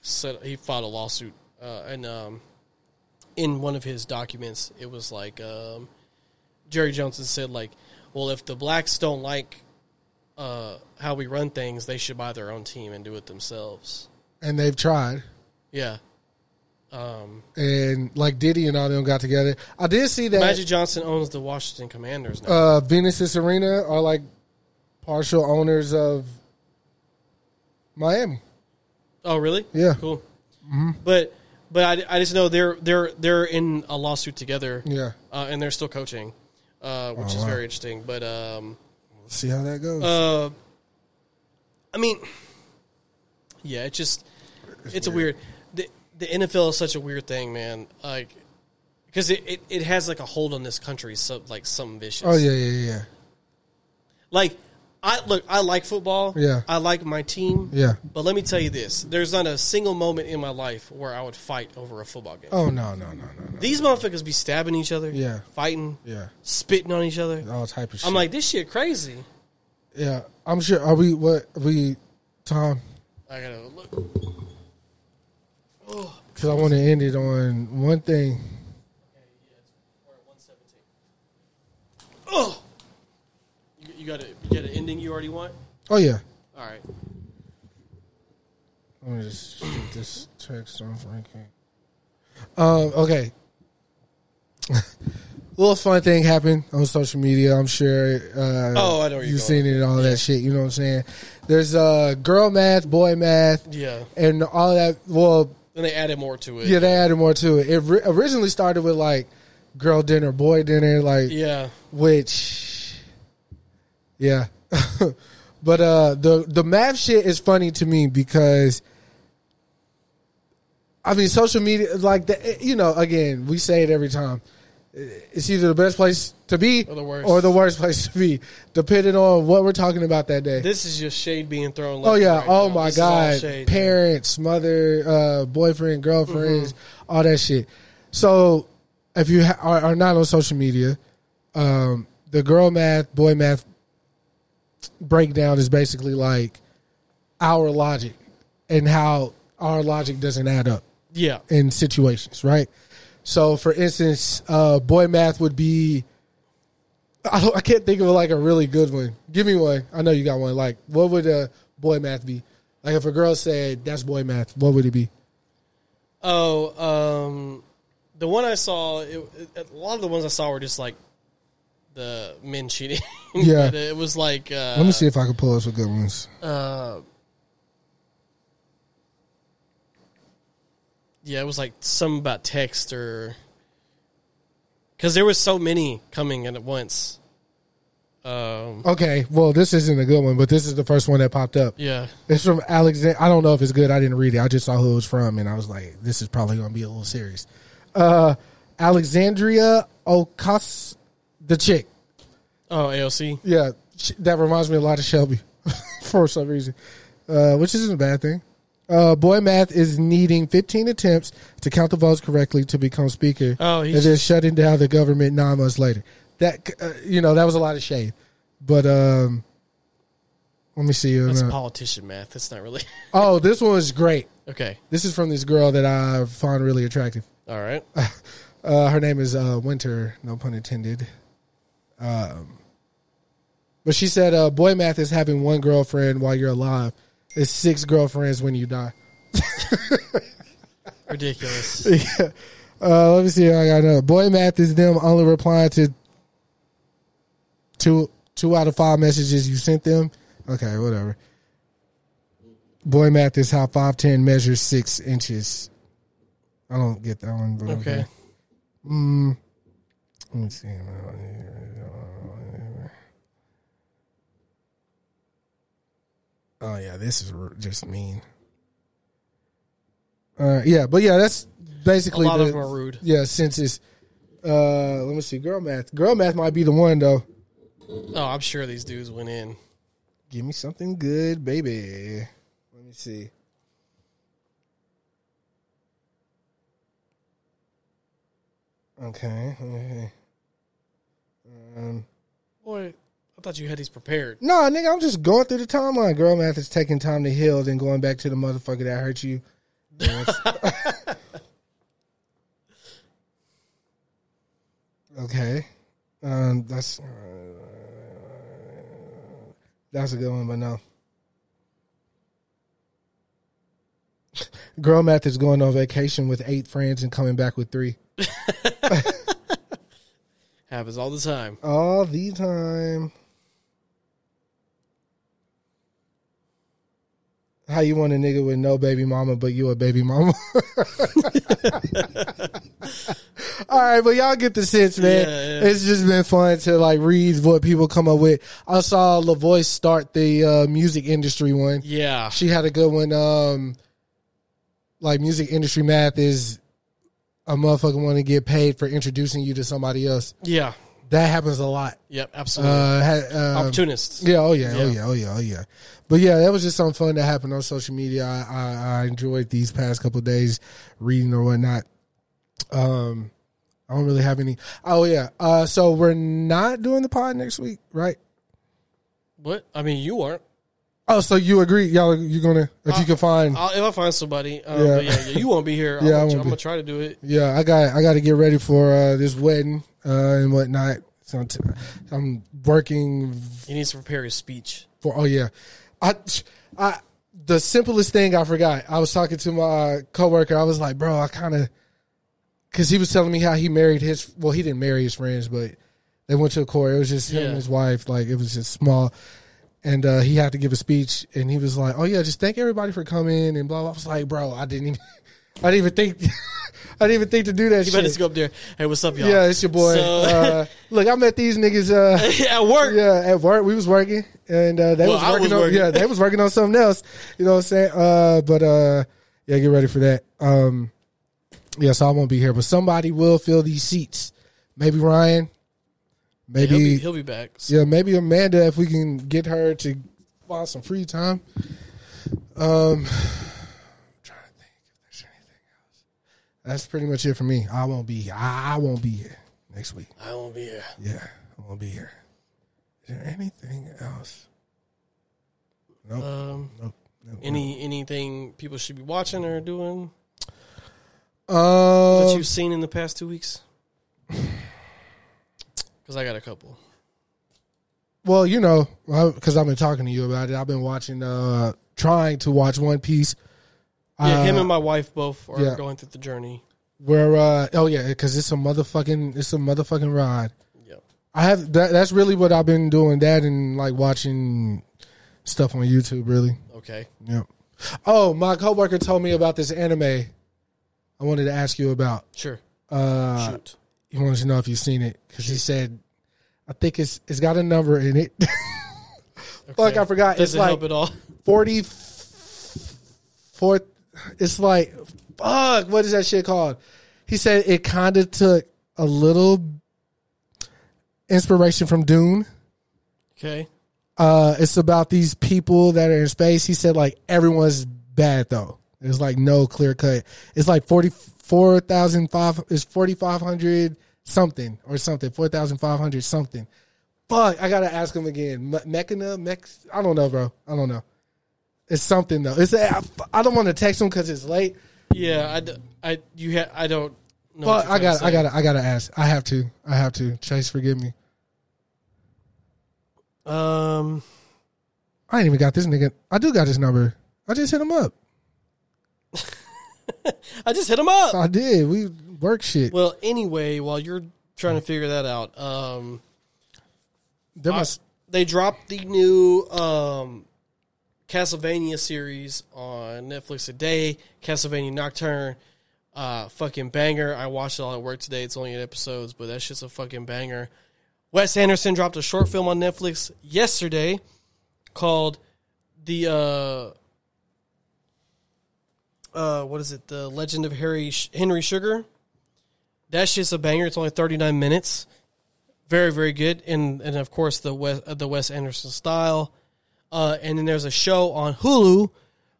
Speaker 3: said he filed a lawsuit uh, and um, in one of his documents, it was like um, Jerry Johnson said, like, well, if the blacks don't like uh, how we run things, they should buy their own team and do it themselves.
Speaker 2: and they've tried.
Speaker 3: Yeah. Um,
Speaker 2: and like Diddy and all them got together. I did see that
Speaker 3: Magic Johnson owns the Washington Commanders now.
Speaker 2: uh, Venus and Serena are like partial owners of Miami.
Speaker 3: oh, really?
Speaker 2: yeah. Mm-hmm.
Speaker 3: Cool. But but I, I just know they're they're they're in a lawsuit together.
Speaker 2: Yeah, Oh,
Speaker 3: Uh, and they're still coaching, uh, which is very interesting. But um,
Speaker 2: We'll see how that goes.
Speaker 3: Uh, I mean, yeah, it just it's, a weird. The, the NFL is such a weird thing, man. Like, because it, it, it has like a hold on this country, so like some vicious.
Speaker 2: oh yeah, yeah,
Speaker 3: Like, I look, I like football.
Speaker 2: Yeah.
Speaker 3: I like my team.
Speaker 2: yeah, yeah.
Speaker 3: But let me tell you this: there's not a single moment in my life where I would fight over a football game.
Speaker 2: Oh no, no, no, no, no.
Speaker 3: These motherfuckers be stabbing each other.
Speaker 2: Yeah.
Speaker 3: Fighting.
Speaker 2: Yeah,
Speaker 3: Spitting on each other.
Speaker 2: all type of shit.
Speaker 3: I'm like, this shit crazy.
Speaker 2: yeah, I'm sure. Are we what are we, Tom?
Speaker 3: I gotta look.
Speaker 2: Because I want to end it on one thing.
Speaker 3: Oh, you, you got a you got an ending you already want.
Speaker 2: Oh yeah,
Speaker 3: All right,
Speaker 2: I'm gonna just shoot this text on Frankie. Um, okay. Little fun thing happened on social media. I'm sure. Uh,
Speaker 3: Oh, I know where you're
Speaker 2: you've seen
Speaker 3: going.
Speaker 2: it and all that shit. You know what I'm saying? There's uh, girl math, boy math,
Speaker 3: yeah,
Speaker 2: and all that. Well,
Speaker 3: Then they added more to it.
Speaker 2: Yeah, they added more to it. It ri- originally started with like girl dinner, boy dinner, like
Speaker 3: Yeah.
Speaker 2: which yeah but uh the the math shit is funny to me because i mean social media like the, eh, you know again we say it every time it's either the best place to be
Speaker 3: Or the worst.
Speaker 2: or the worst place to be depending on what we're talking about that day
Speaker 3: This is just shade being thrown.
Speaker 2: Oh
Speaker 3: left
Speaker 2: yeah!
Speaker 3: and right
Speaker 2: oh
Speaker 3: now.
Speaker 2: my
Speaker 3: This is all
Speaker 2: God!
Speaker 3: shade.
Speaker 2: Parents, mother, uh, boyfriend, girlfriends,
Speaker 3: Mm-hmm.
Speaker 2: all that shit. So if you ha- are, are not on social media, um, the girl math, boy math breakdown is basically like our logic and how our logic doesn't add up
Speaker 3: Yeah.
Speaker 2: in situations, right? So, for instance, uh, boy math would be. I, don't, I can't think of like a really good one. Give me one. I know you got one. Like, what would uh, boy math be? Like, if a girl said that's boy math, what would it be?
Speaker 3: Oh, um, the one I saw, it, it, a lot of the ones I saw were just like the men cheating.
Speaker 2: Yeah.
Speaker 3: But it was like uh,
Speaker 2: Let me see if I can pull up some good ones.
Speaker 3: yeah, it was like some about text or because there was so many coming in at once. Um,
Speaker 2: Okay, well, this isn't a good one, but this is the first one that popped up.
Speaker 3: yeah,
Speaker 2: It's from Alexander. I don't know if it's good. I didn't read it. I just saw who it was from, and I was like, this is probably going to be a little serious. Uh, Alexandria Ocas, the chick.
Speaker 3: oh AOC,
Speaker 2: Yeah, sh- that reminds me a lot of Shelby for some reason, uh, which isn't a bad thing. Uh, boy math is needing 15 attempts to count the votes correctly to become speaker.
Speaker 3: Oh, he's
Speaker 2: and then shutting down the government nine months later. That c- uh, you know that was a lot of shade, but um, let me see.
Speaker 3: that's
Speaker 2: uh,
Speaker 3: politician math. That's not really
Speaker 2: oh, this one was great.
Speaker 3: okay.
Speaker 2: This is from this girl that I find really attractive.
Speaker 3: All right,
Speaker 2: Uh, her name is uh, Winter, no pun intended. Um, but she said, uh, "Boy math is having one girlfriend while you're alive. It's six girlfriends when you die."
Speaker 3: ridiculous.
Speaker 2: Uh, let me see. if I got another. Boy math is them only replying to two two out of five messages you sent them. Okay, whatever. Boy math is how five ten measures six inches. I don't get that one. But
Speaker 3: Okay,
Speaker 2: Let me see. Oh yeah, this is r- just mean. Uh, yeah, but yeah, that's basically
Speaker 3: A lot
Speaker 2: the,
Speaker 3: of them are rude.
Speaker 2: Yeah, census. Uh, let me see. Girl math. Girl math might be the one though.
Speaker 3: oh, I'm sure these dudes went in.
Speaker 2: Give me something good, baby. Let me see. Okay. okay. Um.
Speaker 3: Boy, I thought you had these prepared.
Speaker 2: No, nigga, I'm just going through the timeline. Girl math is taking time to heal, then going back to the motherfucker that hurt you. okay, um, that's that's a good one, but no. Girl math is going on vacation with eight friends and coming back with three
Speaker 3: Happens all the time.
Speaker 2: all the time. How you want a nigga with no baby mama, but you a baby mama? All right, but y'all get the sense, man.
Speaker 3: Yeah, yeah.
Speaker 2: It's just been fun to like read what people come up with. I saw Lavoie start the uh, music industry one.
Speaker 3: Yeah,
Speaker 2: She had a good one. Um, like music industry math is a motherfucker want to get paid for introducing you to somebody else.
Speaker 3: yeah,
Speaker 2: That happens a lot.
Speaker 3: yep, absolutely.
Speaker 2: Uh, ha- uh,
Speaker 3: Opportunists.
Speaker 2: yeah, oh yeah, oh
Speaker 3: Yeah.
Speaker 2: yeah, oh yeah, oh yeah. But yeah, that was just something fun that happened on social media. I, I, I enjoyed these past couple of days reading or whatnot. Um, I don't really have any. Oh yeah, uh, so we're not doing the pod next week, right?
Speaker 3: What? I mean, you aren't.
Speaker 2: Oh, so you agree, y'all? You're gonna if you can find.
Speaker 3: I'll, if I find somebody, um,
Speaker 2: Yeah.
Speaker 3: yeah. yeah, yeah, you won't be here.
Speaker 2: Yeah, I
Speaker 3: I'm,
Speaker 2: won't
Speaker 3: gonna, I'm
Speaker 2: be.
Speaker 3: gonna try to do it.
Speaker 2: yeah, I got I got to get ready for uh, this wedding uh, and whatnot. So I'm, t- I'm working
Speaker 3: He needs to prepare his speech.
Speaker 2: for oh yeah i i the simplest thing i forgot i was talking to my uh, coworker i was like bro i kind of because he was telling me how he married his well he didn't marry his friends but they went to a court it was just him
Speaker 3: Yeah.
Speaker 2: and his wife like it was just small and uh, he had to give a speech and he was like oh yeah just thank everybody for coming and blah blah i was like bro i didn't even I didn't even think. I didn't even think to do that.
Speaker 3: You
Speaker 2: shit.
Speaker 3: better just go up there. Hey, what's up, y'all?
Speaker 2: Yeah, it's your boy.
Speaker 3: So,
Speaker 2: uh, look, I met these niggas. Uh,
Speaker 3: at work.
Speaker 2: yeah, at work we was working, and uh, they
Speaker 3: Well,
Speaker 2: was
Speaker 3: I
Speaker 2: working
Speaker 3: was
Speaker 2: on
Speaker 3: working.
Speaker 2: yeah they was working on something else. You know what I'm saying? Uh, but uh, yeah, get ready for that. Um, yeah, so I won't be here, but somebody will fill these seats. Maybe Ryan. Maybe
Speaker 3: He'll be, he'll be back. So,
Speaker 2: yeah, maybe Amanda if we can get her to find some free time. Um, trying to think if there's anything else. That's pretty much it for me. I won't be. I won't be here next week.
Speaker 3: I won't be here.
Speaker 2: Yeah, I won't be here. Is there anything else? Nope.
Speaker 3: Um,
Speaker 2: nope. nope.
Speaker 3: Any anything people should be watching or doing
Speaker 2: Um,
Speaker 3: that you've seen in the past two weeks? Because I got a couple.
Speaker 2: Well, you know, because I've been talking to you about it. I've been watching, uh, trying to watch One Piece.
Speaker 3: Yeah,
Speaker 2: Uh,
Speaker 3: him and my wife both are
Speaker 2: yeah.
Speaker 3: going through the journey.
Speaker 2: Where uh oh yeah, because it's a motherfucking it's a motherfucking ride.
Speaker 3: Yeah.
Speaker 2: I have that, that's really what I've been doing. That and like watching stuff on YouTube. Really.
Speaker 3: Okay.
Speaker 2: Yep. Oh, my coworker told me about this anime. I wanted to ask you about.
Speaker 3: Sure.
Speaker 2: Uh,
Speaker 3: Shoot.
Speaker 2: he wants to know if you've seen it because he said, I think it's it's got a number in it. Fuck, I forgot.
Speaker 3: Does
Speaker 2: it's
Speaker 3: it
Speaker 2: like
Speaker 3: help at all?
Speaker 2: forty four. It's like fuck. What is that shit called? He said it kind of took a little inspiration from Dune.
Speaker 3: Okay.
Speaker 2: Uh, it's about these people that are in space. He said like everyone's bad though. There's like no clear cut. It's like forty four thousand five. It's forty five hundred something or something. Four thousand five hundred something. Fuck, I gotta ask him again. Me- Mechana, Mex. I don't know, bro. I don't know. It's something though. It's I, I don't want to text him because it's late.
Speaker 3: Yeah. I, d- I you ha- I don't know.
Speaker 2: But
Speaker 3: what you're
Speaker 2: I
Speaker 3: trying to
Speaker 2: got, I
Speaker 3: say.
Speaker 2: gotta, I gotta ask. I have to. I have to. Chase, forgive me.
Speaker 3: Um.
Speaker 2: I ain't even got this nigga. I do got his number. I just hit him up.
Speaker 3: I just hit him up.
Speaker 2: I did. We work shit.
Speaker 3: Well, anyway, while you're trying to figure that out, um,
Speaker 2: Them my-
Speaker 3: they dropped the new um, Castlevania series on Netflix today. Castlevania Nocturne, uh, fucking banger. I watched it all at work today. It's only eight episodes, but that's just a fucking banger. Wes Anderson dropped a short film on Netflix yesterday called the uh, uh, what is it? The Legend of Harry Sh- Henry Sugar. That shit's a banger. It's only thirty nine minutes very very good and and of course the west uh, the wes anderson style uh and then there's a show on hulu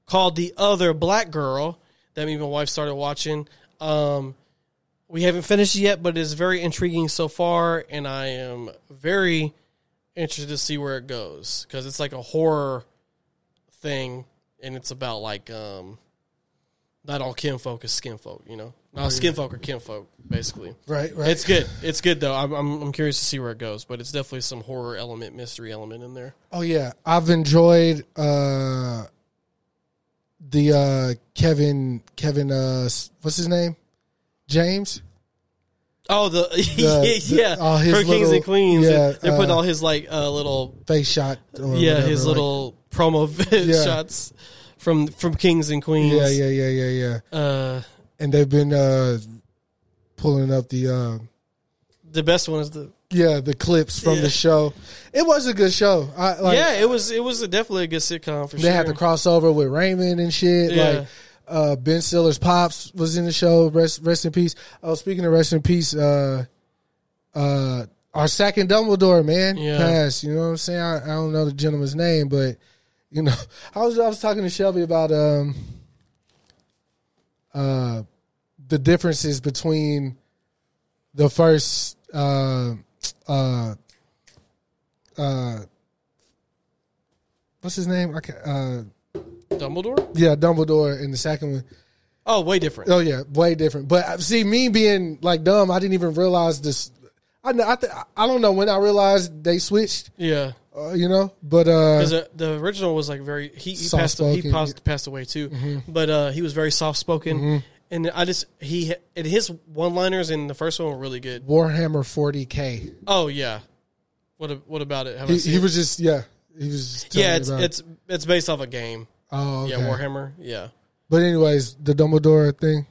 Speaker 3: called the other black girl that me and my wife started watching um we haven't finished it yet but it's very intriguing so far and i am very interested to see where it goes because it's like a horror thing and it's about like um not all kinfolk is skinfolk you know not skinfolk or kinfolk basically
Speaker 2: right, right.
Speaker 3: it's good. It's good though. I'm, I'm I'm curious to see where it goes, but it's definitely some horror element, mystery element in there.
Speaker 2: Oh yeah, I've enjoyed uh the uh Kevin Kevin uh s- what's his name? James?
Speaker 3: Oh, the,
Speaker 2: The- the-
Speaker 3: yeah,
Speaker 2: all his
Speaker 3: for Kings
Speaker 2: little-
Speaker 3: and Queens.
Speaker 2: yeah,
Speaker 3: they're putting
Speaker 2: uh,
Speaker 3: all his like uh, little
Speaker 2: Face shot or
Speaker 3: yeah
Speaker 2: whatever,
Speaker 3: his
Speaker 2: like-
Speaker 3: little promo
Speaker 2: Yeah.
Speaker 3: shots from from Kings and Queens.
Speaker 2: Yeah, yeah, yeah, yeah, yeah.
Speaker 3: Uh,
Speaker 2: And they've been uh pulling up the uh
Speaker 3: the best one is the
Speaker 2: yeah, the clips from
Speaker 3: Yeah.
Speaker 2: the show. It was a good show. I like
Speaker 3: yeah. It was it was a, definitely a good sitcom for
Speaker 2: they
Speaker 3: sure.
Speaker 2: had the crossover with Raymond and shit.
Speaker 3: Yeah.
Speaker 2: Like uh Ben Stiller's pops was in the show. Rest rest in peace. Oh, speaking of rest in peace, uh uh our second Dumbledore man
Speaker 3: Yeah.
Speaker 2: passed. You know what I'm saying? I, I don't know the gentleman's name, but you know, I was I was talking to Shelby about um uh the differences between the first uh uh uh what's his name? I can uh
Speaker 3: Dumbledore.
Speaker 2: yeah, Dumbledore in the second one.
Speaker 3: Oh, way different.
Speaker 2: Oh yeah, way different. But uh, see, me being like dumb, I didn't even realize this. I know. I, th- I don't know when I realized they switched.
Speaker 3: Yeah.
Speaker 2: Uh, you know, but uh,
Speaker 3: because uh, the original was like very he, he passed he
Speaker 2: Soft-spoken. Mm-hmm.
Speaker 3: passed, passed away too, but uh, he was very soft spoken, and I just he and his one liners in the first one were really good.
Speaker 2: Warhammer 40k.
Speaker 3: Oh yeah, what a- what about it? Have I
Speaker 2: He,
Speaker 3: seen
Speaker 2: he
Speaker 3: it?
Speaker 2: was just yeah. He was just telling
Speaker 3: yeah,
Speaker 2: me
Speaker 3: it's
Speaker 2: about it.
Speaker 3: it's it's based off a game.
Speaker 2: oh okay.
Speaker 3: Yeah, Warhammer. Yeah,
Speaker 2: But anyways, the Dumbledore thing.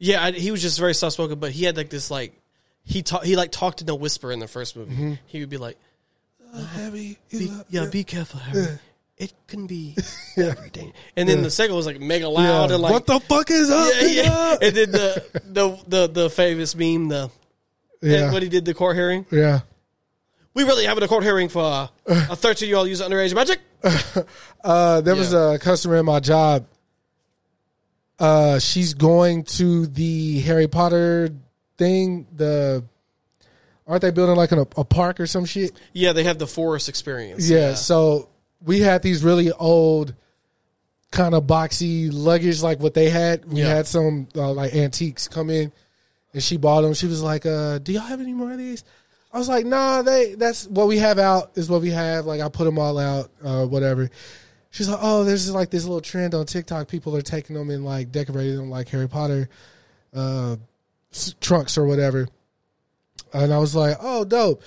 Speaker 3: Yeah, I, he was just very soft spoken, but he had like this like he ta- he like talked in a whisper in the first movie.
Speaker 2: Mm-hmm.
Speaker 3: He would be like,
Speaker 2: Heavy.
Speaker 3: be, yeah, be careful, Harry. It can be every day. And then the second was like mega loud and like
Speaker 2: what the fuck is up?
Speaker 3: yeah, yeah.
Speaker 2: nigga?
Speaker 3: And then the the the the famous meme the
Speaker 2: Yeah.
Speaker 3: what he did the court hearing.
Speaker 2: yeah.
Speaker 3: We really having a court hearing for uh, a thirteen year old using underage magic.
Speaker 2: Uh, there was
Speaker 3: Yeah.
Speaker 2: a customer in my job. Uh, she's going to the Harry Potter thing. The aren't they building like an, a park or some shit?
Speaker 3: Yeah, they have the forest experience.
Speaker 2: Yeah, So we had these really old, kind of boxy luggage, like what they had. We
Speaker 3: Yeah.
Speaker 2: had some uh, like antiques come in, and she bought them. She was like, uh, "Do y'all have any more of these?" I was like, "Nah, they. That's what we have out. Is what we have. Like I put them all out, uh, whatever." She's like, "Oh, there's just like this little trend on TikTok. People are taking them and like decorating them like Harry Potter uh, s- trunks or whatever." And I was like, "Oh, dope."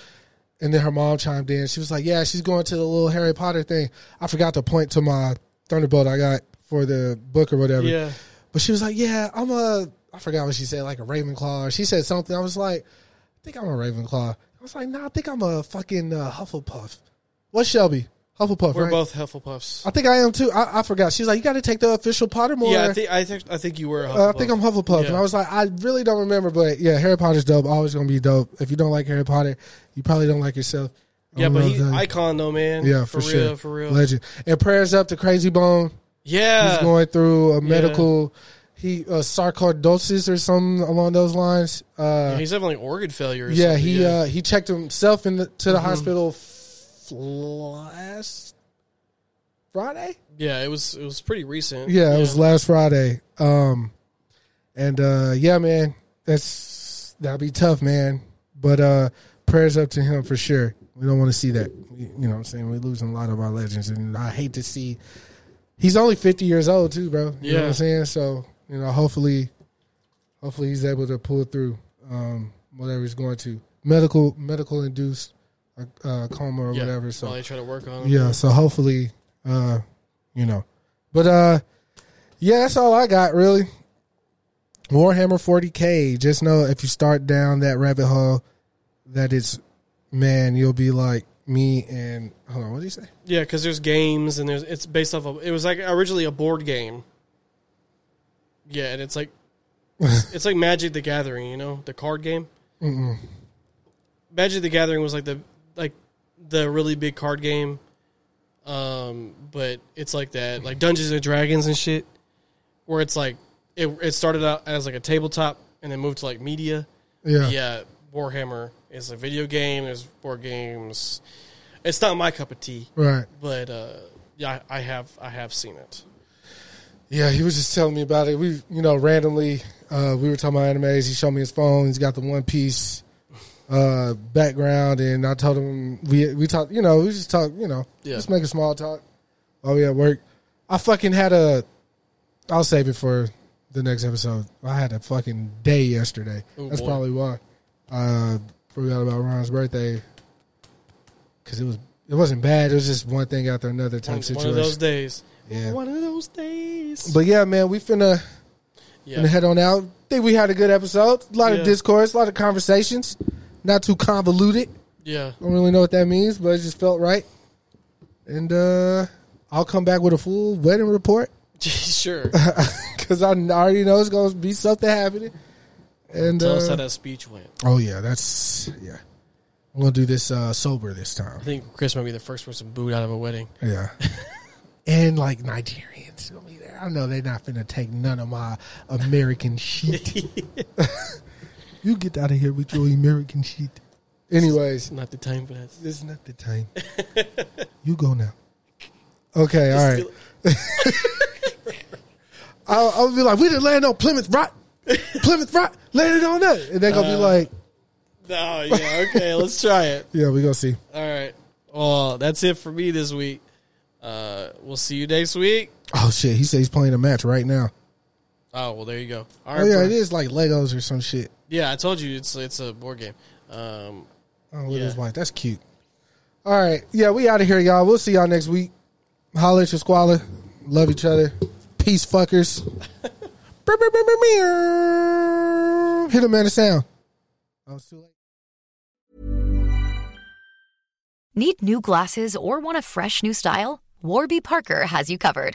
Speaker 2: And then her mom chimed in. She was like, "Yeah, she's going to the little Harry Potter thing." I forgot to point to my Thunderbolt I got for the book or whatever.
Speaker 3: yeah.
Speaker 2: But she was like, "Yeah, I'm a." I forgot what she said, like a Ravenclaw. Or she said something. I was like, "I think I'm a Ravenclaw." I was like, "Nah, I think I'm a fucking uh, Hufflepuff." What's Shelby? Hufflepuff,
Speaker 3: We're
Speaker 2: right?
Speaker 3: both Hufflepuffs.
Speaker 2: I think I am too. I, I forgot. She's like, "You got to take the official Pottermore."
Speaker 3: yeah, I think I think I think you were. A
Speaker 2: Uh, I think
Speaker 3: Hufflepuff.
Speaker 2: I'm Hufflepuff.
Speaker 3: Yeah.
Speaker 2: And I was like, I really don't remember, but yeah, Harry Potter's dope. Always gonna be dope. If you don't like Harry Potter, you probably don't like yourself. I
Speaker 3: Yeah,
Speaker 2: don't
Speaker 3: but
Speaker 2: know
Speaker 3: he
Speaker 2: if that-
Speaker 3: icon though, man.
Speaker 2: Yeah,
Speaker 3: for,
Speaker 2: for,
Speaker 3: real,
Speaker 2: sure.
Speaker 3: for real.
Speaker 2: Legend. And prayers up to Crazy Bone.
Speaker 3: Yeah,
Speaker 2: He's going through a medical he uh, sarcoidosis or something along those lines.
Speaker 3: Yeah,
Speaker 2: Uh,
Speaker 3: he's having like organ failure. Or
Speaker 2: yeah,
Speaker 3: something, Mm-hmm.
Speaker 2: he uh, he checked himself in the, to the hospital f- last Friday.
Speaker 3: yeah, it was it was pretty recent.
Speaker 2: Yeah, it was last Friday. Um, and uh, yeah, man, that's that'll be tough, man. But uh, prayers up to him for sure. We don't want to see that. We- You know, what I'm saying we're losing a lot of our legends, and I hate to see. He's only 50 years old too, bro. You know what
Speaker 3: Yeah.
Speaker 2: I'm saying? So you know, hopefully, hopefully he's able to pull through um, whatever he's going to medical medical induced uh, uh, coma or
Speaker 3: Yeah, Oh,
Speaker 2: whatever. So
Speaker 3: while they try to work on him.
Speaker 2: yeah, so hopefully, uh, you know. But uh yeah, that's all I got really. Warhammer 40k. Just know if you start down that rabbit hole, that it's man, you'll be like me and hold on, what did you say?
Speaker 3: Yeah, because there's games and there's it's based off of it was like originally a board game. Yeah, and it's like it's like Magic the Gathering, you know, the card game. Mm-mm. Magic the Gathering was like the like the really big card game, um, but it's like that, like Dungeons and Dragons and shit, where it's like it it started out as like a tabletop and then moved to like media.
Speaker 2: Yeah.
Speaker 3: Yeah, Warhammer is a video game. There's board games. It's not my cup of tea
Speaker 2: Right.
Speaker 3: but uh, yeah, I I have I have seen it.
Speaker 2: Yeah, he was just telling me about it. We, you know, randomly, uh, we were talking about animes. He showed me his phone. He's got the One Piece uh, background, and I told him we we talked. You know, we just talk. You know,
Speaker 3: Yeah.
Speaker 2: just make a small talk while we at work. I fucking had a. I'll save it for the next episode. I had a fucking day yesterday.
Speaker 3: Oh,
Speaker 2: That's
Speaker 3: boy.
Speaker 2: probably why. Uh, forgot about Ron's birthday because it was it wasn't bad. It was just one thing after another type
Speaker 3: One, one
Speaker 2: situation.
Speaker 3: of those days.
Speaker 2: Yeah.
Speaker 3: One of those days.
Speaker 2: But yeah, man, we finna
Speaker 3: yeah.
Speaker 2: and head on out. Think we had a good episode. A lot
Speaker 3: Yeah.
Speaker 2: of discourse, a lot of conversations. Not too convoluted.
Speaker 3: yeah.
Speaker 2: Don't really know what that means, but it just felt right. And uh I'll come back with a full wedding report
Speaker 3: sure.
Speaker 2: because I already know it's gonna be something happening. And
Speaker 3: Tell us
Speaker 2: uh,
Speaker 3: how that speech went.
Speaker 2: oh yeah, that's yeah. I'm gonna do this uh sober this time.
Speaker 3: I think Chris might be the first person booed out of a wedding.
Speaker 2: Yeah. and like Nigerians will be there. I know they're not finna take none of my American shit. you get out of here with your American shit. Anyways,
Speaker 3: Not the time for that.
Speaker 2: this is not the time. you go now. Okay, all right. I'll, I'll be like, we didn't land on Plymouth Rock. Plymouth Rock landed on that. And they're going
Speaker 3: Uh.
Speaker 2: to be like,
Speaker 3: No, Oh, yeah, okay, let's try it.
Speaker 2: yeah, we're going to see.
Speaker 3: All right. Well, that's it for me this week. Uh, we'll see you next week.
Speaker 2: Oh, shit. He said he's playing a match right now.
Speaker 3: Oh, well, there you go. All right.
Speaker 2: Oh, yeah,
Speaker 3: bro.
Speaker 2: it is like Legos or some shit.
Speaker 3: Yeah, I told you it's it's a board game. Um,
Speaker 2: Oh, with his
Speaker 3: Yeah.
Speaker 2: wife. That's cute. All right. Yeah, we out of here, y'all. We'll see y'all next week. Holla at your squalor. Love each other. Peace, fuckers. Hit a man of sound. Oh, it's too late.
Speaker 4: Need new glasses or want a fresh new style? Warby Parker has you covered.